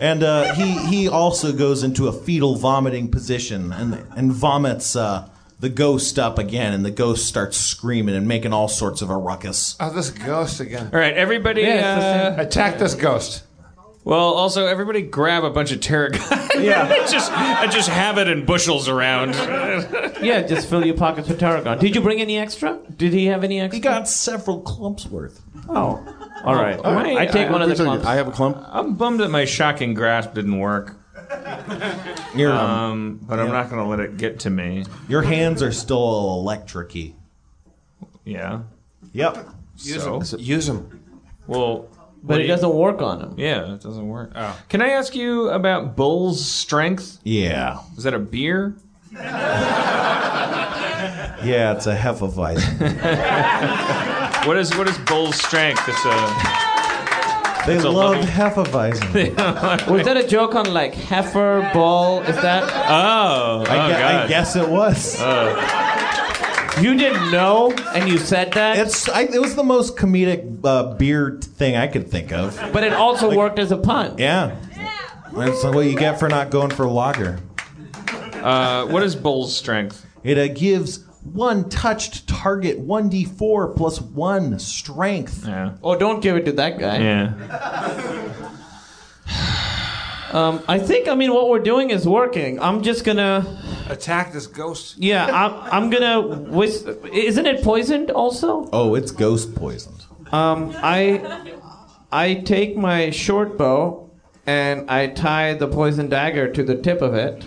G: And uh, he he also goes into a fetal vomiting position and and vomits uh, the ghost up again, and the ghost starts screaming and making all sorts of a ruckus.
T: Oh,
D: Uh,
T: this ghost again.
D: All right, everybody. uh,
T: Attack this ghost.
D: well, also everybody grab a bunch of tarragon. Yeah, just I just have it in bushels around.
A: Yeah, just fill your pockets with tarragon. Did you bring any extra? Did he have any extra?
G: He got several clumps worth.
A: Oh. All right.
D: All right.
A: I take
D: I-
A: one of the
J: So
A: clumps.
J: I have a clump.
D: I'm bummed that my shocking grasp didn't work,
G: Your
D: um, but I'm not gonna let it get to me.
G: your hands are still electricy.
D: Yeah.
G: Yep.
D: So
T: Use him.
D: well, what
A: but
D: do
A: it
D: you-
A: doesn't work on him.
D: Yeah, it doesn't work. Can I ask you about Bull's strength?
G: Yeah.
D: Is that a beer?
G: Yeah, it's a hefeweizen.
D: What is what is Bull's strength? It's a oh,
G: They
D: It's a
G: love
D: little-
G: hefeweizen.
A: Was that a joke on like heifer ball? Is that
D: oh, Uh. oh
G: I, gue- I
D: god.
G: guess it was.
A: you didn't know and you said that?
G: it's I, it was the most comedic uh, beard thing I could think of.
A: but it also worked as a pun.
G: Yeah. That's what you get for not going for lager.
D: Uh, what is Bull's strength?
G: It uh, gives One touched target, one d4 plus one strength.
A: Yeah. Oh, don't give it to that guy. Um, I think I mean what we're doing is working. I'm just gonna.
C: Attack this ghost.
A: Yeah, I'm. I'm gonna. Whis- isn't it poisoned also?
G: Oh, it's ghost poisoned.
A: Um, I. I take my short bow and I tie the poison dagger to the tip of it.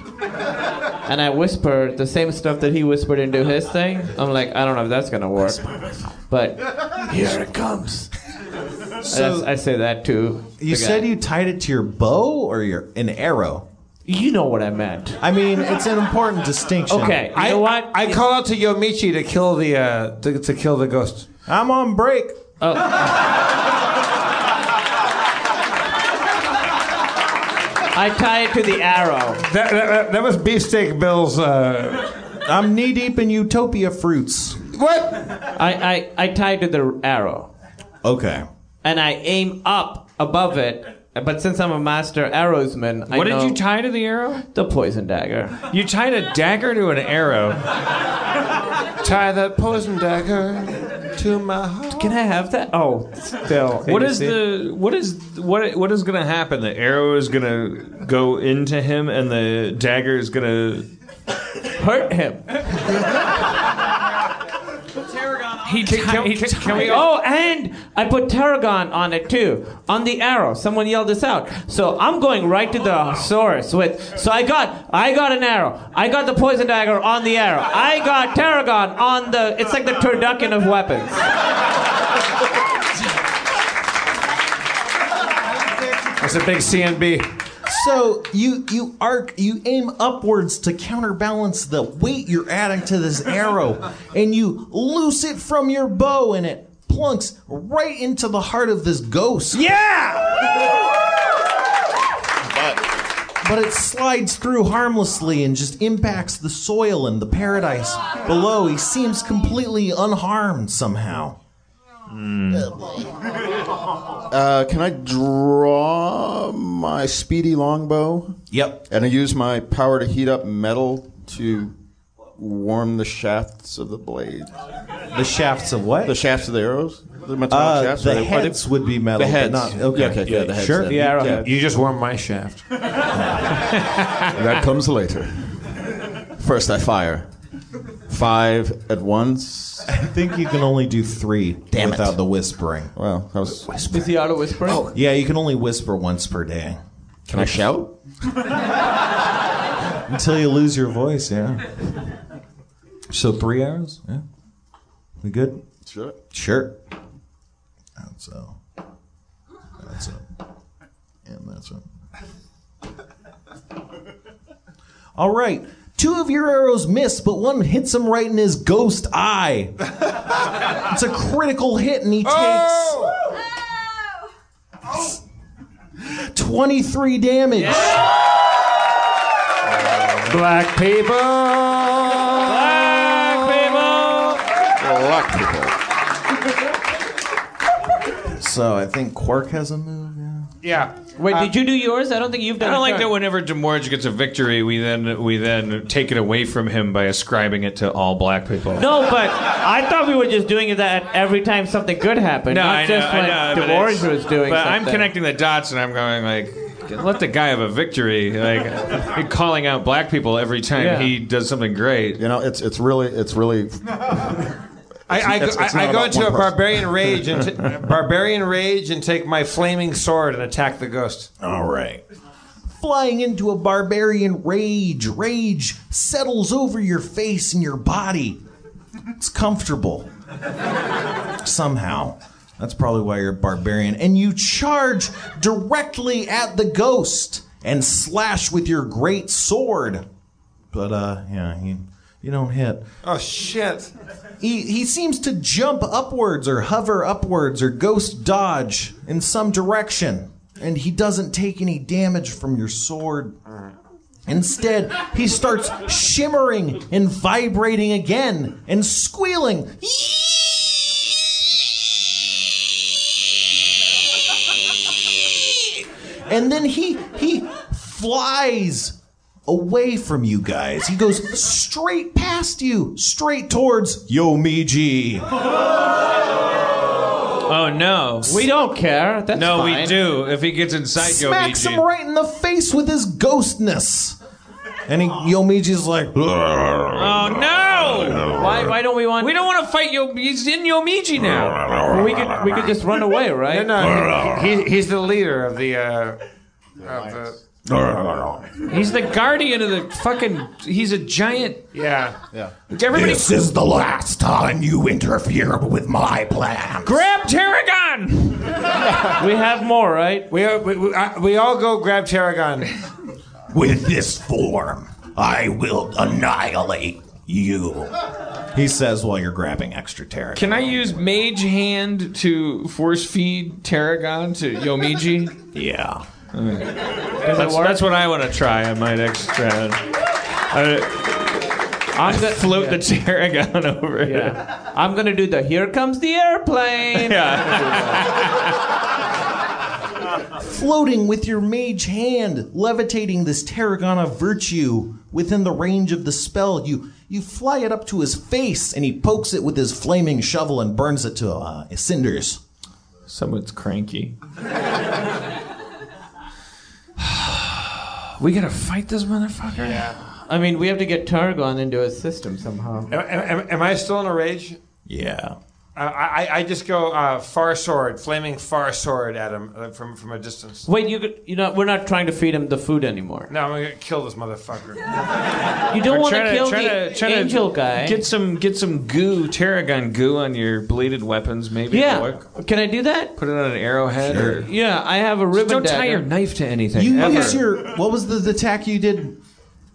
A: And I whisper the same stuff that he whispered into his thing. I'm like, I don't know if that's gonna work, but here it comes.
G: So-
A: I say that too.
G: You said you tied it to your bow or your an arrow.
A: You know what I meant.
G: I mean, it's an important distinction.
A: Okay,
C: I, I call out to Yomichi to kill the uh, to, to kill the ghost.
G: I'm on break.
A: I tie it to the arrow.
C: That, that, that was beefsteak Bill's. Uh...
G: I'm knee deep in utopia fruits.
C: What?
A: I, I, I tie to the arrow.
G: Okay.
A: And I aim up above it. But since I'm a master arrowsman, I
D: What did
A: know
D: you tie to the arrow?
A: The poison dagger.
D: You tied a dagger to an arrow.
C: Tie that poison dagger to my heart.
A: Can I have that? Oh, still.
D: What is the what is what what is going to happen? The arrow is going to go into him, and the dagger is going to
A: hurt him. He
D: Can-
A: ti-
D: can-
A: he
D: can-
A: tied
D: can we-
A: it. Oh, and I put tarragon on it too, on the arrow. Someone yelled this out. So I'm going right to the source with. So I got, I got an arrow. I got the poison dagger on the arrow. I got tarragon on the. It's like the turducken of weapons.
C: That's a big CNB.
G: So you you arc you aim upwards to counterbalance the weight you're adding to this arrow, and you loose it from your bow, and it plunks right into the heart of this ghost.
V: Yeah!
G: But it slides through harmlessly and just impacts the soil and the paradise below. He seems completely unharmed somehow.
J: Uh, can I draw my speedy longbow?
G: Yep.
J: And I use my power to heat up metal to warm the shafts of the blade.
G: The shafts of what?
J: The shafts of the arrows. The metallic
G: Uh,
J: shafts.
G: the
J: Are they- are they-
G: heads would be metal, but
J: The heads.
G: not- okay.
J: Yeah, okay, yeah, the heads.
G: Sure.
J: then.
G: The arrowheads.
C: You just warmed my shaft.
J: That comes later. First, I fire. Five at once.
G: I think you can only do three
J: Damn it.
G: without the whispering.
J: Well, that was. Whisper.
A: Is he out of whispering?
G: Yeah, you can only whisper once per day.
J: Can I shout?
G: Until you lose your voice, yeah. So three hours? Yeah. We good?
J: Sure.
G: Sure. That's so. That's uh, it. And that's it. All right. Two of your arrows miss, but one hits him right in his ghost eye. it's a critical hit, and he takes 23 damage.
C: Black people. Black people.
J: Black people.
G: So I think Quark has a move.
C: Yeah.
A: Wait, did you do yours? I don't think you've done.
D: I
A: a
D: don't like
A: turn.
D: that. Whenever Demorge gets a victory, we then we then take it away from him by ascribing it to all black people.
A: No, but I thought we were just doing that every time something good happened,
D: no,
A: not
D: I know,
A: just
D: I
A: when
D: know, but
A: DeBorge
D: it's-
A: was doing.
D: But I'm
A: something.
D: connecting the dots, and I'm going like, let the guy have a victory. Like, you're calling out black people every time
J: Yeah.
D: he does something great.
J: You know, it's it's really it's really.
C: I, I,
J: It's- it's
C: I- I
J: not
C: go
J: about
C: into
J: one
C: a
J: person.
C: barbarian rage and t- barbarian rage and take my flaming sword and attack the ghost.
G: All right. flying into a barbarian rage. Rage settles over your face and your body. It's comfortable. Somehow. That's probably why you're a barbarian. And you charge directly at the ghost and slash with your great sword. But, uh, yeah, you, you don't hit.
C: Oh shit!
G: He, he seems to jump upwards or hover upwards or ghost dodge in some direction. And he doesn't take any damage from your sword. Instead, he starts shimmering and vibrating again and squealing. And then he he flies away from you guys. He goes straight past you, straight towards Yo Me G.
D: Oh no,
A: we don't care. That's
D: no, we
G: fine.
D: do. If he gets inside
G: Smacks
D: Yomiji,
G: him right in the face with his ghostness. And he, Yomiji's like,
D: Oh no!
A: Why? Why don't we want?
D: We don't want to fight Yo. He's in Yomiji now.
A: we could. We could just run away, right?
T: No, he, he- he's the leader of the. Uh, of the
D: He's the guardian of the fucking. He's a giant.
T: yeah.
J: Yeah.
D: Everybody,
W: This is the last time you interfere with my plan.
D: grab Tarragon.
A: we have more, right?
T: We are, we, we, I, we all go grab Tarragon.
W: With this form, I will annihilate you.
G: He says while you're grabbing extra terror.
F: Can I use Mage Hand to force feed Tarragon to Yomiji?
G: Yeah.
D: That's, that's what I want to try. I might extra. I,
A: I'm gonna
D: float the tarragon over.
A: Yeah. I'm gonna do the here comes the airplane.
G: Floating with your mage hand, levitating this Tarragona virtue within the range of the spell, you, you fly it up to his face and he pokes it with his flaming shovel and burns it to uh, cinders.
F: Someone's cranky. we gotta fight this motherfucker.
T: Yeah.
A: I mean, we have to get Targon into his system somehow.
C: Uh,
T: Am, am, am I still in a rage?
G: Yeah.
T: Uh, I, I- I just go uh, far sword, flaming far sword at him uh, from from a distance.
A: Wait, you could, you know we're not trying to feed him the food anymore.
T: No, I'm gonna kill this motherfucker.
A: You don't
D: Or
A: want
D: try
A: to kill
D: try
A: the
D: try
A: angel guy.
D: Get some get some goo, tarragon goo on your bladed weapons, maybe.
A: yeah,
D: it'll work.
A: can I do that?
D: Put it on an arrowhead. Or,
A: Yeah, I have a ribbon.
D: don't tie
A: dagger.
D: your knife to anything.
G: You
D: ever.
G: use your, what was the, the attack you did?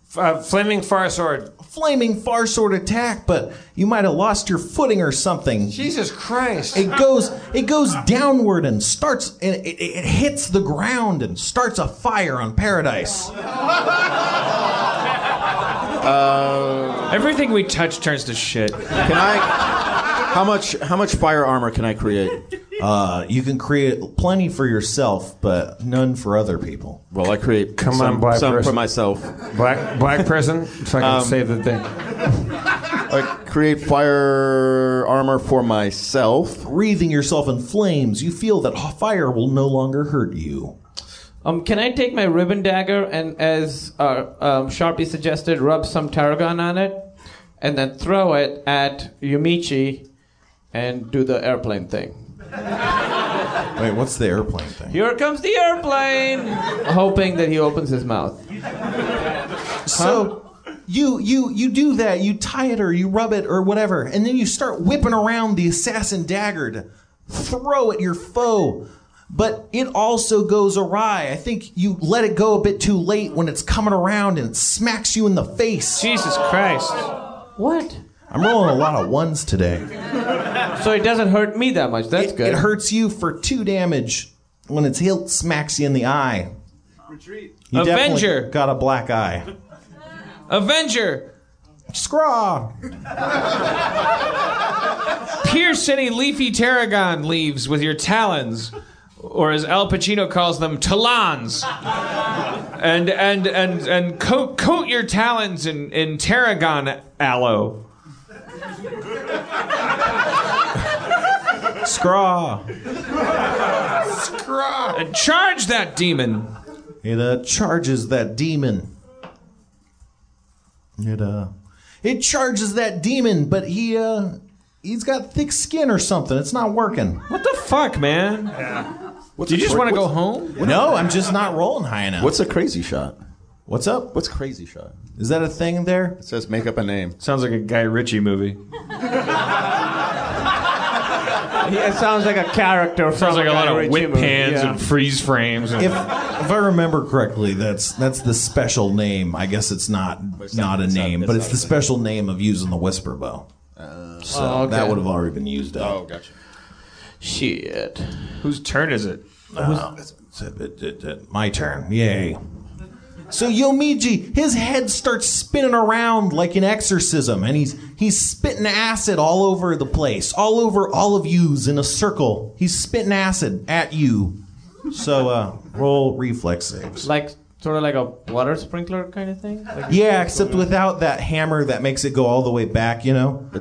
T: F- uh, flaming far sword.
G: Flaming far sword attack, but you might have lost your footing or something.
T: Jesus Christ!
G: It goes it goes downward and starts and it, it, it hits the ground and starts a fire on paradise.
D: Everything we touch turns to shit.
U: Can I? How much? How much fire armor can I create?
G: Uh, you can create plenty for yourself, but none for other people.
U: Well, I create
T: Come
U: some,
T: on, black
U: some for
T: person.
U: myself.
T: Black black person. Fucking
U: Um,
T: save the thing.
U: I create fire armor for myself.
G: Breathing yourself in flames, you feel that fire will no longer hurt you.
A: Um, can I take my ribbon dagger and, as uh, um, Sharpie suggested, rub some tarragon on it, and then throw it at Yumichi, and do the airplane thing.
G: Wait, what's the airplane thing?
A: Here comes the airplane, hoping that he opens his mouth.
G: So you you you do that, you tie it or you rub it or whatever, and then you start whipping around the assassin dagger to throw at your foe. But it also goes awry. I think you let it go a bit too late when it's coming around and it smacks you in the face.
D: Jesus Christ!
A: What?
G: I'm rolling a lot of ones today.
A: So it doesn't hurt me that much. That's good.
G: It hurts you for two damage when its hilt smacks you in the eye. You definitely
D: Avenger.
G: got a black eye.
D: Avenger,
G: Scraw.
D: pierce any leafy tarragon leaves with your talons, or as Al Pacino calls them, talons. and and and and coat, coat your talons in in tarragon aloe.
G: Scraw.
D: And charge that demon.
G: It uh, charges that demon. It uh, it charges that demon, but he uh, he's got thick skin or something. It's not working.
D: What the fuck, man? Do you just want to go home?
G: No, I'm just not rolling high enough.
U: What's a crazy shot?
G: What's up?
U: What's crazy shot?
G: Is that a thing there?
U: It says make up a name.
D: Sounds like a Guy Ritchie movie.
A: Yeah, it sounds like a character.
F: Sounds
A: from
F: like a lot
A: Guy
F: of
A: Ritchie
F: whip
A: movie,
F: pans
A: yeah.
F: and freeze frames. And
G: If if I remember correctly, that's that's the special name. I guess it's not not a
U: it's not-
G: name,
U: it's
G: but
U: not
G: it's
U: a
G: the
U: name.
G: special name of using the whisper bow. so
A: Oh, okay.
G: that would have already been used up.
U: Oh, gotcha.
A: Shit.
D: Whose turn is it?
G: My turn. Yay. So Yomiji, his head starts spinning around like an exorcism, and he's he's spitting acid all over the place, all over all of yous in a circle. He's spitting acid at you. So uh, roll reflex saves.
A: Like Sort of like a water sprinkler kind of thing. Like
G: Yeah, except without that hammer that makes it go all the way back, you know?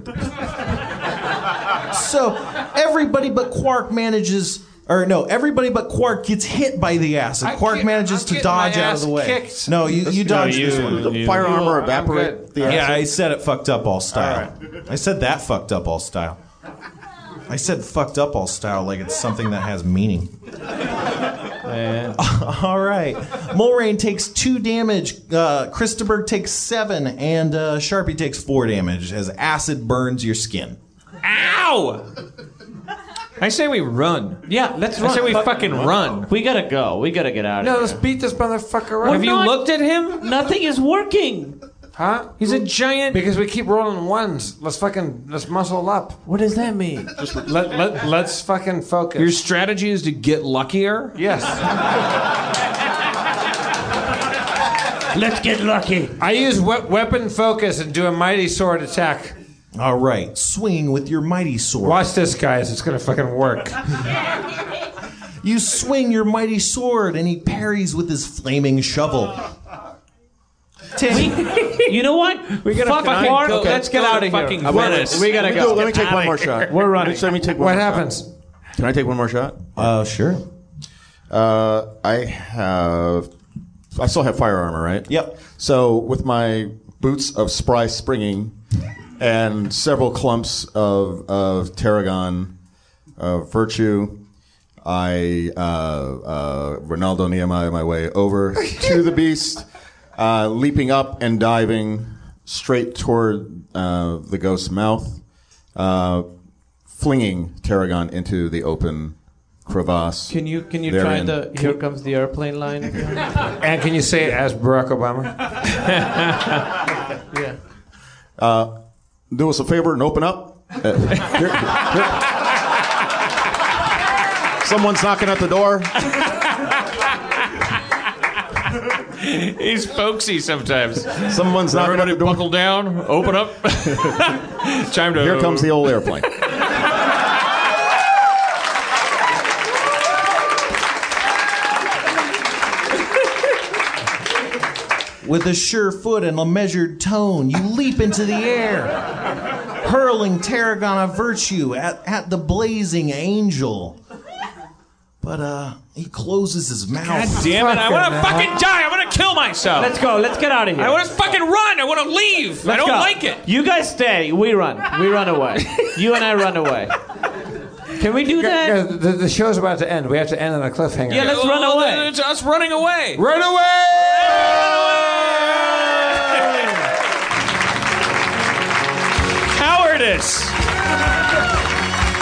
G: so everybody but Quark manages, or no, everybody but Quark gets hit by the acid.
C: I
G: Quark
C: get-
G: manages
C: I'm
G: to
C: getting
G: dodge
C: my
G: out of
C: ass
G: the way.
C: kicked.
G: No, you, you
C: No,
G: dodge
C: you-
G: this one.
C: The you- fire you- armor I'm evaporate good. the
G: Yeah,
C: acid?
G: I said it fucked up all style. I said that fucked up all style. I said fucked up all style like it's something that has meaning. All right. Mulrain takes two damage. Uh, Christopher takes seven, and uh, Sharpie takes four damage as acid burns your skin.
D: Ow! I say we run.
A: Yeah, let's run.
D: I say we fucking run.
A: We gotta go. We gotta get out of
C: No,
A: here.
C: let's beat this motherfucker up.
A: Have you looked
C: at him?
A: Nothing is working.
C: Huh? He's a giant. Because we keep rolling ones. Let's fucking let's muscle up.
A: What does that mean?
C: Just let, let let's fucking focus.
D: Your strategy is to get luckier?
C: Yes.
A: Let's get lucky.
C: I use we- weapon focus and do a mighty sword attack.
G: All right, swing with your mighty sword.
C: Watch this, guys. It's gonna fucking work.
G: You swing your mighty sword, and he parries with his flaming shovel.
A: you know what? We
G: gotta-
A: fuck
G: can I
A: Quark.
G: go-
A: Let's get
G: go to
A: out of here.
G: fucking Venice.
A: We gotta
X: Let me
A: go.
X: do- let me take one more shot. We're running.
A: Let me
X: take one What more shot.
C: happens?
X: Can I take one more shot?
G: Uh, sure.
J: Uh, I have. I still have fire armor, right?
G: Yep.
J: So with my boots of spry springing, and several clumps of of tarragon, of virtue, I uh, uh, Ronaldo Nehemiah my way over to the beast, uh, leaping up and diving straight toward uh, the ghost's mouth, uh, flinging tarragon into the open crevasse.
A: Can you can you
J: They're
A: try
J: in.
A: the "Here Comes the Airplane" line? again?
C: And can you say it as Barack Obama?
A: yeah.
J: Uh, do us a favor and open up. Uh, here- here- Someone's knocking at the door.
D: He's folksy sometimes.
J: Someone's not
D: Everybody buckle down, open up. Time to.
J: Here comes the old airplane.
G: With a sure foot and a measured tone, you leap into the air, hurling tarragon of virtue at, at the blazing angel. But uh, he closes his mouth.
D: God damn it! I want to fucking die. I want to kill myself.
A: Let's go. Let's get out of here.
D: I want to fucking run. I want to leave. I
A: Let's
D: don't
A: go.
D: like it.
A: You guys stay. We run. We run away. you and I run away. Can we do
C: Guys,
A: that?
C: the, the show's about to end. We have to end on a cliffhanger.
A: Yeah, let's run
D: Well,
A: away.
D: It's us running away.
C: Run
D: away. Cowardice.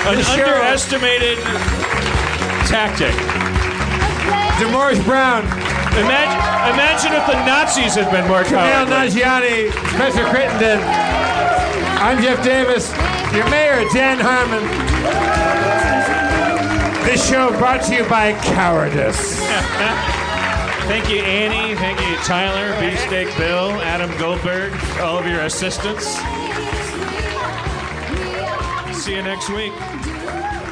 D: An underestimated tactic.
C: Demarge Brown.
D: Imagine, imagine if the Nazis had been more
A: Oh.
C: Camille
D: cowardly.
C: Nagiani, Spencer Crittenden. I'm Jeff Davis, your mayor, Dan Harmon. This show brought to you by Cowardice.
D: Thank you, Annie. Thank you, Tyler, Beefsteak Bill, Adam Goldberg, all of your assistants. See you next week.